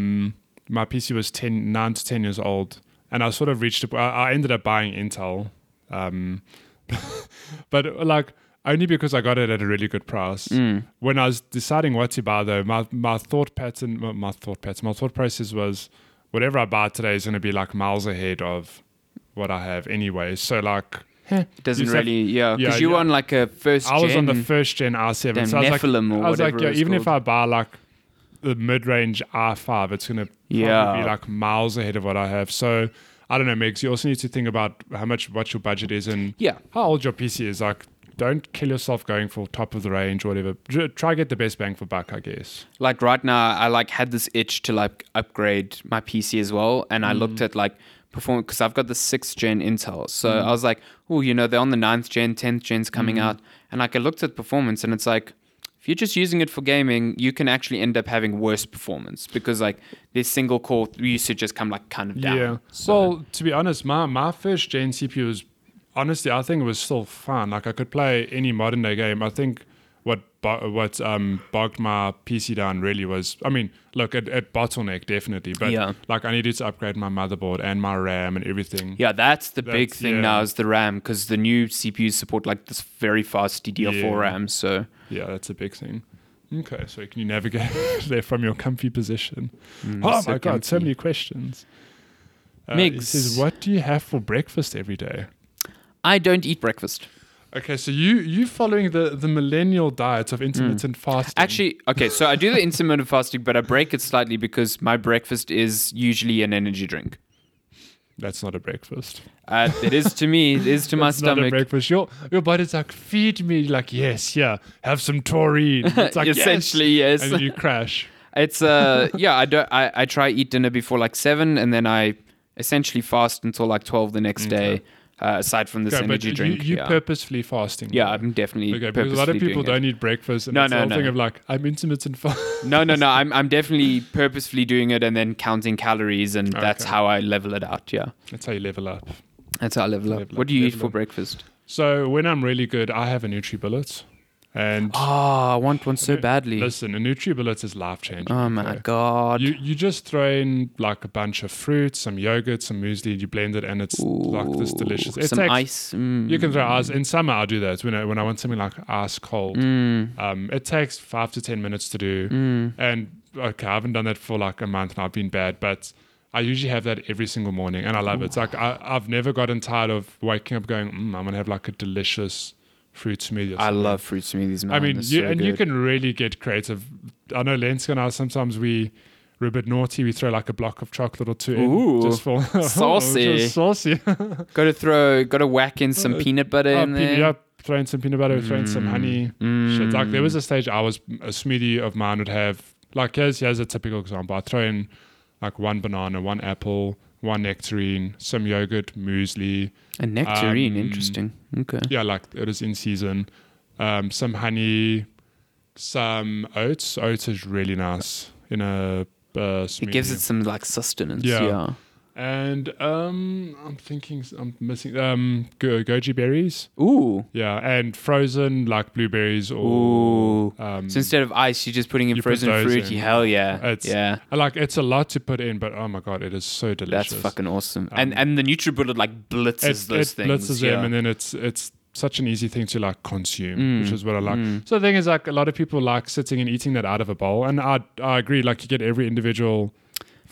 my PC was 10, 9 to ten years old, and I sort of reached. a- I I ended up buying Intel, um, but like only because I got it at a really good price. When I was deciding what to buy, though, my my thought pattern, my, my thought pattern, my thought process was, whatever I buy today is going to be like miles ahead of what I have anyway. So like. heh, It doesn't you just have- really, yeah, yeah, because you yeah. were on like a first I was on the gen. first gen R7. Damn, so I was like, Nephilim or I was like, whatever yeah, it's even if called. I buy like the mid range R5, it's going to Yeah. be like miles ahead of what I have. So I don't know, Megs. You also need to think about how much, what your budget is and Yeah. how old your PC is. Like, don't kill yourself going for top of the range or whatever. Tr- Try get the best bang for buck, I guess. like right now i like had this itch to like upgrade my pc as well and i Mm. looked at like perform because i've got the sixth gen intel so Mm. i was like oh you know they're on the ninth gen 10th gen's coming out and like i looked at performance and it's like if you're just using it for gaming you can actually end up having worse performance because like this single core usage has come like kind of down Yeah. so Well, to be honest, my, my first gen CPU was honestly, I think it was still fun. Like I could play any modern day game. I think what bo- what um bogged my PC down really was, I mean, look, it, it bottleneck definitely, but Yeah. like I needed to upgrade my motherboard and my RAM and everything. yeah that's the big That's- thing yeah. now is the ram because the new cpus support like this very fast ddr4 Yeah. ram so Yeah, that's a big thing. Okay, so can you navigate there from your comfy position? mm, oh so my god, so comfy. many questions. Uh, it Migs. says, what do you have for breakfast every day? i don't eat breakfast Okay, so you you following the the millennial diet of intermittent fasting? Hmm. Actually, okay, so I do the intermittent fasting, but I break it slightly because my breakfast is usually an energy drink. that's not a breakfast. Uh, it is to me, it is to my That's not a stomach. breakfast. Your your body's like, feed me. Like yes, yeah, have some taurine. It's like yes. Essentially, yes. and then you crash. It's uh yeah, I don't I, I try eat dinner before like seven and then I essentially fast until like twelve the next day, uh, aside from this Okay, but energy you, drink. you yeah. purposefully fasting. yeah, though. I'm definitely Okay, because a lot of purposely people doing it. don't eat breakfast, and No, it's the no, whole no. thing of like, I'm intermittent fasting. No, no, no. I'm I'm definitely purposefully doing it and then counting calories and that's Okay. how I level it out, yeah. That's how you level up. That's how I level up. Level what up, do you eat level for up. breakfast? So when I'm really good, I have a Nutri Bullet, and Ah, I want one so badly. listen, a Nutri Bullet is life changing. Oh my god. You you just throw in like a bunch of fruit, some yogurt, some muesli, you blend it, and it's like this Ooh, delicious. It some takes- ice. Mm. You can throw ice. In summer, I do that when I, when I want something like ice cold. Mm. Um, it takes five to ten minutes to do, Mm. and okay, I haven't done that for like a month, and I've been bad, but. I usually have that every single morning, and I love it. It's like I, I've never gotten tired of waking up going, mm, "I'm gonna have like a delicious fruit smoothie." Or I something." love fruit smoothies, man. I mean, They're you, so and you good. can really get creative. I know Lenska and I sometimes we we're a bit naughty. We throw like a block of chocolate or two in Ooh, just for saucy. just saucy. got to throw, got to whack in some Uh, peanut butter oh, in pe- there. yeah, throw in some peanut butter, throw in some honey. Shit. Like there was Mm. a stage I was a smoothie of mine would have like here's here's a typical example. I throw in like one banana, one apple, one nectarine, some yogurt, muesli. a nectarine. um, interesting. Okay. Yeah, like it is in season. Um, some honey, some oats. Oats is really nice in a uh, smoothie. It gives it some like sustenance. Yeah. Yeah. and um, I'm thinking s- I'm missing um go- goji berries. Ooh. Yeah, and frozen like blueberries or Ooh. um. So instead of ice, you're just putting in Oh. You put frozen those fruit. in. Hell yeah. It's- yeah. I like it's a lot to put in, but oh my god, it is so delicious. That's fucking awesome. and Um, and the NutriBullet like blitzes it, those it things. blitzes yeah. them, and then it's it's such an easy thing to like consume, which Mm, is what I like. mm. So the thing is, like a lot of people like sitting and eating that out of a bowl, and I I agree. Like you get every individual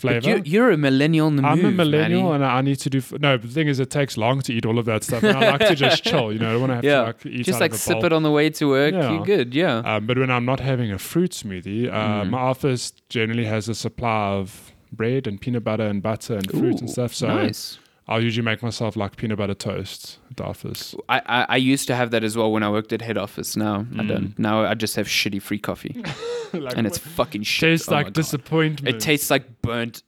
But flavor. you, you're a millennial in the I'm move, a millennial, Manny. and I need to do. F- no, but the thing is, it takes long to eat all of that stuff, and I like to just chill. You know, I don't want to have Yeah. to like eat Just out like of a sip bowl. it on the way to work. Yeah. You're good. Yeah. Um, but when I'm not having a fruit smoothie, uh, Mm. my office generally has a supply of bread and peanut butter and butter and fruit and Ooh, stuff. So nice. I'll usually make myself like peanut butter toast at the office. I, I, I used to have that as well when I worked at head office. Now Mm. I don't. Now I just have shitty free coffee, like, and it's fucking shit. tastes Oh my like God. disappointment. It tastes like burnt,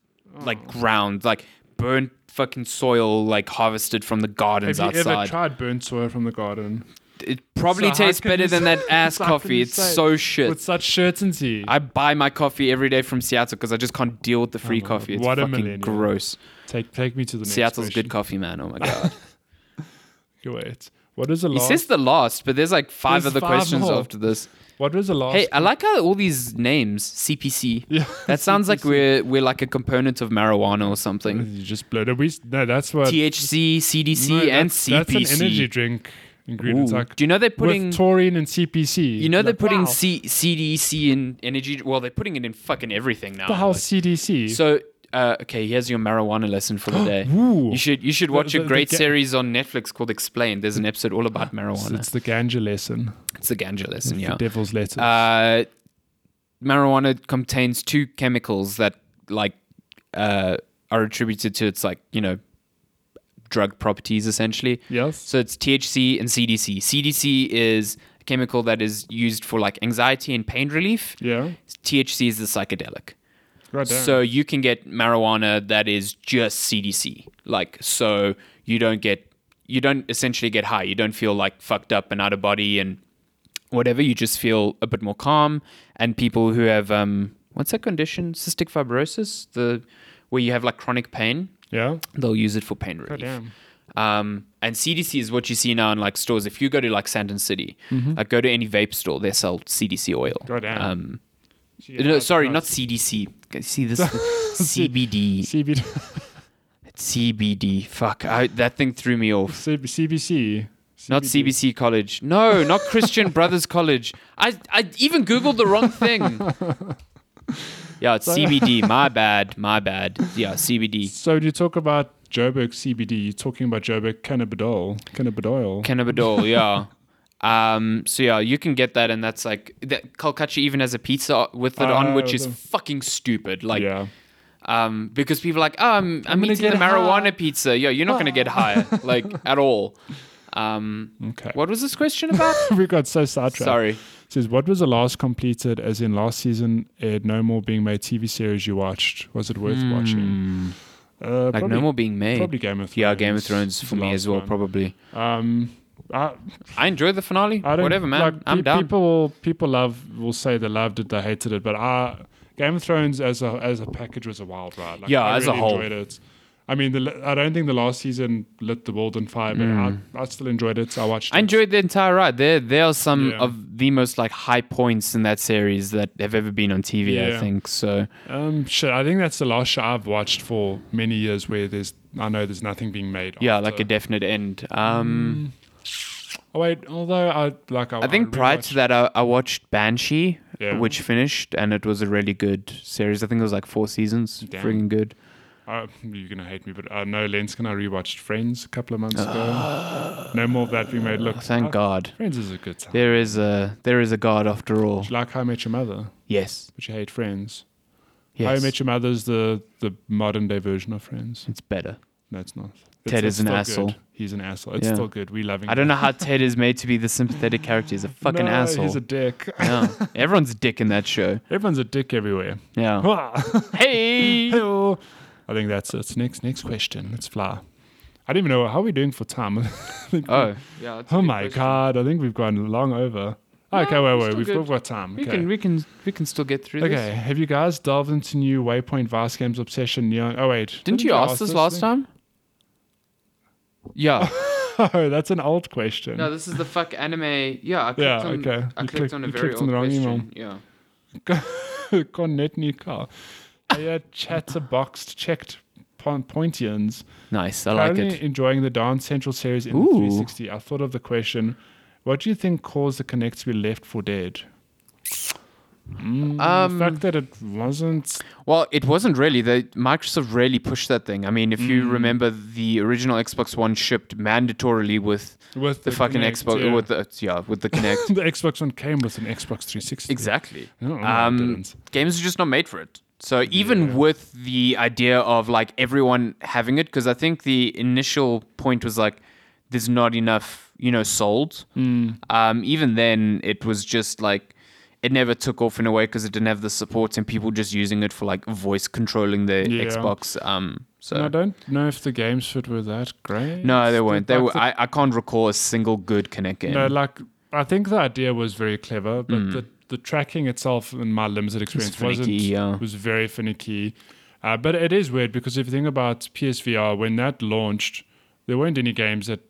like ground, like burnt fucking soil, like harvested from the gardens Have you ever outside. tried burnt soil from the garden? it probably So how tastes can better you than that say- ass so how can coffee. you It's say so shit. with such certainty. I buy my coffee every day from Seattle because I just can't deal with the free Oh my coffee. God. It's What a fucking millennial. gross. take take me to the next Seattle's good question. coffee, man. Oh my god. Wait, what is the he last? says the last, but there's like five There's other five questions more. after this. what was the last? Hey, I like how all these names CPC. Yeah. That sounds like we're we're like a component of marijuana or something. you just blowed it. We no, that's what THC, CDC, Mm, no, and that's- CPC. That's an energy drink ingredient. Ooh. Like, Do you know they're putting with taurine and CPC. you know they're Like, putting wow, C- CDC in energy? Well, they're putting it in fucking everything now. the hell Like, CDC. So, uh, okay, here's your marijuana lesson for the day. Ooh. You should you should watch the- a the great ga- series on Netflix called Explained. There's an episode all about It's- marijuana. It's the ganja lesson. It's the ganja lesson, It's yeah. The devil's letter. Oh. Uh, marijuana contains two chemicals that like uh, are attributed to its like you know drug properties essentially. yes. So it's THC and CDC. CDC is a chemical that is used for like anxiety and pain relief. Yeah. THC is the psychedelic. Right down. So you can get marijuana that is just CDC. Like so you don't get you don't essentially get high. You don't feel like fucked up and out of body and whatever. You just feel a bit more calm. And people who have um what's that condition? Cystic fibrosis, the where you have like chronic pain, yeah. they'll use it for pain relief. damn. Um, and CDC is what you see now in like stores. If you go to like Sandton City, like go to any vape store, they sell CDC oil. Mm-hmm. God damn. Um, Yeah, no, that's sorry, nice. not CDC. Okay, See this CBD. CBD. CBD. Fuck, I, that thing threw me off. CBC. Not CBC College. No, not Christian Brothers College. I I even googled the wrong thing. Yeah, it's CBD. My bad. My bad. Yeah, CBD. So when you talk about Joburg CBD, you're talking about Joburg cannabidiol. Cannabidiol. Cannabidol. Yeah. Um. So yeah, you can get that, and that's like that. Calcutta even has a pizza with it on, which is Oh, the- fucking stupid. Like, yeah. um, because people are like, oh, I'm, I'm, gonna eating the get marijuana high. pizza. Yeah, you're not gonna get high, like at all. Um, Okay. what was this question about? we got so sidetracked. Sorry. It says, what was the last completed, as in last season, aired No More Being Made TV series you watched? Was it worth watching? Uh, Hmm. Like probably, no more being made. Probably Game of Thrones. yeah, Game of Thrones is for the me last as well, one. probably. Um, I, I enjoyed the finale. I don't, Whatever, man. like, I'm pe- down. People will, people love will say they loved it, they hated it, but I, Game of Thrones as a as a package was a wild ride. Like, Yeah, I as a really whole. enjoyed it. I mean, the, l- I don't think the last season lit the world on fire, but Hmm. I, I still enjoyed it. I watched. I it. enjoyed the entire ride. There, there are some Yeah. of the most like high points in that series that have ever been on TV. I Yeah. think so. Um, shit, I think that's the last show I've watched for many years where there's I know there's nothing being made. Yeah, after. Mm. like a definite end. Um, Oh, wait, although I like I, I think prior to that, I, I watched Banshee, Yeah. which finished, and it was a really good series. I think it was like four seasons. Damn. Freaking good. uh, you're gonna hate me, but I know Lens and I rewatched Friends a couple of months ago. no more of that being made. Look, Thank I- God. Friends is a good time. There is a there is a God after all. You Like How I Met Your Mother, Yes. but you hate Friends. How I Yes. Met Your Mother's the the modern day version of Friends. it's better. No, it's not. It's, Ted it's is an still asshole. good. He's an asshole. It's Yeah. still good. We loving. I don't know how Ted is made to be the sympathetic character. He's a fucking no, asshole. He's a dick. yeah. Everyone's a dick in that show. Everyone's a dick everywhere. Yeah. hey. Oh. Hello. I think that's it. Next, next question. Let's fly. I don't even know how we're doing for time. I think- Oh. Yeah. oh my god! I think we've gone long over. Okay, we're wait, wait. still We've good. we've got time. We Okay. can we can we can still get through okay. this. Have you guys delved into new Waypoint Vice Games obsession? Neon. Oh wait. Didn't, you ask this last time? Yeah. time? Oh, that's an old question. No, this is the fuck anime. Yeah, I clicked Yeah, on. okay. I You clicked clicked- on a you very clicked old on the question. wrong email. Yeah. Cornet new car. I uh, chatterboxed checked pon- Pointians. Nice. I Currently enjoying the Dance Central series in the Ooh. 360. I thought of the question, what do you think caused the Connect to be left for dead? Mm, Um, the fact that it wasn't. Well, it wasn't really. The Microsoft really pushed that thing. I mean, if you remember, the original Xbox One shipped mandatorily with With the, fucking Kinect, Xbox yeah. with the yeah with the Kinect. the Xbox One came with an Xbox 360. exactly. No, no, it um, didn't. games are just not made for it. So even with the idea of like everyone having it, because I think the initial point was like, there's not enough, you know, sold. Hmm. Um, even then, it was just like it never took off in a way because it didn't have the support and people just using it for like voice controlling their Yeah. Xbox. Um, So And I don't know if the games fit were that great. no, they weren't. They Like were. the- I, I can't recall a single good Kinect game. No, like I think the idea was very clever, but the the tracking itself in my limited experience wasn't Mm. finicky, yeah. was very finicky. Uh, but it is weird because if you think about PSVR when that launched, there weren't any games that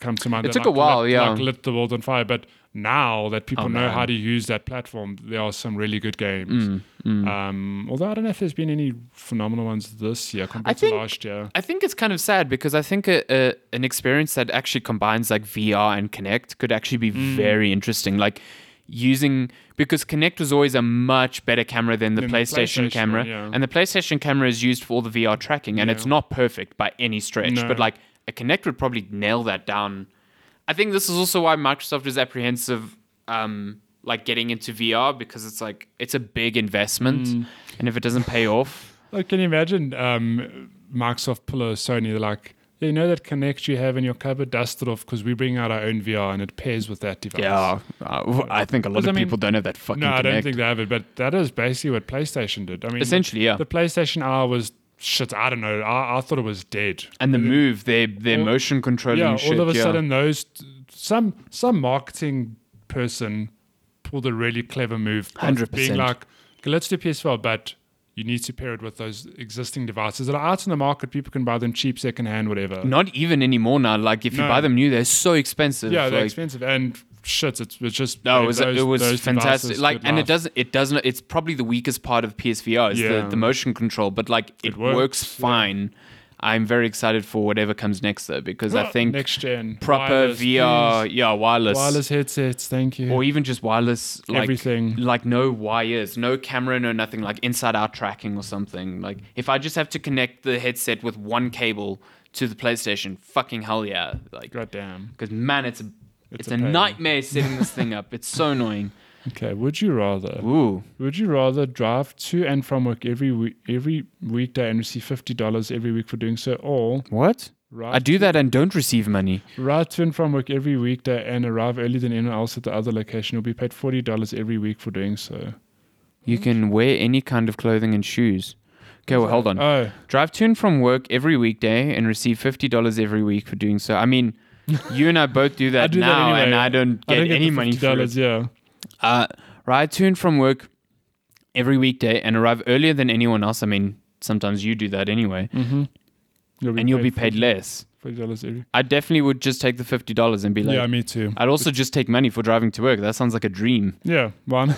come to mind. It that, took a like, while, lit- yeah. like lit the world on fire. But now that people Oh, know man. Mm, how to use that platform, there are some really good games. Um, although I don't know if there's been any phenomenal ones this year compared to think- last year. I think it's kind of sad because I think a, a, an experience that actually combines like VR and Connect could actually be Mm. very interesting. Like using because Connect was always a much better camera than the, Than the PlayStation, PlayStation, camera, yeah. and the PlayStation camera is used for all the VR tracking, and it's Yeah. not perfect by any stretch. No. But like a Connect would probably nail that down. I think this is also why Microsoft is apprehensive, um, like getting into VR because it's like it's a big investment, Mm. and if it doesn't pay off, Like, can you imagine um, Microsoft pull a Sony? They're like, "Yeah, you know that Connect you have in your cupboard, dust it off because we bring out our own VR and it pairs with that device. uh, I think a lot Because, I mean, don't have that fucking. No, I don't Kinect. think they have it, but that is basically what PlayStation did. I mean, Essentially, yeah. The PlayStation R was shit. I don't know. I, I thought it was dead. and the move, their their All- motion controlling yeah, all shit. of a yeah. sudden, those some some marketing person pulled a really clever move, of 100%. being like, okay, "Let's do PS4, but you need to pair it with those existing devices that are out in the market. People can buy them cheap, secondhand, whatever." not even anymore now. Like if you No. buy them new, they're so expensive. Yeah, they're like, expensive and shit. It's, it's just No, like, it was those- it was those fantastic. devices Like, could and it last. doesn't it doesn't it's probably the weakest part of PSVR is Yeah. the, the motion control, but like it, It works, works, fine. I'm very excited for whatever comes next though, because I think next gen proper wireless, VR, please. yeah, wireless, wireless headsets. Thank you. or even just wireless, like Everything. like no wires, no camera, no nothing, like inside out tracking or something. Like if I just have to connect the headset with one cable to the PlayStation, fucking hell yeah, like God damn. because man, it's a it's, a a, pain. nightmare setting this thing up. It's so annoying. Okay, would you rather? Ooh. Would you rather drive to and from work every week, every weekday and receive fifty dollars every week for doing so, or What? ride, I do that and don't receive money. ride to and from work every weekday and arrive earlier than anyone else at the other location? You'll be paid forty dollars every week for doing Mm. so. You can wear any kind of clothing and shoes. Okay, well, hold on. Oh, Drive to and from work every weekday and receive $50 every week for doing so. I mean, you and I both do that do that now, anyway. and I don't get I don't get any the money for it. $50, Yeah. Uh, ride to and from work every weekday and arrive earlier than anyone else. I mean, sometimes you do that anyway, Mm-hmm. and you'll be paid less. forty dollars every. I definitely would just take the $50 and be like, yeah, me too. I'd also just take money for driving to work. That sounds like a dream. Yeah, one.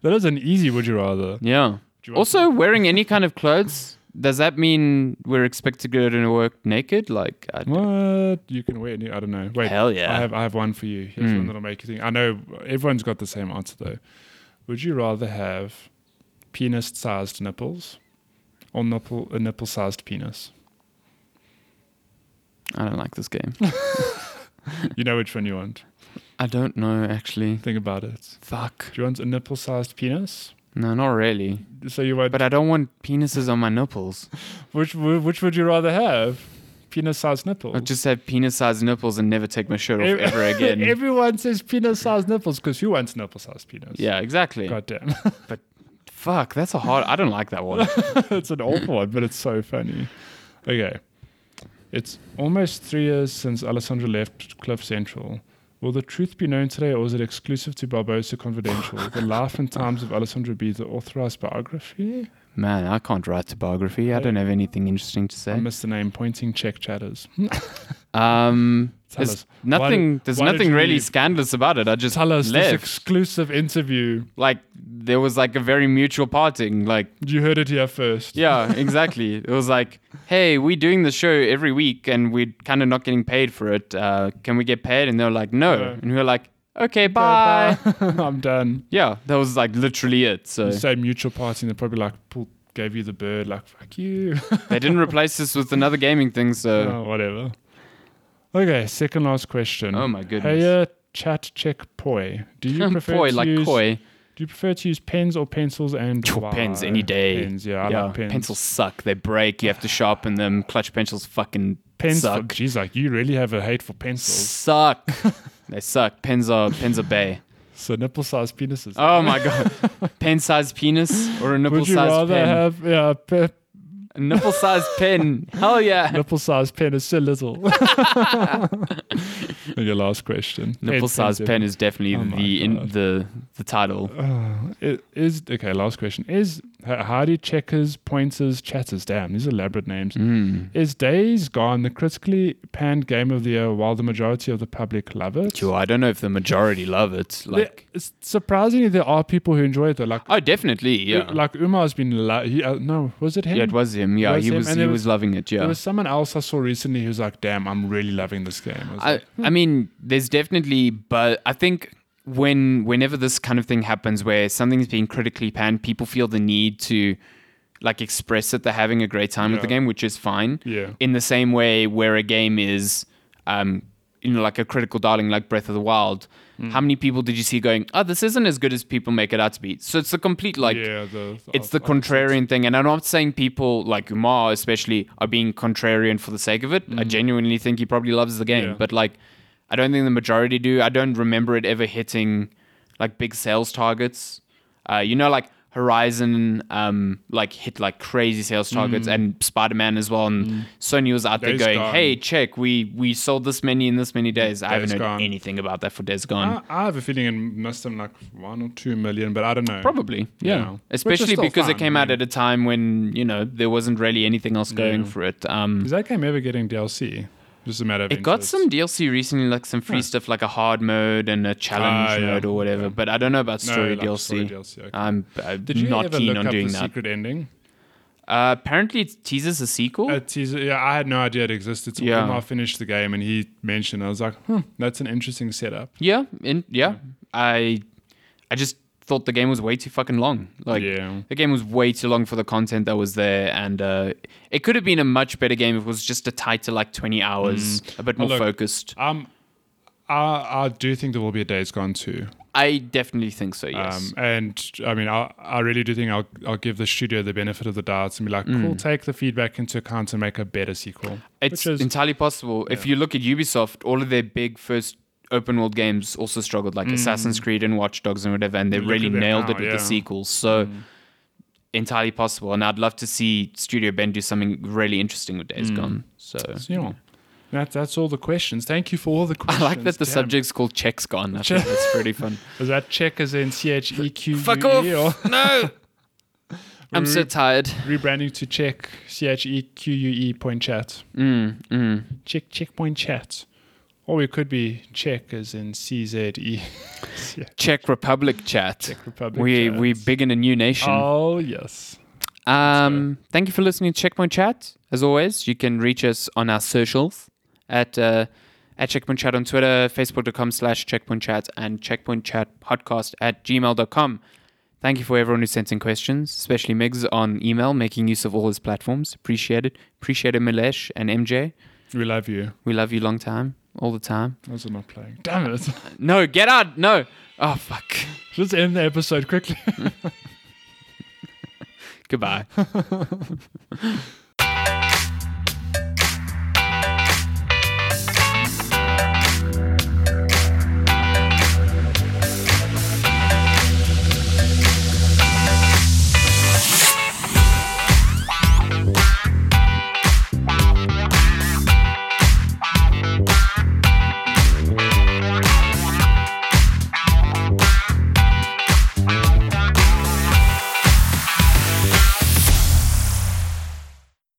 that is an easy. Would you rather? Yeah. Do you want Also, wearing any kind of clothes, does that mean we're expected to go to work naked? Like, I to- what you can wait? I don't know. Wait, hell I yeah. have I have one for you. Here's Mm. one that'll make you think. I know everyone's got the same answer though. Would you rather have penis-sized nipples or nipple a nipple-sized penis? I don't like this game. you know which one you want. I don't know, actually. Think about it. Fuck. Do you want a nipple-sized penis? No, not really. So you want But I don't want penises on my nipples. which which would you rather have? Penis-sized nipples. I'll just have penis sized nipples and never take my shirt off Ev- ever again. Everyone says penis-sized nipples because who wants nipple-sized penis? yeah, exactly. God damn. Fuck, that's a hard. I don't like that one. it's an awful one, but it's so funny. Okay. It's almost three years since Alessandra left Cliff Central. Will the truth be known today, or is it exclusive to Barbosa Confidential? the Life and Times of Alessandra B, the authorized biography? Man, I can't write to biography. I don't have anything interesting to I say. missed the name, pointing check chatters. Um, Tell there's us. nothing. there's why did nothing you really leave? scandalous about it. I just Tell us this left. exclusive interview. like there was like a very mutual parting like You heard it here first. yeah exactly it was like hey we're doing the show every week and we're kind of not getting paid for it uh, can we get paid and they were like no No. and we were like okay bye. Bye, bye. I'm done. yeah that was like literally it so You say mutual party, and they're probably like, pull, gave you the bird, like, fuck you. they didn't replace this with another gaming thing so Oh, whatever. Okay, second last question. oh my goodness Hey, uh, chat check poi. Do you prefer Poi, to like use, koi Do you prefer to use pens or pencils and Choo, why? pens any day. Pens, yeah, I yeah like pens. pencils suck they break you have to sharpen them clutch pencils fucking Pens. for- suck Jeez, like you really have a hate for pencils. suck they suck pens are pens are bay So nipple-sized penises. Oh my god. pen sized penis or a nipple Would you sized rather pen? have yeah, pe- A nipple-sized pen. Hell yeah. Nipple-sized pen is so little. and your last question. Nipple-sized pen is definitely Oh my the in, God. the the title. Uh, it is okay. Last question is uh, Hardy checkers, pointers, chatters. Damn, these are elaborate names. Mm. Is Days Gone the critically panned game of the year, while the majority of the public love it? Sure, I don't know if the majority love it. There- Like, it's surprisingly, there are people who enjoy it though. Like, oh, definitely, yeah, like Umar has been. La- he, uh, no, was it him? yeah. It was him. Yeah, was he him, was and he there was was- loving it. There Yeah, was someone else I saw recently who's like, "Damn, I'm really loving this game." I was I like, hmm. I mean, there's definitely, but I think when whenever this kind of thing happens, where something's being critically panned, people feel the need to like express that they're having a great time with the Yeah. game, which is fine. Yeah. In the same way, where a game is, um, you know, like a critical darling, like Breath of the Wild. Mm. How many people did you see going, "Oh, this isn't as good as people make it out to be"? So it's the complete like yeah, the, it's op- the opposite. contrarian thing, and I'm not saying people like Umar, especially, are being contrarian for the sake of it. I genuinely think he probably loves the game, Mm-hmm. Yeah. but like, I don't think the majority do. I don't remember it ever hitting like big sales targets. Uh, you know, like Horizon, um, like hit like crazy sales targets, and Spider Man as well. And Sony was out there Mm. Days going, Gone. "Hey, check, we we sold this many in this many days." I haven't Days heard Gone. anything about that for Days Gone. I, I have a feeling it must have been like one or two million, but I don't know. Probably, yeah. Yeah. Which is Especially still because it fine, came I out mean. at a time when you know there wasn't really anything else Mm. going for it. Um, Is that game ever getting DLC? Just a matter of it got interest. some DLC recently, like some free stuff, like a hard mode and a challenge Ah, yeah, mode or whatever. yeah. But I don't know about No, story like DLC. story DLC, okay. I'm, I'm Did you not ever keen look on up doing the that. secret ending? Uh, apparently, it teases a sequel. A teaser, yeah, I had no idea it existed. So Yeah. yeah. I finished the game and he mentioned, I was like, hmm, that's an interesting setup. yeah, in, yeah. I, I just thought the game was way too fucking long. Like, yeah, The game was way too long for the content that was there, and uh, it could have been a much better game if it was just a tighter, like 20 hours, a bit more Well, Mm. look, focused. um, I I do think there will be a Days Gone too. I definitely think so, yes. Um, and I mean, I I really do think I'll I'll give the studio the benefit of the doubts and be like, cool, take the feedback into account and make a better sequel. Mm. it's which is- entirely possible. If you look at Ubisoft, all of their big first open world games also struggled, like Assassin's Creed and Watch Dogs and whatever, and they Mm. Look really at them nailed now, it with yeah. Mm. the sequels. So, entirely possible. And I'd love to see Studio Ben do something really interesting with Mm. Days Gone. So. So, yeah, that, that's all the questions. Thank you for all the I questions. like that the Damn. subject's called Checks Gone. I think that's pretty fun. is that check as in C H E Q. Fuck off! No! Mm. I'm so tired. rebranding to check C H E Q U E point chat. Mm, mm. Check checkpoint chat. Or we could be check as in C Z E Czech Republic chat. Republic. we chat. we big in a new nation. Oh yes. um, thank you for listening to Checkpoint Chat. As always, you can reach us on our socials at uh, at Checkpoint Chat on Twitter, Facebook.com slash Checkpoint Chat, and Checkpoint Chat podcast at gmail.com. Thank you for everyone who sent in questions, especially Migs on email, making use of all his platforms. Appreciate it. Appreciate it, Milesh and MJ. We love you. We love you long time, all the time. Those are not playing. Damn it. No, get out. No. Oh, fuck. Let's end the episode quickly. Goodbye.